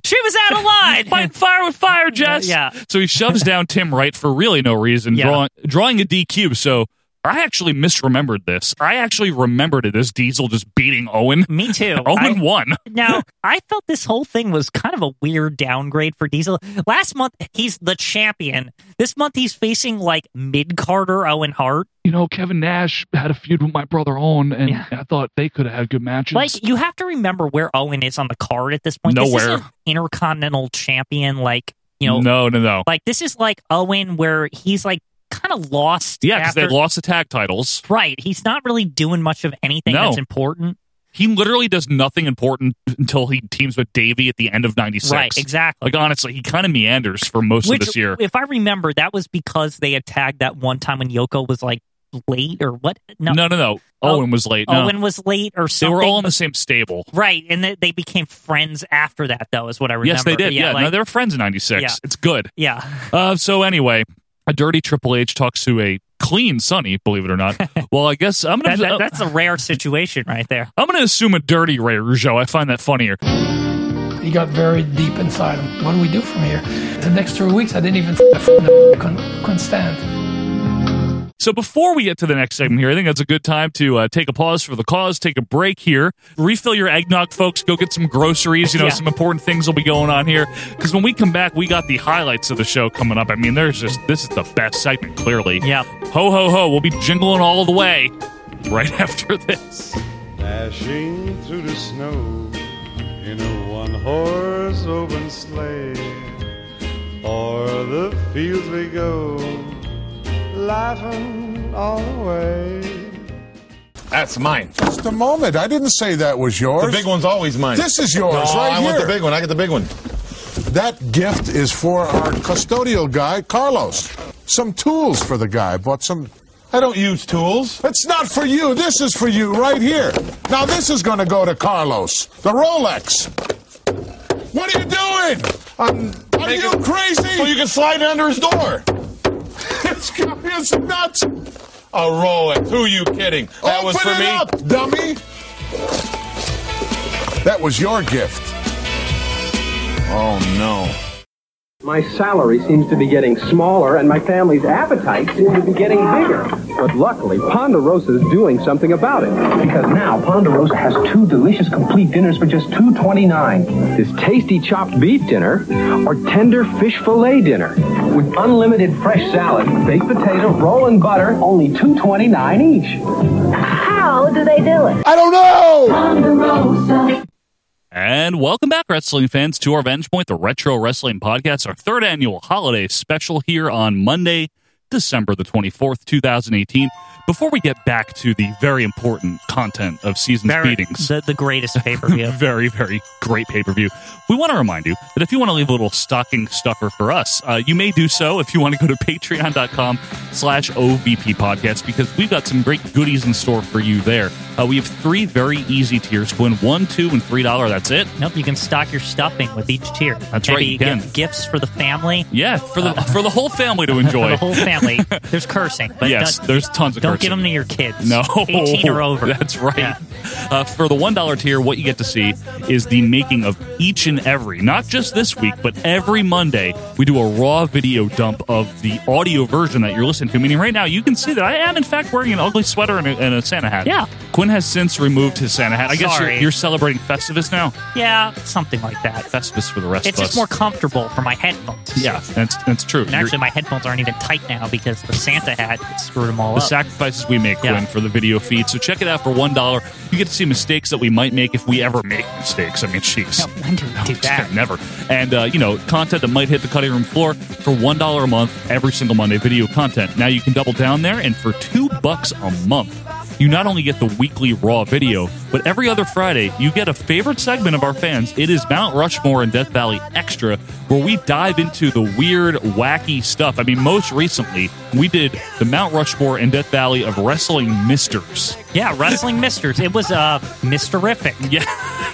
She was out
[LAUGHS]
of line.
Fight fire with
[LAUGHS]
fire, Jess.
Yeah.
So he shoves down Tim Wright for really no reason,
Yeah.
drawing drawing a DQ. So I actually misremembered this. I actually remembered it as Diesel just beating
[LAUGHS]
Owen.
Me
[LAUGHS]
too. I-
Owen won. [LAUGHS]
Now, I felt this whole thing was kind of a weird downgrade for Diesel. Last month, he's the champion. This month, he's facing like mid Carter Owen Hart.
You know, Kevin Nash had a feud with my brother Owen, and
Yeah.
I thought they could have had good matches.
Like, you have to remember where Owen is on the card at this point. This
Nowhere.
isn't intercontinental champion, like, you know,
no, no, no.
like this is like Owen where he's like kind of lost.
Yeah, because they
after-
lost the tag titles.
Right. He's not really doing much of anything
No.
that's important.
He literally does nothing important until he teams with Davey at the end of '96.
Right, exactly.
Like honestly, he kind of meanders for most
Which,
of this year.
if I remember, that was because they had tagged that one time when Yoko was like late or what? No,
no, no, no.
Oh,
Owen was late. No.
Owen was late or
they
something.
were all in the same stable.
right, and they, they became friends after that, though, is what I remember.
Yes, they did. Yeah,
like-
no, they were friends in '96.
Yeah.
It's good.
yeah.
[LAUGHS] Uh, so anyway, a dirty Triple H talks to a clean Sonny, believe it or
[LAUGHS]
not. well, I guess I'm gonna uh,
That- that- that's a rare situation right there.
I'm gonna assume a dirty Ray Rougeau. I find that funnier.
He got buried deep inside him. What do we do from here? The next three weeks, I didn't even. I couldn't, couldn't stand.
So before we get to the next segment here, I think that's a good time to uh, take a pause for the cause, take a break here, refill your eggnog, folks. Go get some groceries. You know,
Yeah.
some important things will be going on here because when we come back, we got the highlights of the show coming up. I mean, there's just this is the best segment, clearly.
Yeah.
Ho ho ho! We'll be jingling all the way right [LAUGHS] after this.
Dashing through the snow in a one horse open sleigh. O'er the fields we go, laughing all the way.
That's mine. Just a moment. I didn't say that was yours.
The big one's always mine.
This is yours,
No,
right
I
here.
want the big one. I get the big one.
That gift is for our custodial guy, Carlos. Some tools for the guy. Bought some.
I don't use tools.
It's not for you. This is for you right here. Now this is going to go to Carlos. The Rolex. What are you doing? I'm. Are you crazy?
So you can slide it under his door.
it's, it's nuts.
A Rolex. Who you kidding? That
Open
was for
it
me.
up, dummy. That was your gift. Oh no.
My salary seems to be getting smaller, and my family's appetite seems to be getting bigger. But luckily, Ponderosa is doing something about it. Because now Ponderosa has two delicious complete dinners for just two twenty-nine. This tasty chopped beef dinner, or tender fish fillet dinner, with unlimited fresh salad, baked potato, roll and butter, only two twenty-nine each.
How do they do it?
I don't know.
Ponderosa.
And welcome back, wrestling fans, to our Vantage Point, the Retro Wrestling Podcast, our third annual holiday special here on Monday, December the 24th, 2018. Before we get back to the very important content of season's beatings, [LAUGHS]
the, the greatest pay per view.
very, very great pay per view, we want to remind you that if you want to leave a little stocking stuffer for us, uh, you may do so if you want to [LAUGHS] go to patreon.com slash OVP podcast because we've got some great goodies in store for you there. Uh, we have three very easy tiers to win one, two, and three dollar. That's it.
Nope, you can stock your stuffing with each tier.
That's
Maybe
right, you can.
give gifts for the family.
Yeah, for the for the whole family
[LAUGHS]
to [LAUGHS]
For
enjoy.
the whole family.
[LAUGHS]
There's cursing. But
yes,
don't,
there's tons of
don't
cursing.
give them to your kids.
No,
18 or
[LAUGHS]
over.
That's right. Uh, for the one dollar tier, what you get to see is the making of each and every, not just this week, but every Monday, we do a raw video dump of the audio version that you're listening to. Meaning, right now, you can see that I am in fact wearing an ugly sweater and a, and a Santa hat.
Yeah.
Quinn has since removed his Santa hat. I guess you're,
Sorry.
you're celebrating Festivus now.
Yeah, something like that.
Festivus for the rest
It's
of
just
us.
more comfortable for my headphones.
yeah, that's that's true.
And
You're-
actually, my headphones aren't even tight now because the Santa hat screwed them all
the
up.
sacrifices we make Quinn for the video feed. So check it out for one dollar. You get to see mistakes that we might make if we ever make mistakes. I mean, jeez,
when do we
[LAUGHS]
do that?
never. And uh, you know, content that might hit the cutting room floor for one dollar a month every single Monday. Video content. Now you can double down there, and for two bucks a month. You not only get the weekly raw video, but every other Friday you get a favorite segment of our fans. It is Mount Rushmore and Death Valley Extra, where we dive into the weird, wacky stuff. I mean, most recently we did the Mount Rushmore and Death Valley of wrestling misters.
Yeah, wrestling misters. It was uh, misterific.
Yeah.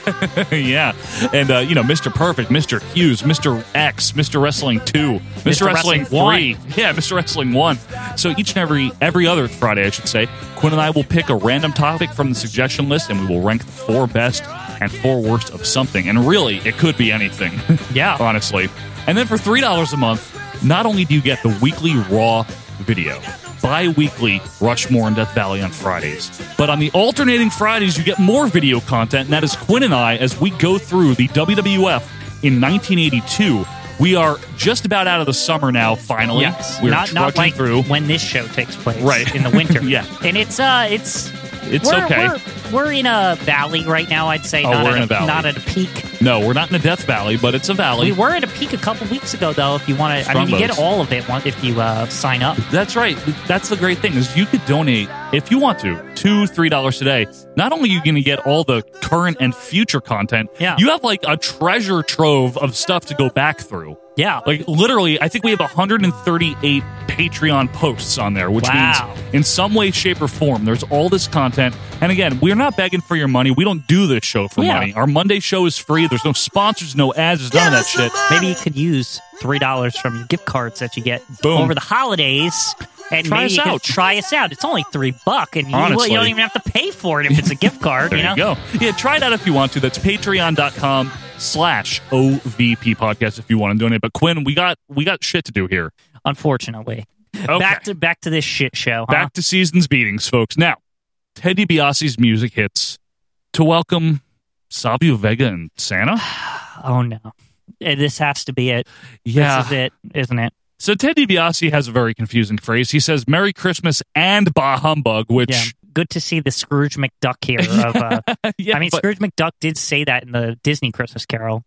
[LAUGHS] yeah, and uh, you know, Mr. Perfect, Mr. Hughes, Mr. X, Mr. Wrestling Two, Mr.
Mr.
Wrestling,
Wrestling
Three, [LAUGHS] yeah, Mr. Wrestling One. So each and every every other Friday, I should say, Quinn and I will pick a random topic from the suggestion list, and we will rank the four best and four worst of something. And really, it could be anything.
Yeah.
honestly. And then for three dollars a month, not only do you get the weekly Raw video. Bi-weekly Rushmore and Death Valley on Fridays. But on the alternating Fridays, you get more video content, and that is Quinn and I as we go through the WWF in 1982. We are just about out of the summer now, finally.
Yes.
We're
not not
trudging
like
through.
when this show takes place
Right.
in the
[LAUGHS]
winter.
Yeah.
And it's uh it's
It's
we're,
okay.
We're, we're in a valley right now, I'd say.
Oh,
not
we're
at
in a valley.
Not at a peak.
No, we're not in the Death Valley, but it's a valley.
We were at a peak a couple weeks ago, though. If you want to, I mean, you
Strongbows.
get all of it once if you uh, sign up.
That's right. That's the great thing is you could donate if you want to two three dollars today. Not only are you going to get all the current and future content,
Yeah.
you have like a treasure trove of stuff to go back through.
Yeah.
like literally, I think we have 138 Patreon posts on there, which
Wow.
means in some way, shape, or form, there's all this content. And again, we're not begging for your money. We don't do this show for
Yeah.
money. Our Monday show is free. There's no sponsors, no ads, there's none of that shit.
Oh, Maybe you could use three dollars from your gift cards that you get
Boom.
over the holidays, and
Try
maybe
us
you
out.
Could try us out. It's only three buck, and you,
Honestly.
you don't even have to pay for it if it's
[LAUGHS]
a gift card.
There
you know,
you go. Yeah, try it out if you want to. That's patreon.com slash OVP podcast if you want to donate. But Quinn, we got we got shit to do here.
Uh-huh. unfortunately. Back to back to this shit show. Huh?
Back to season's beatings, folks. Now, Ted DiBiase's music hits to welcome Savio Vega and Santa.
oh no, Eh, this has to be it.
Yeah.
[SIGHS] this is it, isn't it?
So Ted DiBiase has a very confusing phrase. He says Merry Christmas and Bah Humbug, which
Yeah. Good to see the Scrooge McDuck here. Of, uh,
[LAUGHS] Yeah,
I mean,
but-
Scrooge McDuck did say that in the Disney Christmas Carol,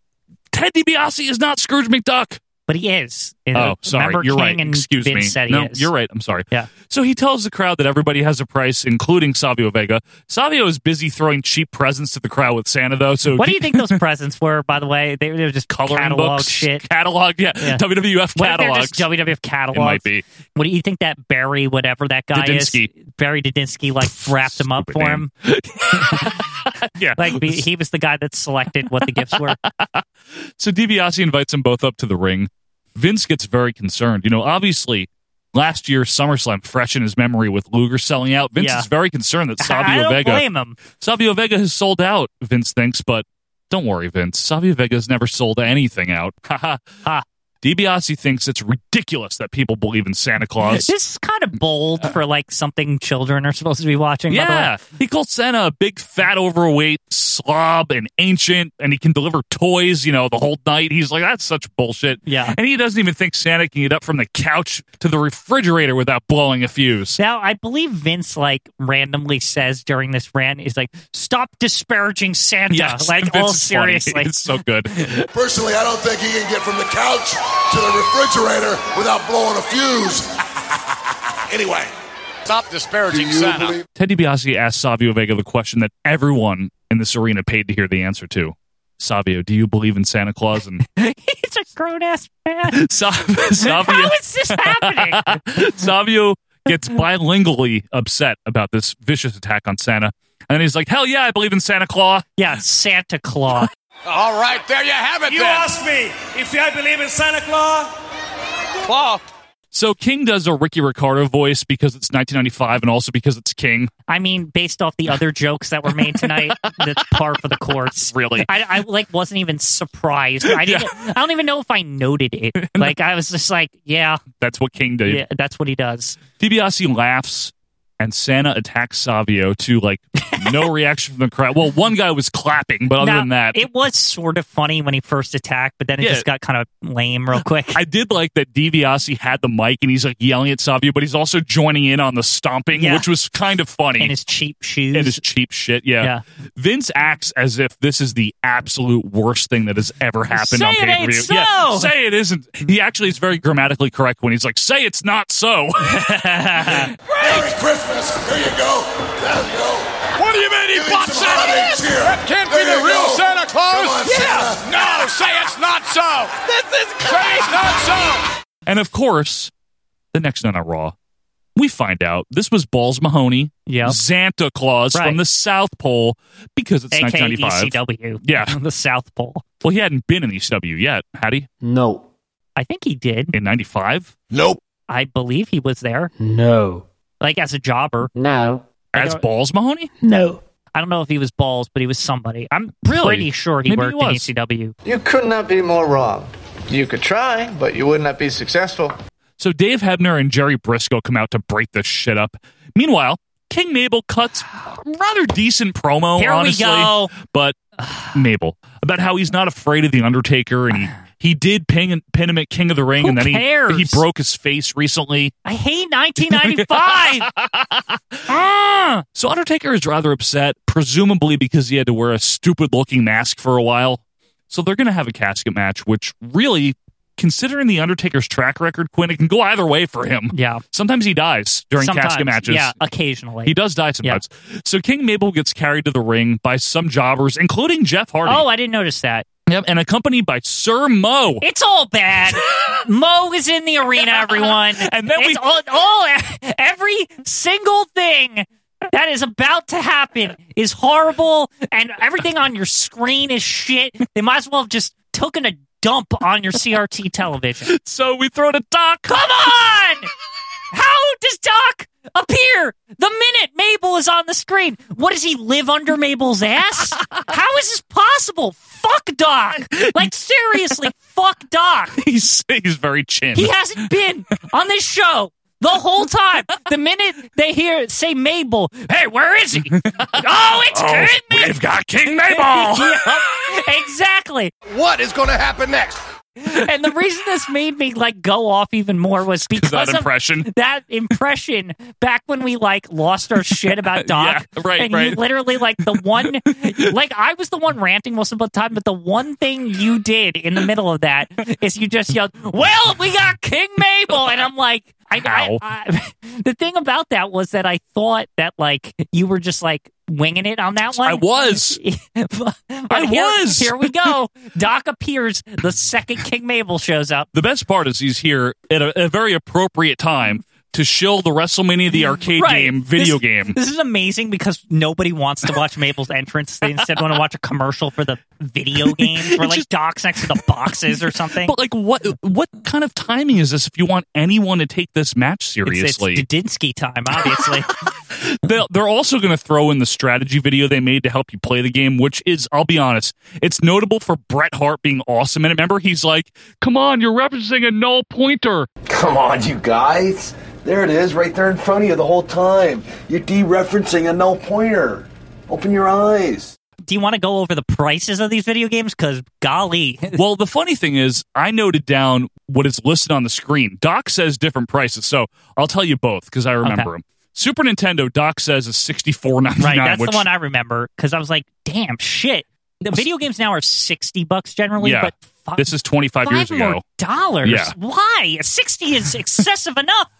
Ted DiBiase is not Scrooge McDuck.
but he is. You know,
Oh, sorry.
Remember
you're
King
right.
And
Excuse
Vince
me.
Said he
no,
is.
you're right. I'm sorry.
Yeah.
So he tells the crowd that everybody has a price, including Savio Vega. Savio is busy throwing cheap presents to the crowd with Santa, though. So
What do you think those presents were, by the way? They, they were just
Coloring
catalog
books,
shit.
catalog, yeah, WWF
What if they're
catalogs.
just WWF catalogs.
It might be.
What do you think that Barry, whatever that guy is,
Dudinsky.
Barry
[LAUGHS]
Dudinsky, like wrapped them up for him?
yeah.
Like be, he was the guy that selected what the gifts were.
[LAUGHS] So DiBiase invites them both up to the ring. Vince gets very concerned. You know, obviously, last year's SummerSlam fresh in his memory with Luger selling out. Vince
Yeah. [LAUGHS]
is very concerned that Savio
I don't
Vega.
blame him.
Savio Vega has sold out, Vince thinks, but Don't worry, Vince. Savio Vega's never sold anything out. [LAUGHS] Ha ha ha. DiBiase thinks it's ridiculous that people believe in Santa Claus.
[LAUGHS] This is kind of bold for like something children are supposed to be watching. by the way.
Yeah, he called Santa a big, fat, overweight slob and ancient, and he can deliver toys, you know, the whole night. He's like, that's such bullshit.
Yeah.
and he doesn't even think Santa can get up from the couch to the refrigerator without blowing a fuse.
Now, I believe Vince like randomly says during this rant is like, "Stop disparaging Santa."
Yes,
like,
Vince
all
is funny. [LAUGHS]
seriously,
it's so good.
Personally, I don't think he can get from the couch to the refrigerator without blowing a fuse. [LAUGHS] anyway,
Stop disparaging Santa.
Ted DiBiase asked Savio Vega the question that everyone in this arena paid to hear the answer to. Savio, do you believe in Santa Claus?
[LAUGHS]
And
[LAUGHS] he's a grown ass
[LAUGHS]
man.
Sa- Savio,
How is
[LAUGHS]
this happening?
Savio gets bilingually upset about this vicious attack on Santa. And then he's like, hell yeah, I believe in Santa Claus.
Yeah, Santa Claus.
[LAUGHS]
All right, there you have it.
You
then.
asked me if I believe in Santa Claus.
Claw.
So King does a Ricky Ricardo voice because it's 1995 and also because it's King.
I mean, based off the other jokes that were made tonight, that's par for the course.
[LAUGHS] Really?
I, I like wasn't even surprised. I didn't. I don't even know if I noted
[LAUGHS]
it. Like, I was just like, yeah,
That's what King did.
yeah, that's what he does.
DiBiase laughs and Santa attacks Savio to like no
[LAUGHS]
reaction from the crowd. Well, one guy was clapping, but other
Now,
than that,
it was sort of funny when he first attacked, but then it
Yeah.
just got kind of lame real quick.
I did like that DiBiase had the mic and he's like yelling at Savio, but he's also joining in on the stomping,
Yeah.
which was kind of funny.
in his cheap shoes.
And his cheap shit, yeah.
Yeah.
Vince acts as if this is the absolute worst thing that has ever happened
Say
on
it
pay per
ain't
view.
so!
Yeah, say it isn't. He actually is very grammatically correct when he's like, "Say it's not so." [LAUGHS]
Merry Christmas. Here you go. There you go.
What do you mean he
Give me
bought
some
Santa?
holiday cheer.
That can't be
There
the
you
real
go.
Santa Claus.
Come on,
yeah.
Santa.
No, say it's not so. This is Say it's not so.
and of course, the next night on Raw, we find out this was Balls Mahoney,
Yep.
Santa Claus
Right. E
from the South Pole, because it's
AKA
1995.
ECW.
Yeah.
[LAUGHS] the South Pole.
Well, he hadn't been in ECW yet, had he?
No.
I think he did.
In 95?
Nope.
I believe he was there,
No.
like as a jobber.
No.
I
As
don't-
Balls Mahoney?
No.
I don't know if he was balls, but he was somebody. I'm
Really?
pretty sure he
Maybe he
worked
was.
in E ECW.
You could not be more wrong. You could try, but you would not be successful.
So Dave Hebner and Jerry Briscoe come out to break this shit up. Meanwhile, King Mabel cuts a rather decent promo,
Here we
honestly.
go.
But [SIGHS] Mabel about how he's not afraid of the Undertaker, and he, he did ping pin him at King of the Ring,
Who
and then
cares?
he he broke his face recently.
I hate 1995. Ah!
So Undertaker is rather upset, presumably because he had to wear a stupid looking mask for a while. So they're going to have a casket match, which really, considering the Undertaker's track record, Quinn, it can go either way for him.
[LAUGHS] Yeah.
Sometimes he dies during casket
Sometimes,
matches.
Yeah, occasionally.
He does die sometimes. So King Mabel gets carried to the ring by some jobbers, including Jeff Hardy.
Oh, I didn't notice that.
Yep, and accompanied by Sir Mo.
It's all
[LAUGHS]
bad. Mo is in the arena, everyone.
And then
it's
we-
all, all every single thing that is about to happen is horrible, and everything on your screen is shit. They might as well have just taken a dump on your CRT television.
So we throw to Doc. [LAUGHS]
Come on! How does Doc appear the minute Mabel is on the screen? What does he live under Mabel's ass? How is this possible? Fuck Doc! Like seriously, fuck Doc.
He's he's very chin.
He hasn't been on this show the whole time. The minute they hear say Mabel, hey, where
[LAUGHS]
is he? oh, it's
Oh,
King Mabel.
we've got
[LAUGHS]
King Mabel.
Yep, exactly.
What is going to happen next?
And the reason this made me like go off even more was because
that
of
impression.
that impression back when we like lost our
[LAUGHS]
shit about Doc.
Yeah, right,
And you
right.
literally like the one,
[LAUGHS]
like I was the one ranting most of the time, but the one thing you did in the middle of that is you just yelled, "Well, we got King Mabel," and I'm like, I, I,
How?
I the thing about that was that I thought that like you were just like winging it on that one.
I was.
[LAUGHS] But
I
here-
was.
Here we go.
[LAUGHS]
Doc appears the second King Mabel shows up.
The best part is he's here at a, a very appropriate time to shill the WrestleMania the arcade
Right.
game video
This-
game.
This is amazing because nobody wants to watch Mabel's entrance. They instead want to watch a commercial for the
[LAUGHS]
video games where like Doc's next to the boxes or something.
But like, what what kind of timing is this? If you want anyone to take this match seriously,
It's, it's Dudinsky time,
[LAUGHS]
obviously.
They'll- they're also going to throw in the strategy video they made to help you play the game, which is, I'll be honest, it's notable for Bret Hart being awesome. And remember, he's like, "Come on, you're referencing a null pointer."
Come on, you guys. There it is, right there in front of you the whole time. You're dereferencing a null pointer. Open your eyes.
Do you want to go over the prices of these video games? Because
[LAUGHS]
golly,
well, the funny thing is, I noted down what is listed on the screen. Doc says different prices, so I'll tell you both because I remember
Okay.
them. Super Nintendo, Doc says is sixty four ninety
right?
nine.
That's
which,
the one I remember because I was like, damn shit. The video games now are sixty bucks generally,
yeah,
but fi-
this is twenty five years
five more
ago.
dollars.
Yeah.
Why? Sixty is excessive enough.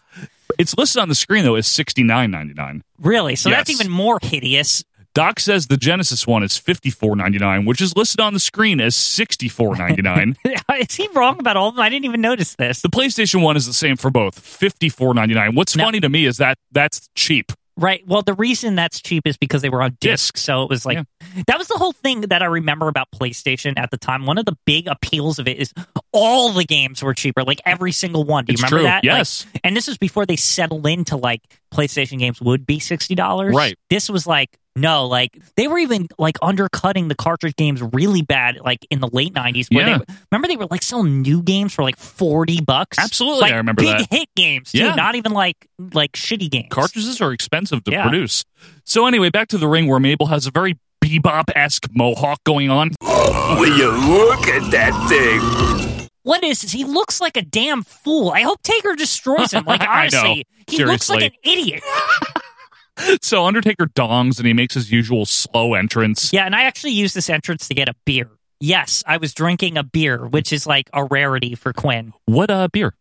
It's listed on the screen though as sixty nine ninety nine.
Really? So that's
Yes.
even more hideous. [LAUGHS]
Doc says the Genesis one is fifty four ninety nine, which is listed on the screen as sixty four ninety
[LAUGHS]
nine.
is he wrong about all of them? I didn't even notice this.
The PlayStation one is the same for both, fifty four ninety nine. What's funny to me is that that's cheap.
Right. Well, the reason that's cheap is because they were on disc, so it was like that was the whole thing that I remember about PlayStation at the time. One of the big appeals of it is all the games were cheaper, like every single one. Do you
It's
remember
true,
that? Like,
yes.
and this is before they settled into like PlayStation games would be sixty dollars.
Right.
This was like no, like they were even like undercutting the cartridge games really bad, like in the late nineties.
Yeah.
They, remember they were like selling new games for like forty bucks.
Absolutely,
Like,
I remember
big
that.
hit games. Too,
Yeah.
Not even like like shitty games.
Cartridges are expensive to
Yeah.
produce. So anyway, back to the ring where Mabel has a very bebop esque mohawk going on. [LAUGHS] Will you look at that thing?
What is this? He looks like a damn fool. I hope Taker destroys him. [LAUGHS] Like
I know.
honestly, he looks like an idiot.
So Undertaker dongs and he makes his usual slow entrance.
Yeah, and I actually used this entrance to get a beer. Yes, I was drinking a beer, which is like a rarity for Quinn.
What uh beer?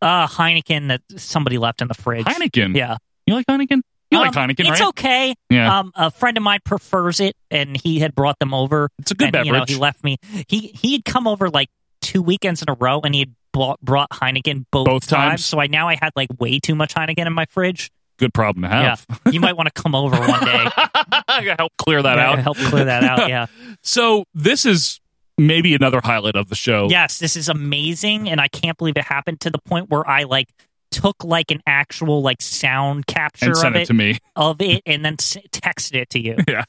Uh Heineken that somebody left in the fridge.
Heineken.
Yeah.
You like Heineken? You like
Um,
Heineken,
It's
right?
okay.
Yeah.
Um, a friend of mine prefers it, and he had brought them over. It's a
good
and, you know,
beverage.
he left me. He he had come over like two weekends in a row, and he had bought, brought Heineken both,
Both times.
So I now I had like way too much Heineken in my fridge.
Good problem to have. [LAUGHS]
Yeah. You might want to come over one day.
I gotta help clear that
Yeah,
out.
help clear that out, yeah.
[LAUGHS] so this is maybe another highlight of the show.
Yes, this is amazing, and I can't believe it happened to the point where I like took like an actual like sound capture
And sent
of
it to me.
of it, and then s- texted it to you.
[LAUGHS] Yeah.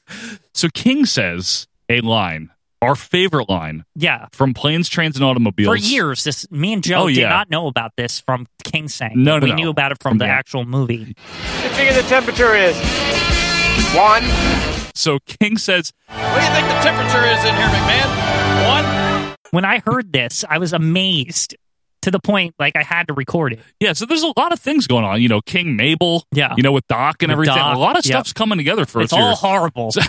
So King says a line, our favorite line
Yeah.
from Planes, Trains, and Automobiles
For years, this me and Joe
Oh,
did
yeah.
not know about this from King Sang.
No, no,
we
no.
knew about it from,
From
the
the-
actual movie.
You figure the temperature is one.
So King says,
What do you think the temperature is in here, McMahon? One.
When I heard this, I was amazed to the point like I had to record it.
Yeah, so there's a lot of things going on. You know, King Mabel.
Yeah.
You know, with Doc and
With
everything.
Doc,
a lot of
yeah.
stuff's coming together for
it's
us here.
all horrible.
[LAUGHS]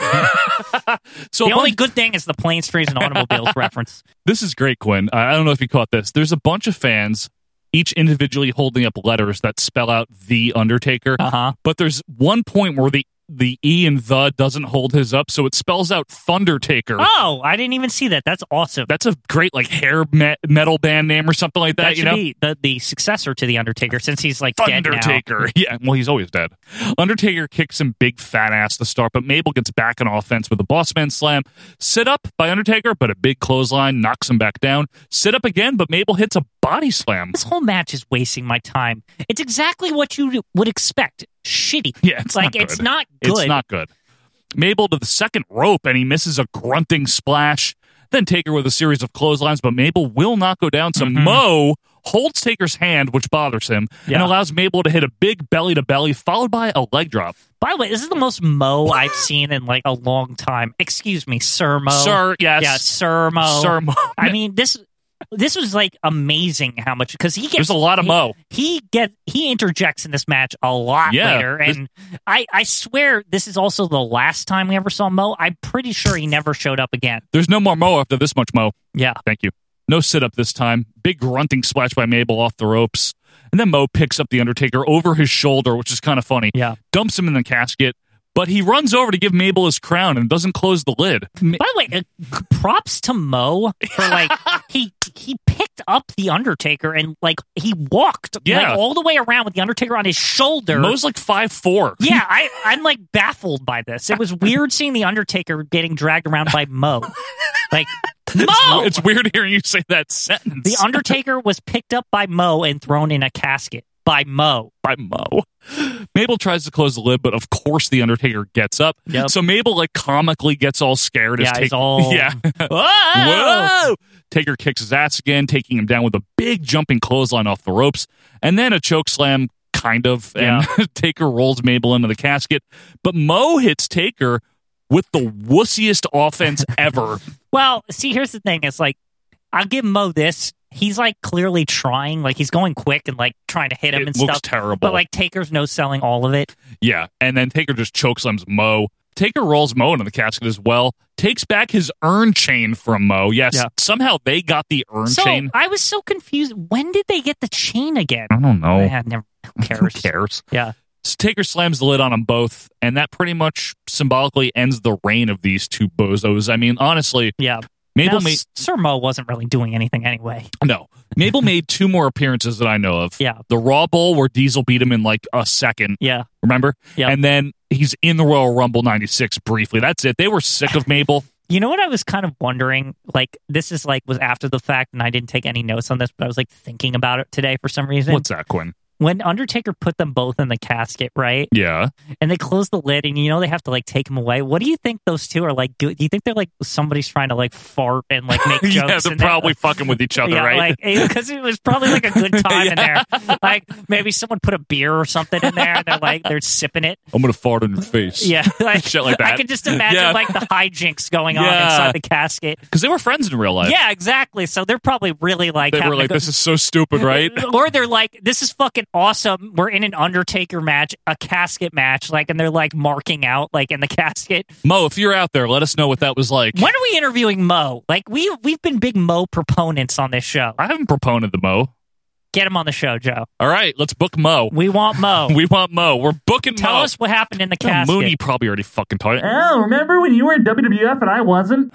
So
the
a bunch-
only good thing is the planes, trains, and
[LAUGHS]
automobiles reference.
This is great, Quinn. I I don't know if you caught this. There's a bunch of fans, each individually holding up letters that spell out the Undertaker.
Uh-huh.
But there's one point where the the E and the doesn't hold his up, so it spells out Thundertaker.
Oh, I didn't even see that. That's awesome.
That's a great like hair me- metal band name or something like that.
That
you
should
know,
be the, the successor to the Undertaker since he's like dead now.
Undertaker. [LAUGHS] Yeah, well, he's always dead. Undertaker kicks him big fat ass to start, but Mabel gets back on offense with a bossman slam. Sit up by Undertaker, but a big clothesline knocks him back down. Sit up again, but Mabel hits a body slam.
This whole match is wasting my time. It's exactly what you would expect. Shitty.
[LAUGHS] Yeah, it's
like
not good.
it's not good.
It's not good. Mabel to the second rope, and he misses a grunting splash. Then Taker with a series of clotheslines, but Mabel will not go down. So Mo holds Taker's hand, which bothers him, and
Mm-hmm. Yeah.
allows Mabel to hit a big belly to belly, followed by a leg drop.
By the way, this is the most Mo I've seen in like a long time. Excuse me, Sir Mo.
Sir, yes.
Yeah, Sir Mo.
Sir Mo.
I mean, this this was like amazing how much because he gets
There's a lot of
he-
Mo.
He get he interjects in this match a lot
Yeah,
later,
this-
and I I swear this is also the last time we ever saw Mo. I'm pretty sure he never showed up again.
There's no more Mo after this much Mo.
Yeah.
Thank you. No sit up this time. Big grunting splash by Mabel off the ropes. And then Mo picks up the Undertaker over his shoulder, which is kind of funny.
Yeah.
Dumps him in the casket, but he runs over to give Mabel his crown and doesn't close the lid. [LAUGHS]
By the way, uh, props to Mo for like he he picked up the Undertaker and like he walked
Yeah.
like, all the way around with the Undertaker on his shoulder.
Mo's like five four.
[LAUGHS] yeah, I, I'm like baffled by this. It was weird seeing the Undertaker getting dragged around by Mo. Like Mo,
It's weird hearing you say that sentence. [LAUGHS]
the Undertaker was picked up by Mo and thrown in a casket by Mo.
By Mo. Mabel tries to close the lid, but of course the Undertaker gets up. So Mabel like comically gets all scared. as
Yeah,
Take-
he's all-
[LAUGHS]
[LAUGHS]
yeah.
Whoa!
Whoa! Taker kicks his ass again, taking him down with a big jumping clothesline off the ropes, and then a choke slam, kind of. And [LAUGHS] Taker rolls Mabel into the casket, but Mo hits Taker with the wussiest
[LAUGHS]
offense ever.
Well, see, here's the thing. It's like I'll give Mo this. He's like clearly trying, like he's going quick and like trying to hit him
It
and
looks
stuff.
terrible.
But like Taker's no selling all of it.
Yeah, and then Taker just chokeslams Mo. Taker rolls Mo into the casket as well. Takes back his urn chain from Mo. Yes,
Yeah.
somehow they got the urn
so
chain.
I was so confused. When did they get the chain again? I
don't know.
I never who cares.
[LAUGHS] Who cares?
Yeah.
So Taker slams the lid on them both, and that pretty much symbolically ends the reign of these two bozos. I mean, honestly,
yeah.
Mabel
Now,
made
S- Sir Mo wasn't really doing anything anyway.
no. Mabel made two more appearances that I know of.
Yeah.
the Raw Bowl where Diesel beat him in like a second.
Yeah.
remember? Yeah, and then he's in the Royal Rumble '96 briefly. That's it. They were sick of
[LAUGHS]
Mabel.
You know what I was kind of wondering? Like this is like was after the fact, and I didn't take any notes on this, but I was like thinking about it today for some reason.
What's that, Quinn?
When Undertaker put them both in the casket, right?
Yeah.
and they close the lid and you know they have to like take him away what do you think those two are like do, do you think they're like somebody's trying to like fart and like make
[LAUGHS]
jokes
yeah, they're
and they-
probably fucking with each other,
yeah,
right?
because it was probably like
[LAUGHS]
a good time in there like maybe someone put a beer or something in there and they're like they're sipping it
I'm gonna fart in your face. [LAUGHS]
yeah like
shit like that.
i could just imagine
Yeah.
like the hijinks going on
Yeah.
inside the casket
because they were friends in real life.
yeah exactly so they're probably really like
they were
having a
like,
good-
"This is so stupid, right?"
[LAUGHS] or they're like, "This is fucking awesome. We're in an Undertaker match, a casket match, like," and they're like marking out like in the casket.
Mo, if you're out there, let us know what that was like.
When are we interviewing Mo? Like we have we've been big Mo proponents on this show.
I haven't proponed the Mo.
Get him on the show, Joe.
All right, let's book Mo.
We want Mo.
[LAUGHS] we want Mo. We're booking
Tell
Mo.
us what Uh, happened in the
Yeah,
casket.
Mooney probably already fucking told it.
Oh, remember when you were in WWF and I wasn't?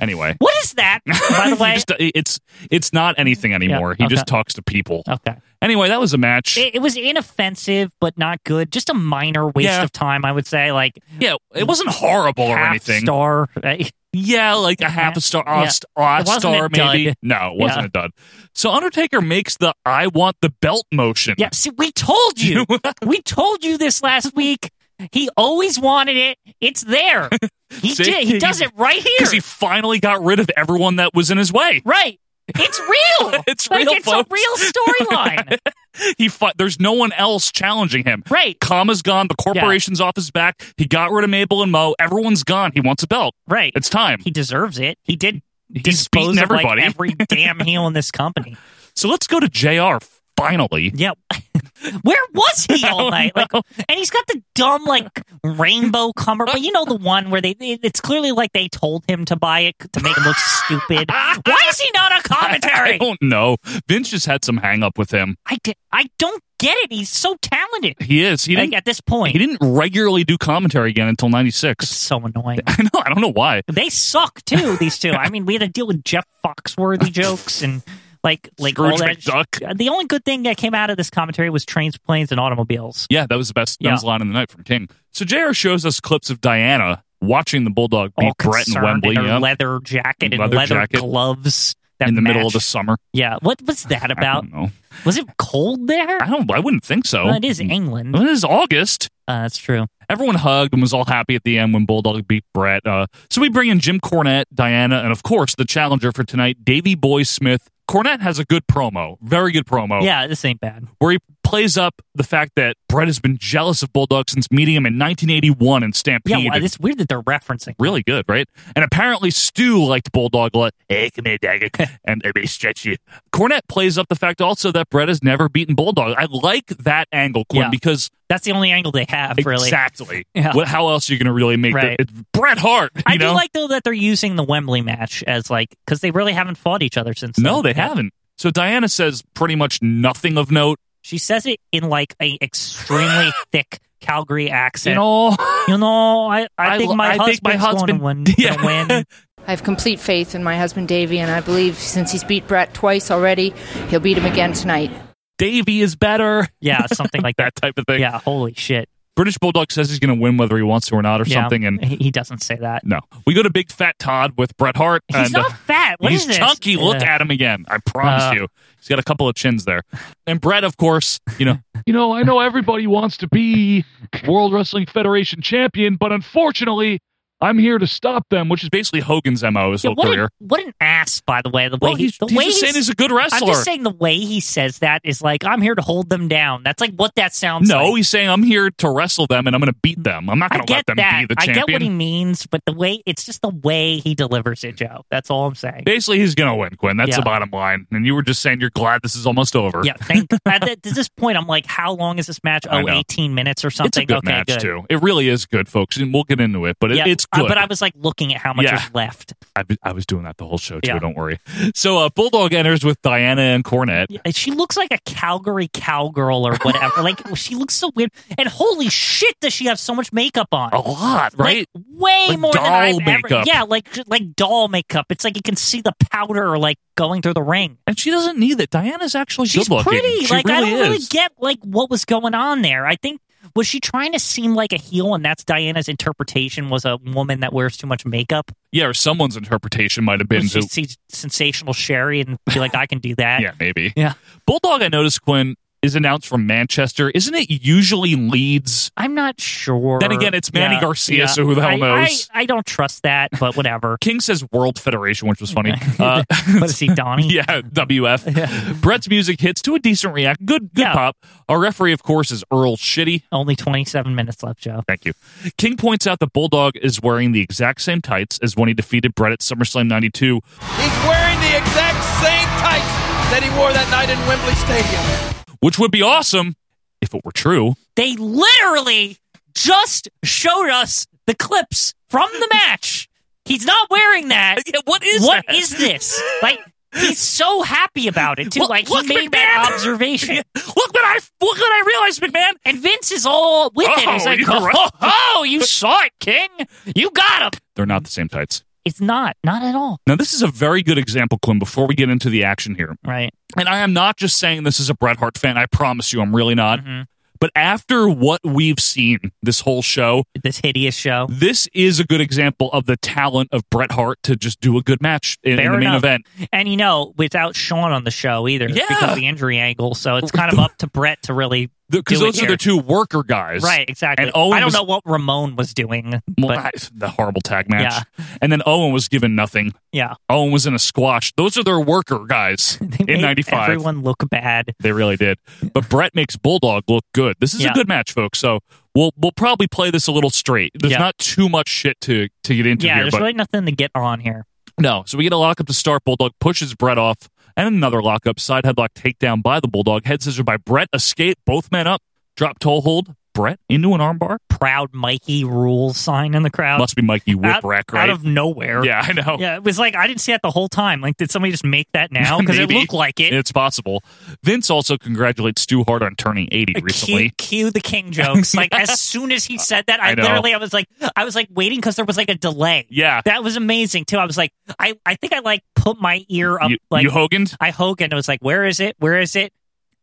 Anyway,
what is that?
[LAUGHS]
[LAUGHS] By the
He
way,
just- it's it's not anything anymore. he just
okay.
talks to people.
Okay.
Anyway, that was a match.
it, it was inoffensive but not good. Just a minor waste
Yeah.
of time, I would say. Like,
yeah, it wasn't horrible or
half
anything.
Star. [LAUGHS]
Yeah, like a half a star,
Yeah.
odd st- odd
It wasn't
star
a
maybe.
dud.
No, it wasn't
Yeah.
a dud. So Undertaker makes the "I want the belt" motion.
Yeah, see, we
[LAUGHS]
told you. we told you this last week. He always wanted it.
[LAUGHS]
It's there. He
See?
did. He does it
[LAUGHS]
right here.
because he finally got rid of everyone that was in his way.
right. It's real.
[LAUGHS] It's
like,
real,
It's
folks.
a real
[LAUGHS]
storyline.
He fought, there's no one else challenging him.
Right.
Kama's gone. The corporation's off his back. He got rid of Mabel and Mo. Everyone's gone. He wants a belt.
right.
It's time.
He deserves it. He did
He's
dispose
beaten
of like,
everybody. [LAUGHS]
every damn heel in this company.
so let's go to Jr. Finally.
Yeah. [LAUGHS] Where was he all night? Like, and he's got the dumb like rainbow comer, but you know the one where they it- it's clearly like they told him to buy it to make him
[LAUGHS]
look stupid. Why is he not on
I
commentary?
don't know. Vince just had some hang up with him.
I did. I don't get it. He's so talented.
He is. He
Like
didn't.
at this point,
he didn't regularly do commentary again until '96.
so annoying.
[LAUGHS] I know. I don't know why.
They suck too. These two. I mean, we had to deal with Jeff
[LAUGHS]
Foxworthy jokes and like like all
Scrooge
that.
McDuck.
The only good thing that came out of this commentary was trains, planes, and automobiles.
Yeah, that was the best. That was
Yeah.
the line of the night from King. So Jr. shows us clips of Diana watching the Bulldog
All
beat Brett and
concerned
Wembley.
in her
yeah.
leather jacket and
Leather
leather,
jacket.
gloves. That
in the middle of
match.
the summer.
Yeah, what
[SIGHS]
was that about?
I don't know.
Was it cold there?
I don't. I wouldn't think so.
Well, it is England.
Well, it is August.
Uh, that's true.
Everyone hugged and was all happy at the end when Bulldog beat Brett. Uh, so we bring in Jim Cornette, Diana, and of course the challenger for tonight, Davy Boy Smith. Cornette has a good promo, very good promo.
Yeah, this ain't bad.
where he plays up the fact that Brett has been jealous of Bulldog since meeting him in 1981 in Stampede.
Yeah, well, it's weird that they're referencing.
really good, right? And apparently Stu liked Bulldog a lot. Hey, come here, Dagger,
[LAUGHS]
and let me stretch you. Cornette plays up the fact also that Brett has never beaten Bulldog. I like that angle, Quinn,
Yeah.
because
That's the only angle they have, really.
exactly.
[LAUGHS] Yeah.
What, how else are you going to really make
Right.
it? It's Bret Hart. You
I
know?
do like though that they're using the Wembley match as like because they really haven't fought each other since.
No, they
then. Yeah.
haven't. So Diana says pretty much nothing of note.
She says it in like a
[LAUGHS]
extremely thick Calgary accent.
You know,
You know, I, I, think
lo-
my
I
husband's
think my husband-
going to win.
[LAUGHS] Yeah.
gonna win.
I have complete faith in my husband Davey, and I believe since he's beat Brett twice already, he'll beat him again tonight.
[LAUGHS] Davey is better.
Yeah, something like
[LAUGHS] that type of thing.
Yeah, holy shit.
British Bulldog says he's going to win whether he wants to or not or
Yeah,
something.
[LAUGHS]
And
he he doesn't say that.
no, we go to Big Fat Todd with Bret Hart.
He's
and,
not
uh,
fat. What
he's
is this?
chunky. Look
Yeah.
at him again. I promise
Uh,
you, he's got a couple of chins there. And Brett, of course, [LAUGHS] you know,
You know, I know everybody wants to be World Wrestling Federation champion, but unfortunately, I'm here to stop them, which
which is basically Hogan's mo his
Yeah,
whole
what a-
career.
What an ass, by the way. The way
Well,
he,
he's-
the
he's
way
just saying he's a good
I'm
wrestler.
just saying the way he says that is like, I'm here to hold them down. That's like what that sounds like.
No, he's saying I'm here to wrestle them and I'm going to beat them. I'm not
I
going to let
get
them
that.
be the
I
champion.
get what he means, but the way it's just the way he delivers it, Joe. That's all I'm saying.
Basically, he's going to win, Quinn. That's
Yeah.
the bottom line. And you were just saying you're glad this is almost over.
Yeah,
[LAUGHS]
thank at th- to this point I'm like, how long is this match?
I
Oh,
know.
18 minutes or something.
It's a good
okay,
match
good.
too. It really is good, folks, and we'll get into it. But it,
Yeah,
it's
uh,
good.
but I was like looking at how much
Yeah.
is left.
I, be- I was doing that the whole show too.
Yeah.
Don't worry. So uh, Bulldog enters with Diana and Cornette.
And She looks like a Calgary cowgirl or
[LAUGHS]
whatever. like she looks so weird. And holy shit, does she have so much makeup on?
A lot, Oh, right?
Like, way
Like
more than
doll
I've ever.
makeup.
Yeah, like like doll makeup. It's like you can see the powder like going through the ring.
And she doesn't need it. Diana's actually
She's
good looking.
pretty.
She
like I
really
don't really
is.
get like what was going on there. I think was she trying to seem like a heel, and that's Diana's interpretation was a woman that wears too much makeup.
yeah, or someone's interpretation might have been.
she
to-
sees sensational Sherry and be like, I can do that.
[LAUGHS] yeah, maybe.
Yeah.
Bulldog, I noticed Quinn is announced from Manchester. Isn't it usually Leeds?
I'm not sure.
Then again, it's Manny
Yeah,
Garcia,
yeah.
so who the hell
I-
knows?
I, I don't trust that,
[LAUGHS]
but whatever.
King says World Federation, which was
[LAUGHS]
funny. Uh,
what is he, Donnie?
[LAUGHS] yeah, WF. Brett's music hits to a decent react. Good, good pop. Our referee, of course, is Earl Shitty.
Only 27 minutes left, Joe.
Thank you. King points out that Bulldog is wearing the exact same tights as when he defeated Brett at SummerSlam 92.
He's wearing the exact same tights that he wore that night in Wembley Stadium.
which would be awesome if it were true.
They literally just showed us the clips from the match. He's not wearing that.
what is
What
that?
is this? Like he's so happy about it too.
Look-
like
look,
he made that
McMahon!
observation.
Look what I look what I realized, McMahon.
And Vince is all with it.
Oh,
He's like,
you're
oh,
right.
[LAUGHS] oh, you saw it, King. You got him.
They're not the same tights.
It's not. Not at all.
Now, this is a very good example, Quinn, before we get into the action here.
Right.
And I am not just saying this as a Bret Hart fan. I promise you, I'm really not.
Mm-hmm.
But after what we've seen this whole show,
This hideous show.
this is a good example of the talent of Bret Hart to just do a good match in, in
Fair
the main
enough.
event.
And you know, without Sean on the show either,
Yeah.
because of the injury angle.
[LAUGHS]
So it's kind of up to Brett to really
Because
do it
those are
here.
the two worker guys.
Right, exactly.
And Owen
I don't
was-
know what Ramon was doing, but
The horrible tag match. And then Owen was given nothing.
yeah,
Owen was in a squash. Those are their worker guys
[LAUGHS] They
in
made
'95.
everyone look bad.
They really did. But Brett makes Bulldog look good. This is
Yeah.
a good match, folks. So we'll we'll probably play this a little straight. There's
Yeah.
not too much shit to to get into
Yeah,
here,
there's
but
really nothing to get on here.
no. So we get a lockup to start. Bulldog pushes Brett off, and another lockup side headlock takedown by the Bulldog. Head scissor by Brett. Escape. Both men up. Drop toe hold. Brett into an armbar.
Proud Mikey rules sign in the crowd.
Must be Mikey
out,
Whipwreck, right?
out of nowhere.
yeah, I know.
Yeah, it was like I didn't see that the whole time. Like, did somebody just make that
[LAUGHS]
now? Because it
Maybe.
looked like it.
It's possible. Vince also congratulates Stu Hart on turning 80
Cue,
recently.
cue
[LAUGHS]
the king jokes. Like as soon as he said that, I,
I know.
literally I was like I was like waiting because there was like a delay.
Yeah.
that was amazing too. I was like I I think I like put my ear up
You,
like
you Hoganed?
I Hogan. I was like where is it? Where is it?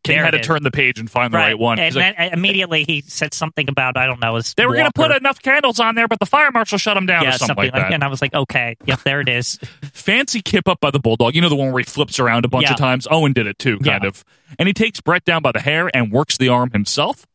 King
There
had
it
to
is.
turn the page and find the right, one.
And
He's like,
then uh, immediately he said something about I don't know. His
they were going to put
walker.
enough candles on there, but the fire marshal shut them down
yeah
or something, like that.
And I was like okay, yep, there
[LAUGHS]
it is.
Fancy kip up by the bulldog. You know the one where he flips around a bunch
Yeah.
of times. Owen did it too, kind
Yeah.
of. And he takes Brett down by the hair and works the arm himself.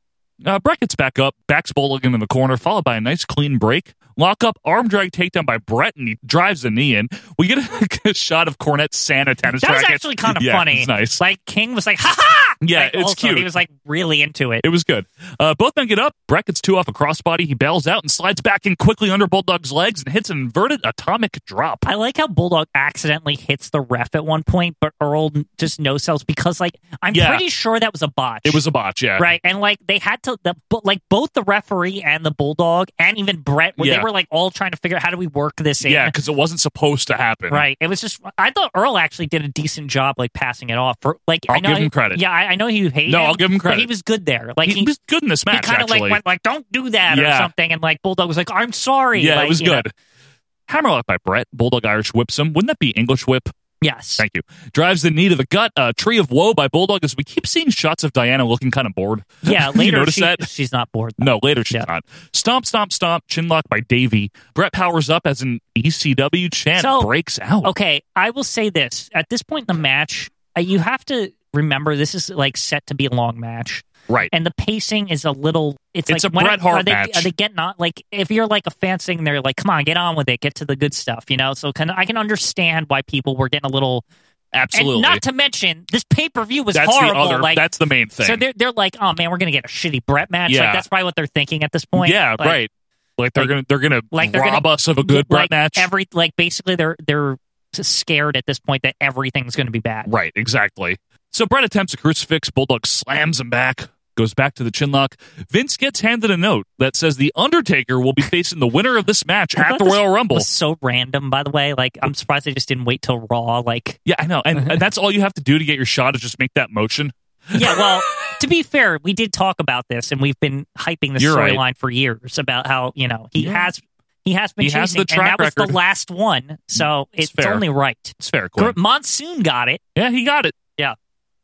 Uh, Brett gets back up, backs Bulldog into the corner, followed by a nice clean break. Lock up, arm drag takedown by Brett, and he drives the knee in. We get a, [LAUGHS] shot of Cornette's Santa tennis
That was
racket.
actually kind of
Yeah,
funny.
It's nice.
Like King was like ha ha.
Yeah,
Like,
it's
also,
cute.
He was like really into it.
It was good. Uh, both men get up. Brett gets two off a crossbody. He bails out and slides back in quickly under Bulldog's legs and hits an inverted atomic drop.
I like how Bulldog accidentally hits the ref at one point, but Earl just no sells because, like, I'm
Yeah.
pretty sure that was a botch.
It was a botch, yeah.
right, and like they had to, the, but like both the referee and the Bulldog and even Brett, where
Yeah.
they were like all trying to figure out how do we work this in.
Yeah, because it wasn't supposed to happen.
Right. It was just I thought Earl actually did a decent job like passing it off. For like I
I'll
know
give him
he-
credit.
Yeah, I, I know you hate
No,
him,
I'll give him
But he
credit.
was good there. Like
he, was good in this
he
match,
kind of
actually.
like went like, "Don't do that"
Yeah.
or something, and like Bulldog was like, "I'm sorry."
yeah,
Like,
it was
you know,
good. Hammerlock by Brett. Bulldog Irish whips him. Wouldn't that be English whip?
Yes.
Thank you. Drives the knee to the gut. Uh, Tree of Woe by Bulldog. As we keep seeing shots of Diana looking kind of bored. [LAUGHS]
Yeah,
you
later
notice
she-
that
she's not bored.
No, later she's not. Stomp, stomp, stomp. Chinlock by Davey. Brett powers up as an E ECW chant breaks out.
Okay, I will say this. At this point in the match, uh, you have to remember this is like set to be a long match.
Right.
And the pacing is a little it's,
It's
like
a
when
Bret
are-
Hart
are they,
match.
Are they getting on like if you're like a fan sitting there like, come on, get on with it, get to the good stuff, you know? So can I can understand why people were getting a little
Absolutely.
And not to mention, this pay per view was
that's
horrible.
the other.
like
that's the main thing.
So they're they're like, oh man, we're gonna get a shitty Brett match.
Yeah.
Like that's probably what they're thinking at this point.
yeah,
Like,
right. Like they're gonna they're gonna
like they're
rob
gonna,
us of a good Brett
like
match.
Every like basically they're they're scared at this point that everything's going to be bad.
Right, exactly. So Brett attempts a crucifix. Bulldog slams him back, goes back to the chinlock. Vince gets handed a note that says the Undertaker will be facing the winner of this match
I
at
thought
the
this
Royal Rumble.
was so random, by the way. Like I'm surprised they just didn't wait till Raw. Like
yeah, I know, and, and that's all you have to do to get your shot is just make that motion.
yeah, well, to be fair, we did talk about this, and we've been hyping this
You're right.
storyline for years about how you know he
Yeah.
has he has been
He
chasing,
has the track
and that was
record. Mm,
the last one, so
It's
it's,
fair.
only right.
It's fair,
Gr-
Quinn.
Monsoon got it.
Yeah, he got it.
Yeah.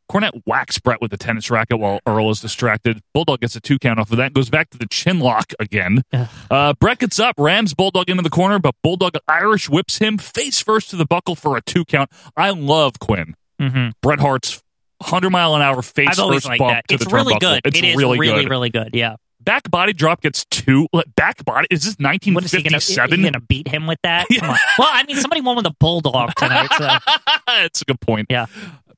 Cornette whacks Brett with a tennis racket while Earl is distracted. Bulldog gets a two count off of that and goes back to the chin lock again. Uh, Brett gets up, rams Bulldog into the corner, but Bulldog Irish whips him face first to the buckle for a two count. I love Quinn.
Mm-hmm.
Bret Hart's 100 mile an hour face
I've always
first
liked
bump
that.
to
It's
the
really
turnbuckle.
good.
It's
It is
really,
really,
good.
really good. Yeah.
Back body drop gets two. like, Back body is this
What is he gonna? Is he
1957?
gonna beat him with that? Come on. Well, I mean, somebody won with a bulldog tonight.
[LAUGHS]
So.
[LAUGHS] That's a good point.
Yeah.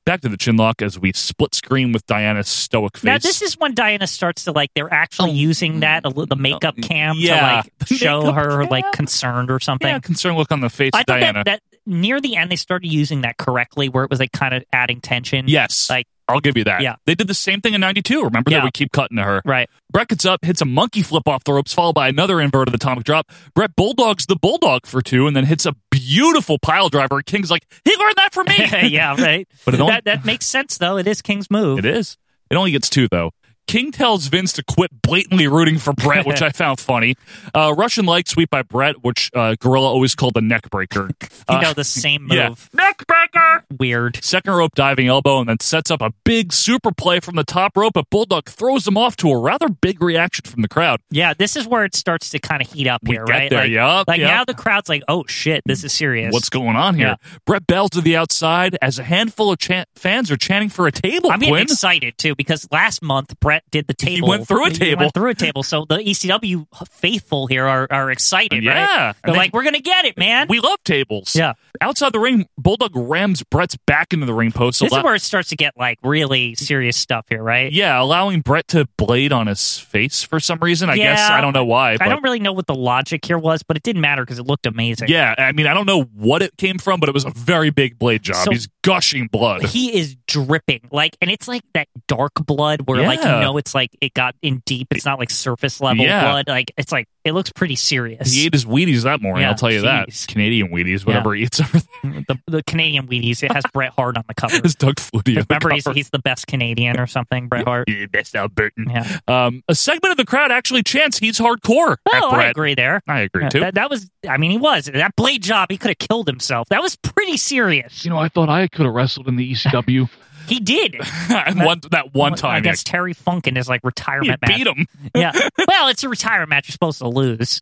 Back to the chin lock as we split screen with Diana's stoic face.
Now this is when Diana starts to like they're actually
Oh,
using that a li- the makeup cam
mm, yeah.
to like show
Makeup
her like concerned or something.
yeah, concerned look on the face
I
of
thought
Diana.
that, that near the end they started using that correctly where it was like kind of adding tension.
Yes.
Like
I'll give you that.
Yeah.
They did the same thing in 92. Remember that
Yeah.
we keep cutting to her. [LAUGHS]
Right.
Brett gets up, hits a monkey flip off the ropes, followed by another inverted atomic drop. Brett bulldogs the bulldog for two and then hits a beautiful pile driver. King's like, he learned that from me.
[LAUGHS] yeah, right.
But it only-
that that makes sense though. It is King's move.
It is. It only gets two, though. King tells Vince to quit blatantly rooting for Brett, which I
[LAUGHS]
found funny. Uh, Russian leg sweep by Brett, which uh, Gorilla always called the neck breaker.
[LAUGHS] You
Uh, [LAUGHS]
know the same move.
yeah.
Neck breaker. Weird.
Second rope diving elbow and then sets up a big super play from the top rope, but Bulldog throws him off to a rather big reaction from the crowd.
Yeah, this is where it starts to kind of heat up here,
get
right?
there,
Like,
yup,
like
yup.
now the crowd's like, "Oh shit, this is serious."
What's going on here? Brett Bell to the outside as a handful of chan fans are chanting for a table.
I'm getting
Quinn.
excited too because last month Brett did the table.
went through a
He
table.
went through a table. So the ECW faithful here are, are excited, right?
Yeah. And
They're
they-
like, we're gonna get it, man.
We love tables.
Yeah.
Outside the ring, Bulldog rams Brett's back into the ring post.
this is
allo-
where it starts to get like really serious stuff here, right?
yeah, allowing Brett to blade on his face for some reason. I guess
Yeah.
I don't know why. But
I don't really know what the logic here was, but it didn't matter because it looked amazing.
yeah, I mean, I don't know what it came from, but it was a very big blade job.
So-
He's gushing blood.
He is dripping, like, and it's like that dark blood where, like, you
Yeah.
know, it's like it got in deep. It's not like surface level
Yeah.
blood. Like, it's like it looks pretty serious.
He ate his Wheaties that morning.
Yeah,
I'll tell you that Canadian Wheaties, whatever he eats over there.
the, the Canadian Wheaties. It has Bret Hart on
[LAUGHS]
the cover.
It's Doug Flutie. on the
Remember, he's,
cover.
he's the best Canadian or something, Bret Hart.
Yeah, best Albertan.
Yeah.
Um, a segment of the crowd actually chants he's hardcore. at
Oh, I
Brett.
agree there.
I agree
Yeah,
too.
That, that was, I mean, he was. That blade job, he could have killed himself. That was pretty serious.
You know, I thought I could have wrestled in the E ECW.
He did.
And one [LAUGHS] that one time,
I
yeah.
guess Terry Funk in his like retirement
He
match.
beat him. [LAUGHS]
yeah. Well, it's a retirement match. You're supposed to lose.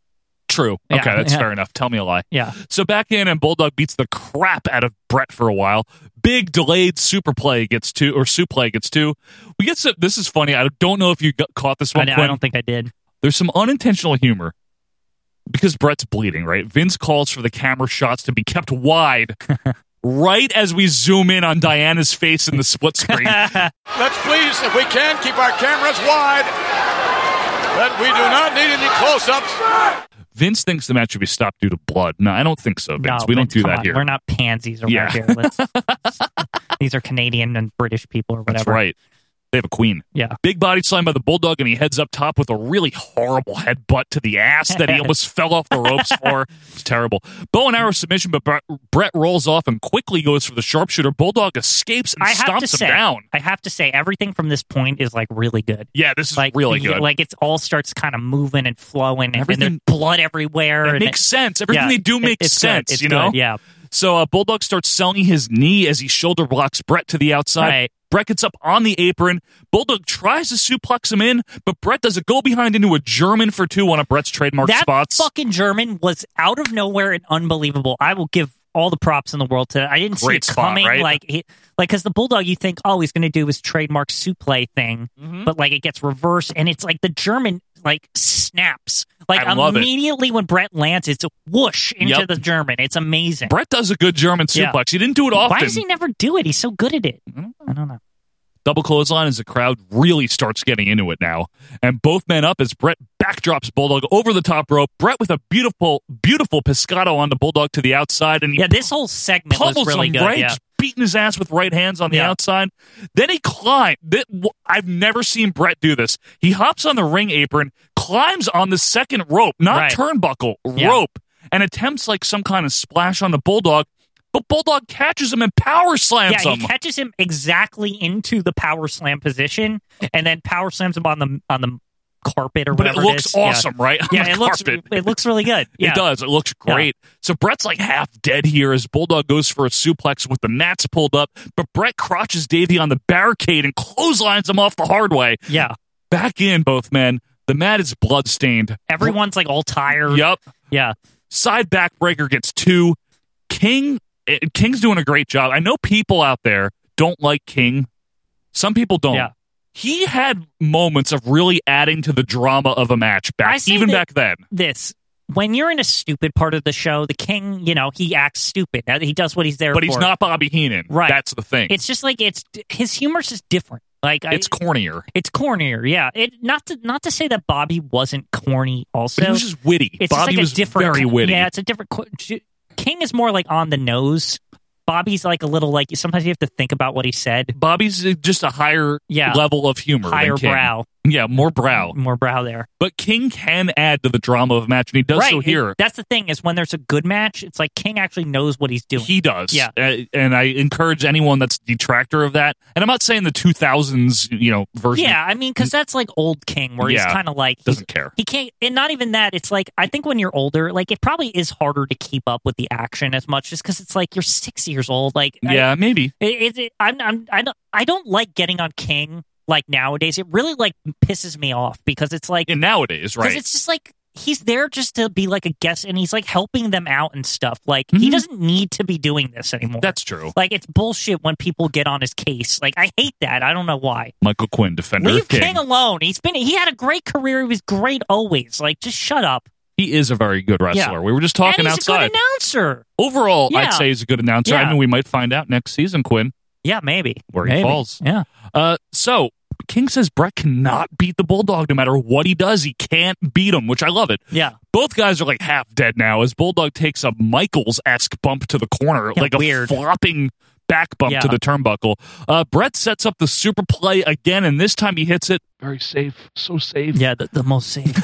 True.
Yeah.
Okay, that's
Yeah.
fair enough. Tell me a lie.
Yeah.
So back in, and Bulldog beats the crap out of Brett for a while. Big delayed super play gets two, or suplex gets two. We get some. This is funny. I don't know if you got, caught this
I,
one.
I
Quinn.
don't think I did.
There's some unintentional humor because Brett's bleeding. Right. Vince calls for the camera shots to be kept
[LAUGHS]
wide. right as we zoom in on Diana's face in the split
[LAUGHS]
screen.
Let's please, if we can, keep our cameras wide. That we do not need any close-ups.
Vince thinks the match should be stopped due to blood. No, I don't think so,
No,
Vince. we don't
but
do
come
that
on,
here.
We're not pansies around
Yeah. [LAUGHS]
here. Let's, these are Canadian and British people or whatever.
That's right. They have a queen.
Yeah.
Big body slam by the bulldog, and he heads up top with a really horrible headbutt to the ass that he
[LAUGHS]
almost fell off the ropes for. It's terrible. Bow and arrow submission, but Bre- Brett rolls off and quickly goes for the sharpshooter. Bulldog escapes and
I have
stomps
to
him
say,
down.
I have to say, everything from this point is like really good.
Yeah, this is really
Yeah,
good.
Like it's all starts kind of moving and flowing, and, and there's
Everything-
blood everywhere.
It
and
makes sense. Everything
yeah,
they do
it-
makes
it's good.
sense.
It's
you
good,
know.
Yeah.
So uh, Bulldog starts selling his knee as he shoulder blocks Brett to the outside.
Right.
Brett gets up on the apron. Bulldog tries to suplex him in, but Brett does a go behind into a German for two, one of Brett's trademark
that
spots.
fucking German was out of nowhere and unbelievable. I will give all the props in the world to. that. I didn't
Great
see it
spot,
coming.
right?
Like, he, like because the bulldog, you think all he's going to do is trademark suplex thing,
Mm-hmm.
but like it gets reversed, and it's like the German like snaps like
I love it.
immediately when Brett lands, it's a whoosh into
Yep.
the German. It's amazing.
Brett does a good German
Yeah.
suplex. He didn't do it often. Mm-hmm.
Why does he never do it? He's so good at it.
Double clothesline as the crowd really starts getting into it now. And both men up as Brett backdrops Bulldog over the top rope. Brett with a beautiful, beautiful pescado on the Bulldog to the outside. And he
Yeah, this whole segment was
pummels
really
him
good,
right,
yeah.
just beating his ass with right hands on the outside. Then he climbs. I've never seen Brett do this. He hops on the ring apron, climbs on the second rope, not
Right.
turnbuckle,
Yeah.
rope, and attempts like some kind of splash on the Bulldog. But Bulldog catches him and power slams
yeah,
him.
he catches him exactly into the power slam position, and then power slams him on the on the carpet or
But it
whatever.
looks
is. Yeah.
awesome, right? [LAUGHS] On
Yeah,
the
it looks
carpet.
it looks really good. Yeah.
[LAUGHS] It does. It looks
Yeah.
great. So Brett's like half dead here as Bulldog goes for a suplex with the mats pulled up, but Brett crotches Davey on the barricade and clotheslines him off the hard way.
Yeah.
Back in, both men. The mat is bloodstained.
Everyone's like all tired.
Yep.
Yeah.
Side backbreaker gets two. King eh, King's doing a great job. I know people out there don't like King. Some people don't.
Yeah.
He had moments of really adding to the drama of a match
I
back
say
even
that-
back then.
This when you're in a stupid part of the show, the king, you know, he acts stupid. Now, He does what he's there
But
for.
he's not Bobby Heenan.
Right.
That's the thing.
It's just like it's his humor's just different. Like I-
it's cornier.
It's cornier, yeah. It not to not to say that Bobby wasn't corny. Also,
But he was just witty.
It's just
Bobby
like
was
a different,
very witty.
Yeah, it's a different. co- j- King is more like on the nose. Bobby's like a little like sometimes you have to think about what he said.
Bobby's uh, just a higher
Yeah.
level of humor. than
Higher
King.
brow.
Yeah, more brow.
More brow there.
But King can add to the drama of a match, and he does
right
so
it-
here.
that's the thing is when there's a good match, it's like King actually knows what he's doing.
he does.
Yeah.
Uh, and I encourage anyone that's a detractor of that. And I'm not saying the 2000s, you know, version.
Yeah, I mean, because that's like old King, where
Yeah.
he's kind of like he's-
Doesn't care.
He can't, and not even that. It's like I think when you're older, like it probably is harder to keep up with the action as much, just because it's like you're six years old. Like, I-
Yeah, maybe.
it, it, it, I'm, I'm, I don't, I don't like getting on King like nowadays. It really like pisses me off because it's like
And nowadays,
because
right?
it's just like he's there just to be like a guest, and he's like helping them out and stuff. Like he doesn't need to be doing this anymore.
Mm-hmm. That's true.
like it's bullshit when people get on his case. Like I hate that. I don't know why.
Michael Quinn, defender
Leave
of King.
King alone. He's been he had a great career. He was great always. Like just shut up.
He is a very good wrestler.
Yeah.
We were just talking
and he's
outside.
a good announcer.
Overall, I'd
Yeah.
say he's a good announcer. I
Yeah.
mean, we might find out next season, Quinn.
Yeah, maybe.
where he
Maybe.
falls.
Yeah.
Uh, so King says Brett cannot beat the Bulldog no matter what he does. He can't beat him, which I love it.
Yeah.
Both guys are like half dead now as Bulldog takes a Michaels esque bump to the corner,
Yeah,
like a
weird.
flopping back bump
Yeah.
to the turnbuckle. Uh, Brett sets up the super play again, and this time he hits it.
Very safe. So safe.
Yeah, the, the most
[LAUGHS]
safe.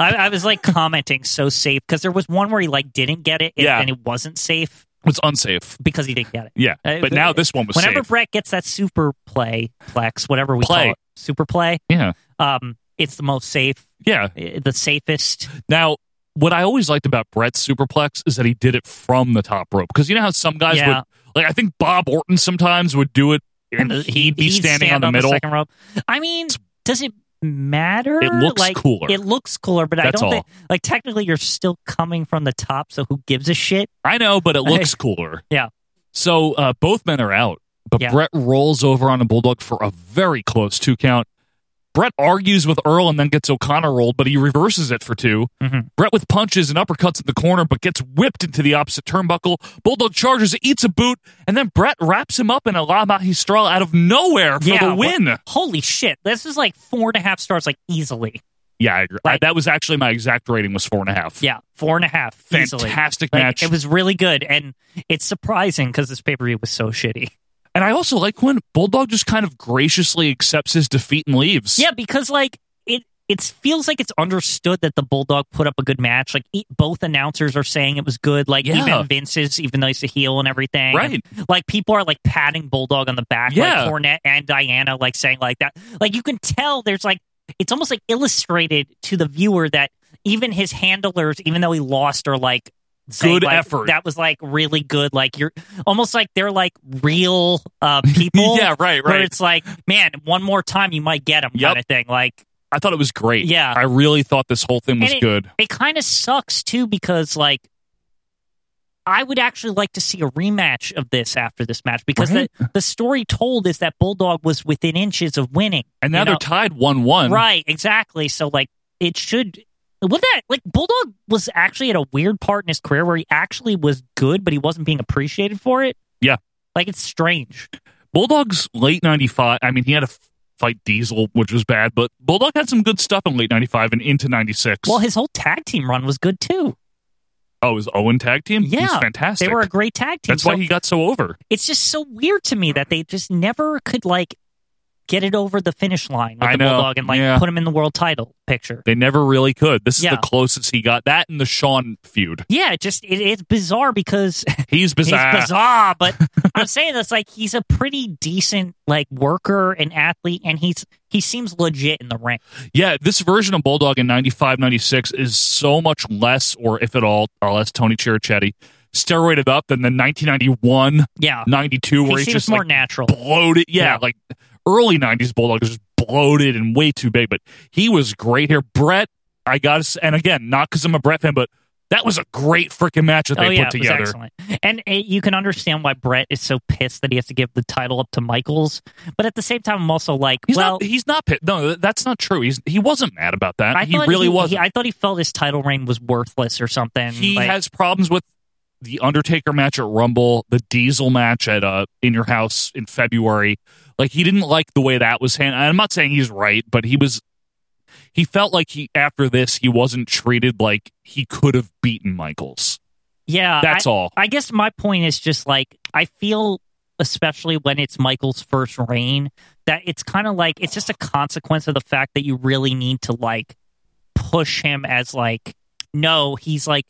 I, I was like commenting so safe because there was one where he like didn't get it and,
Yeah.
and it wasn't safe
It's unsafe.
because he didn't get it.
Yeah.
Uh,
But now this one was
whenever
safe.
Brett gets that super play plex, whatever we
Play.
call it, super play.
Yeah.
Um, it's the most safe,
Yeah.
eh, the safest.
Now, what I always liked about Brett's superplex is that he did it from the top rope. Because you know how some guys
Yeah.
would, like, I think Bob Orton sometimes would do it and
Uh,
he'd,
he-
be standing
stand
on the middle.
second rope. I mean, does it matter?
It looks
like,
cooler.
It looks cooler, but I
That's
don't think
all.
like technically you're still coming from the top, so who gives a shit?
I know, but it looks cooler.
Yeah.
So uh, both men are out, but
Yeah.
Brett rolls over on a bulldog for a very close two count. Brett argues with Earl and then gets O'Connor rolled, but he reverses it for 2
Mm-hmm.
Brett with punches and uppercuts in the corner, but gets whipped into the opposite turnbuckle. Bulldog charges, eats a boot, and then Brett wraps him up in a La Magistral out of nowhere for
yeah,
the win.
wha- Holy shit. This is like four and a half stars, like easily.
Yeah, I agree. I- that was actually my exact rating was four and a half.
Yeah, four and a half. easily.
Fantastic
Like,
match.
It was really good, and it's surprising because this pay per view was so shitty.
And I also like when Bulldog just kind of graciously accepts his defeat and leaves.
Yeah, because like it it feels like it's understood that the Bulldog put up a good match. Like e- both announcers are saying it was good. Like
Yeah.
even Vince's, even though he's a heel and everything,
Right.
And, like people are like patting Bulldog on the back.
Yeah.
like Cornette and Diana like saying like that. Like you can tell there's like it's almost like illustrated to the viewer that even his handlers, even though he lost, are like. saying,
Good
like,
effort.
That was like really good. Like you're almost like they're like real uh,
[LAUGHS] [LAUGHS]
people.
Yeah, right,
where
right.
it's like, man, one more time you might get him kind of thing. Like
I thought it was great.
Yeah.
I really thought this whole thing was
and it,
good.
It kind of sucks too because like I would actually like to see a rematch of this after this match because
Right.
the, the story told is that Bulldog was within inches of winning,
And now
you
they're
know?
tied 1 1.
Right, exactly. So like it should. With that, like Bulldog was actually at a weird part in his career where he actually was good, but he wasn't being appreciated for it.
Yeah.
Like it's strange.
Bulldog's late 95. I mean, he had a f- fight Diesel, which was bad, but Bulldog had some good stuff in late 95 and into 96.
Well, his whole tag team run was good too.
oh, his Owen tag team?
Yeah,
He's fantastic.
They were a great tag team.
That's why
So-
he got so over.
it's just so weird to me that they just never could like get it over the finish line with
I
the
know,
bulldog and like
yeah.
put him in the world title picture.
They never really could. This is
Yeah.
the closest he got. That and the Shawn
[LAUGHS]
feud.
Yeah, it just it, it's bizarre because [LAUGHS]
He's bizarre.
he's bizarre,
[LAUGHS]
but I'm saying this like he's a pretty decent like worker and athlete, and he's he seems legit in the ring.
Yeah, this version of Bulldog in 95, 96 is so much less, or if at all, or less Tony Chirichetti, steroided up than the 1991,
Yeah.
92, where
He
he's
seems
just
more
like,
natural.
bloated. Yeah,
Yeah.
like early 90s Bulldog is just bloated and way too big, but he was great here. Brett, I got to and again, not because I'm a Brett fan, but that was a great freaking match that they
oh yeah,
put
it was
together.
excellent. And uh, you can understand why Brett is so pissed that he has to give the title up to Michaels, but at the same time, I'm also like,
He's
well,
not. He's not. pi- No, th- that's not true. He's he wasn't mad about that.
I
he
thought
really wasn't.
I thought he felt his title reign was worthless or something.
he
like-
has problems with the Undertaker match at Rumble, the Diesel match at uh in your house in February. Like he didn't like the way that was handled. I'm not saying he's right, but he was. He felt like he after this he wasn't treated like he could have beaten Michaels.
Yeah,
That's
I-
all.
I guess my point is just like I feel, especially when it's Michael's first reign, that it's kind of like it's just a consequence of the fact that you really need to like push him as like no, he's like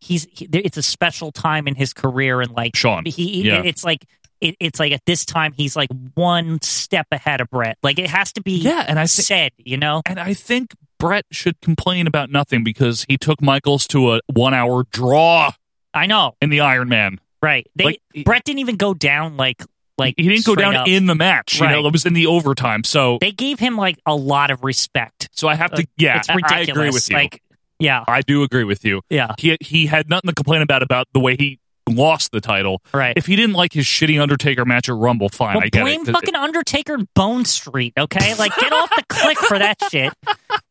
he's he, there- it's a special time in his career and like
Sean,
he,
yeah.
it's like. It, it's like at this time he's like one step ahead of Brett. Like it has to be
Yeah, and I thi-
said, you know.
And I think Brett should complain about nothing because he took Michaels to a one hour draw
I know,
in the Iron Man.
right? They,
Like,
Brett didn't even go down like like
He didn't go
straight
down
up.
in the match. You know,
Right.
it was in the overtime. So
they gave him like a lot of respect.
So I have to.
Like,
yeah,
it's
I- I agree
ridiculous.
with you.
Like, yeah,
I do agree with you.
Yeah.
he he had nothing to complain about about the way he lost the title.
Right.
If he didn't like his shitty Undertaker match at Rumble, fine.
well,
I get
blame
it.
fucking Undertaker and Bone Street, okay? Like, get off the click for that shit.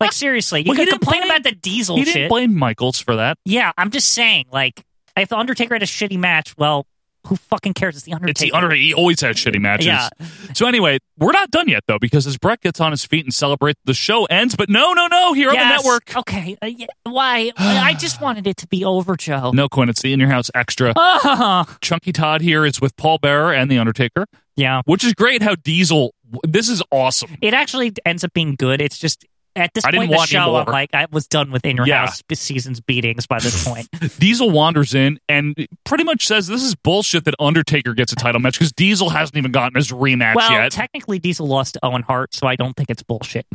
Like, seriously, you
Well, he
could
didn't
complain
blame-
about the Diesel
he
shit.
didn't blame Michaels for that.
yeah, I'm just saying, like, if the Undertaker had a shitty match, well, who fucking cares? It's the Undertaker.
It's the Undertaker. He always has shitty matches.
Yeah.
So anyway, we're not done yet though because as Brett gets on his feet and celebrates, the show ends. But no, no, no. Here on the
Yes.
network.
Okay, uh, yeah, why? I
[SIGHS]
just wanted it to be over, Joe.
No, Quinn. It's the In Your House Extra.
Ah.
Chunky Todd here is with Paul Bearer and The Undertaker.
Yeah.
Which is great how Diesel. This is awesome.
It actually ends up being good. It's just at this
I didn't
point in the
want any
show, I'm
more.
like, I was done with In Your
Yeah.
House season's beatings by
[LAUGHS]
this point.
Diesel wanders in and pretty much says this is bullshit that Undertaker gets a title match because Diesel hasn't even gotten his rematch
well,
yet.
technically, Diesel lost to Owen Hart, so I don't think it's bullshit.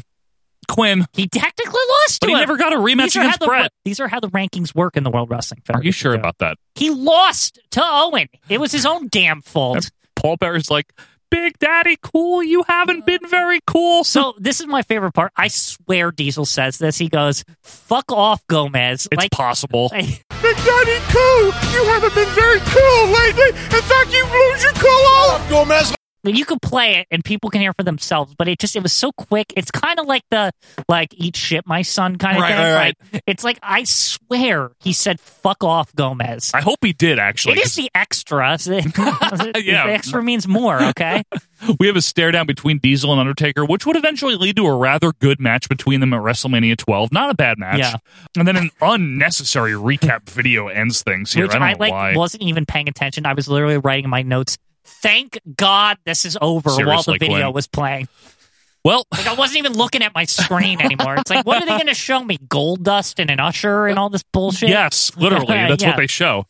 Quinn,
He technically lost
But
to
he
him.
never got a rematch
These are how
against
the-
Brett.
These are how the rankings work in the World Wrestling
are you
Federation.
sure about that?
He lost to Owen. It was his own damn fault.
Paul Bearer's like, Big Daddy Cool, you haven't been very cool.
So this is my favorite part. I swear Diesel says this. He goes, "Fuck off, Gomez."
it's possible.
Big Daddy Cool, you haven't been very cool lately. In fact, you lose your cool all. Gomez.
you can play it and people can hear for themselves but it just it was so quick it's kind of like the like eat shit my son kind of
Right,
thing
right, right.
Like, it's like i swear he said fuck off gomez
I hope he did actually.
it is the extra [LAUGHS]
[LAUGHS]
so-
Yeah.
the extra means more
[LAUGHS]
okay
'cause We have a stare down between Diesel and Undertaker, which would eventually lead to a rather good match between them at WrestleMania 12. Not a bad match.
Yeah.
And then an unnecessary recap video ends things here.
which
I don't
i,
know
like
why.
wasn't even paying attention i was literally writing in my notes thank God this is over while the
Seriously,
video
Glenn.
was playing.
Well,
like I wasn't even looking at my screen anymore. It's like, what are they going to show me? Gold dust and an usher and all this bullshit.
Yes,
[LAUGHS]
literally. That's
Yeah. Oh.
what they show.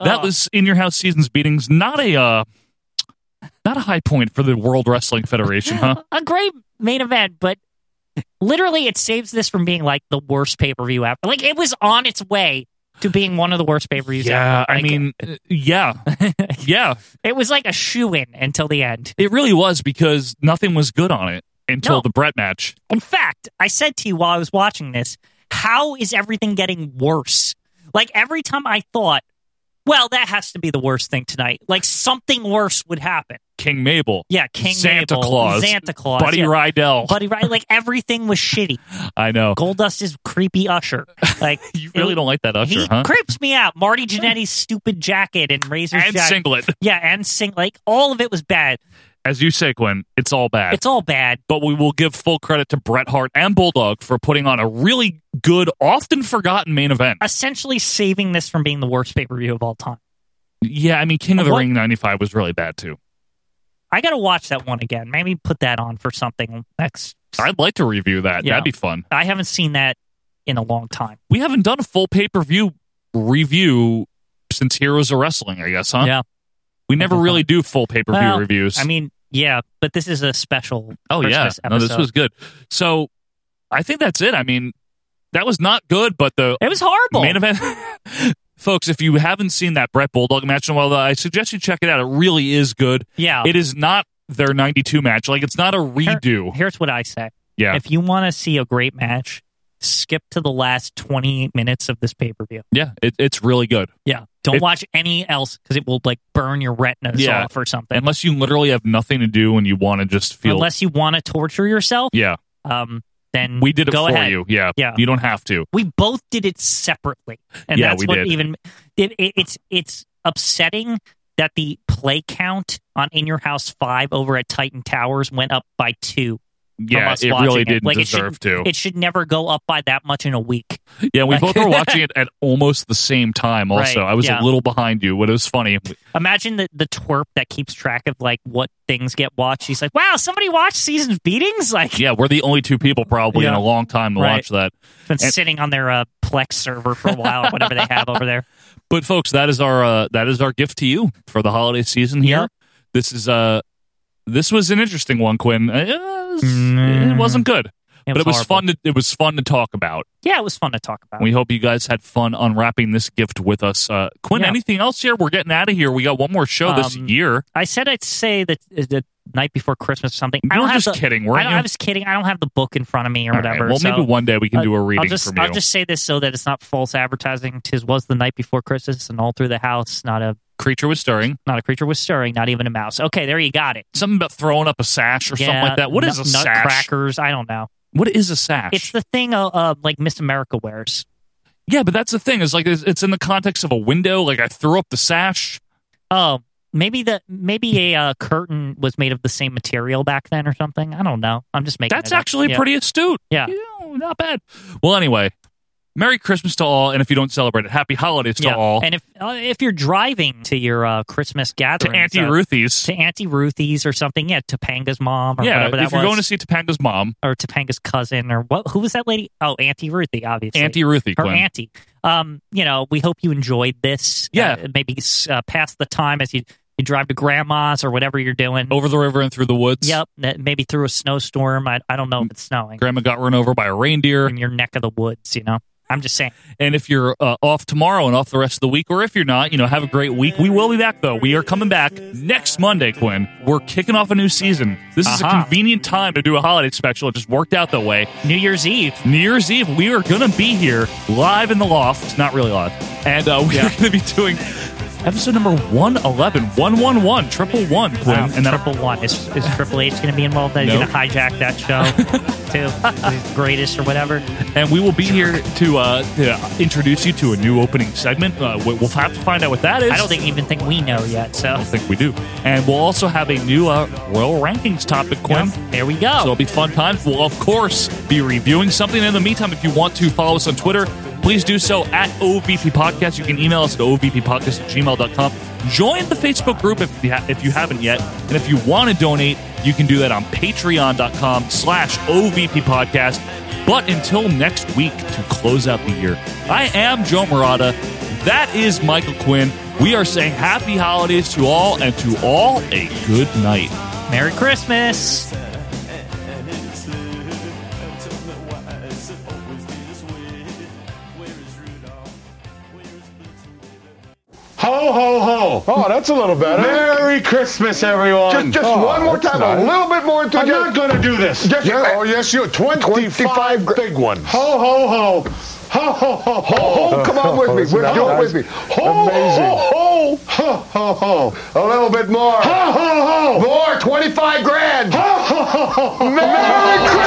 That
Ugh.
was in your house seasons beatings. Not a uh, not a high point for the World Wrestling Federation,
[LAUGHS]
huh?
a great main event, but literally it saves this from being like the worst pay per view ever. Like it was on its way to being one of the worst pay per views
Yeah,
ever.
I
Like,
mean, uh,
[LAUGHS]
yeah, yeah.
it was like a shoe in until the end.
It really was because nothing was good on it until
No.
the Brett match.
In fact, I said to you while I was watching this, how is everything getting worse? Like every time I thought, well, that has to be the worst thing tonight. Like something worse would happen.
King Mabel,
Yeah, King
Santa
Mabel,
Claus,
Santa Claus,
Buddy
yeah.
Rydell.
Buddy Rydell, like everything
[LAUGHS]
was shitty.
I know.
Goldust is creepy Usher. Like
[LAUGHS] You really don't like that Usher,
he
huh?
creeps me out. Marty Jannetty's stupid jacket and razor
And
jacket.
singlet.
Yeah, and sing like all of it was bad.
As you say, Gwen, it's all bad.
It's all bad.
but we will give full credit to Bret Hart and Bulldog for putting on a really good, often forgotten main event.
Essentially saving this from being the worst pay per view of all time.
Yeah, I mean, King of the
What-
Ring 95 was really bad too.
I gotta watch that one again. Maybe put that on for something next.
I'd like to review that.
Yeah.
That'd be fun.
I haven't seen that in a long time.
We haven't done a full pay per view review since Heroes of Wrestling, I guess, huh?
Yeah.
We never really do full pay per view
Well,
reviews.
I mean, yeah, but this is a special.
oh, yeah.
Christmas
No, this
episode.
was good. So I think that's it. I mean, that was not good, but the
It was horrible.
main event. [LAUGHS] Folks, if you haven't seen that Brett Bulldog match in a while, I suggest you check it out. It really is good.
Yeah.
It is not their 92 match. Like, it's not a redo.
Here's what I say.
Yeah.
If you want to see a great match, skip to the last 20 minutes of this pay per view.
yeah, it, it's really good.
Yeah. Don't
It-
watch any else because it will like burn your retinas
Yeah.
off or something.
Unless you literally have nothing to do and you want to just feel.
Unless you want to torture yourself,
yeah.
um, then
We did it
go
for
ahead.
you. Yeah.
Yeah.
You don't have to.
We both did it separately, and
Yeah,
that's
we
what
did.
even it, it, it's it's upsetting that the play count on In Your House Five over at Titan Towers went up by two. from
Yeah,
us
it
watching
really didn't
like,
deserve
it should,
to.
It should never go up by that much in a week.
Yeah, we
Like-
both
[LAUGHS]
were watching it at almost the same time. Also,
Right,
I was a
yeah.
little behind you, but it was funny.
Imagine the, the twerp that keeps track of like what things get watched. She's like, "Wow, somebody watched Season's Beatings." Like,
Yeah, we're the only two people probably in
Yeah.
a long time to
Right.
watch that.
been
And-
sitting on their uh, Plex server for a while, whatever they have over there.
But folks, that is our uh, that is our gift to you for the holiday season here.
Yep.
This is uh this was an interesting one, Quinn. Uh, It, was,
Mm-hmm.
it wasn't good, [LAUGHS] but
was
it was
horrible.
fun. To, it was fun to talk about.
Yeah, it was fun to talk about.
We hope you guys had fun unwrapping this gift with us, uh, Quinn.
Yeah.
Anything else here? We're getting out of here. We got one more show this
Um,
year.
I said I'd say that uh, the night before Christmas or something. I
You
don't
were
have
just
the-
kidding,
I,
weren't
don't-
you?
I was kidding. I don't have the book in front of me or
All right,
whatever.
well,
so-
maybe one day we can do a reading
I'll just,
from you.
I'll just say this so that it's not false advertising. Tis was the night before Christmas, and all through the house, not a
Creature was stirring.
not a creature was stirring, not even a mouse. Okay, there you got it.
Something about throwing up a sash or something like that. What is a sash?
Nutcrackers. I don't know.
What is a sash?
It's the thing uh, uh, like Miss America wears.
yeah, but that's the thing. Is like it's, it's in the context of a window. Like I threw up the sash.
Oh, maybe the maybe a uh, curtain was made of the same material back then or something. I don't know. I'm just making.
That's
it up.
actually
Yeah.
pretty astute.
Yeah.
You know, not bad. Well, anyway, Merry Christmas to all, and if you don't celebrate it, Happy Holidays to all.
And if uh, if you're driving to your uh, Christmas gathering,
Auntie Ruthie's.
to Auntie Ruthie's or something, yeah, Topanga's mom or
yeah,
whatever that
if you're
was,
going to see Topanga's mom,
or Topanga's cousin or what? Who was that lady? Oh, Auntie Ruthie, obviously.
Auntie Ruthie,
her
Glenn.
auntie. Um, you know, we hope you enjoyed this.
Yeah.
Uh, maybe uh, pass the time as you you drive to grandma's or whatever you're doing.
over the river and through the woods.
Yep, that- maybe through a snowstorm. I, I don't know if it's snowing
Grandma got run over by a reindeer.
in your neck of the woods. You know, I'm just saying.
And if you're uh, off tomorrow and off the rest of the week, or if you're not, you know, have a great week. We will be back, though. We are coming back next Monday, Quinn. We're kicking off a new season. This is
Aha.
a convenient time to do a holiday special. It just worked out that way.
New Year's Eve.
New Year's Eve, we are going to be here live in the loft. Not really live. And uh, [LAUGHS] we are going to be doing episode number 111, 111, triple one, Quinn.
Wow,
and that'll
triple one is, is Triple H going to be involved? That
No.
he's going to hijack
[LAUGHS]
that show too, He's the greatest or whatever.
and we will be here to uh, to introduce you to a new opening segment. Uh, we- we'll have to find out what that is.
I don't think even think we know yet. So
I think we do. And we'll also have a new uh, Royal Rankings topic, Quinn.
there we go.
So it'll be fun times. We'll, of course, be reviewing something. In the meantime, if you want to follow us on Twitter, please do so at OVP Podcast. You can email us at ovppodcast at gmail.com. Join the Facebook group if you, ha- if you haven't yet. And if you want to donate, you can do that on patreon.com slash OVP Podcast. But until next week to close out the year, I am Joe Murata. That is Michael Quinn. We are saying happy holidays to all and to all a good night.
Merry Christmas.
Ho, ho, ho.
Oh, that's a little better.
Merry Christmas, everyone.
Just- just
one
one more time, a little bit more
I'm
enthusiasm.
Oh, not going to do this.
Just- Yeah, oh, yes, you- 25 big ones.
Ho, ho, ho. Ho, ho, ho, ho.
Ho, ho, come on with me. We're- do it with me.
Ho, ho, ho. Ho, ho, ho.
A little bit more.
Ho, ho, ho.
More, 25 grand.
Ho, ho, ho, ho.
Merry Christmas.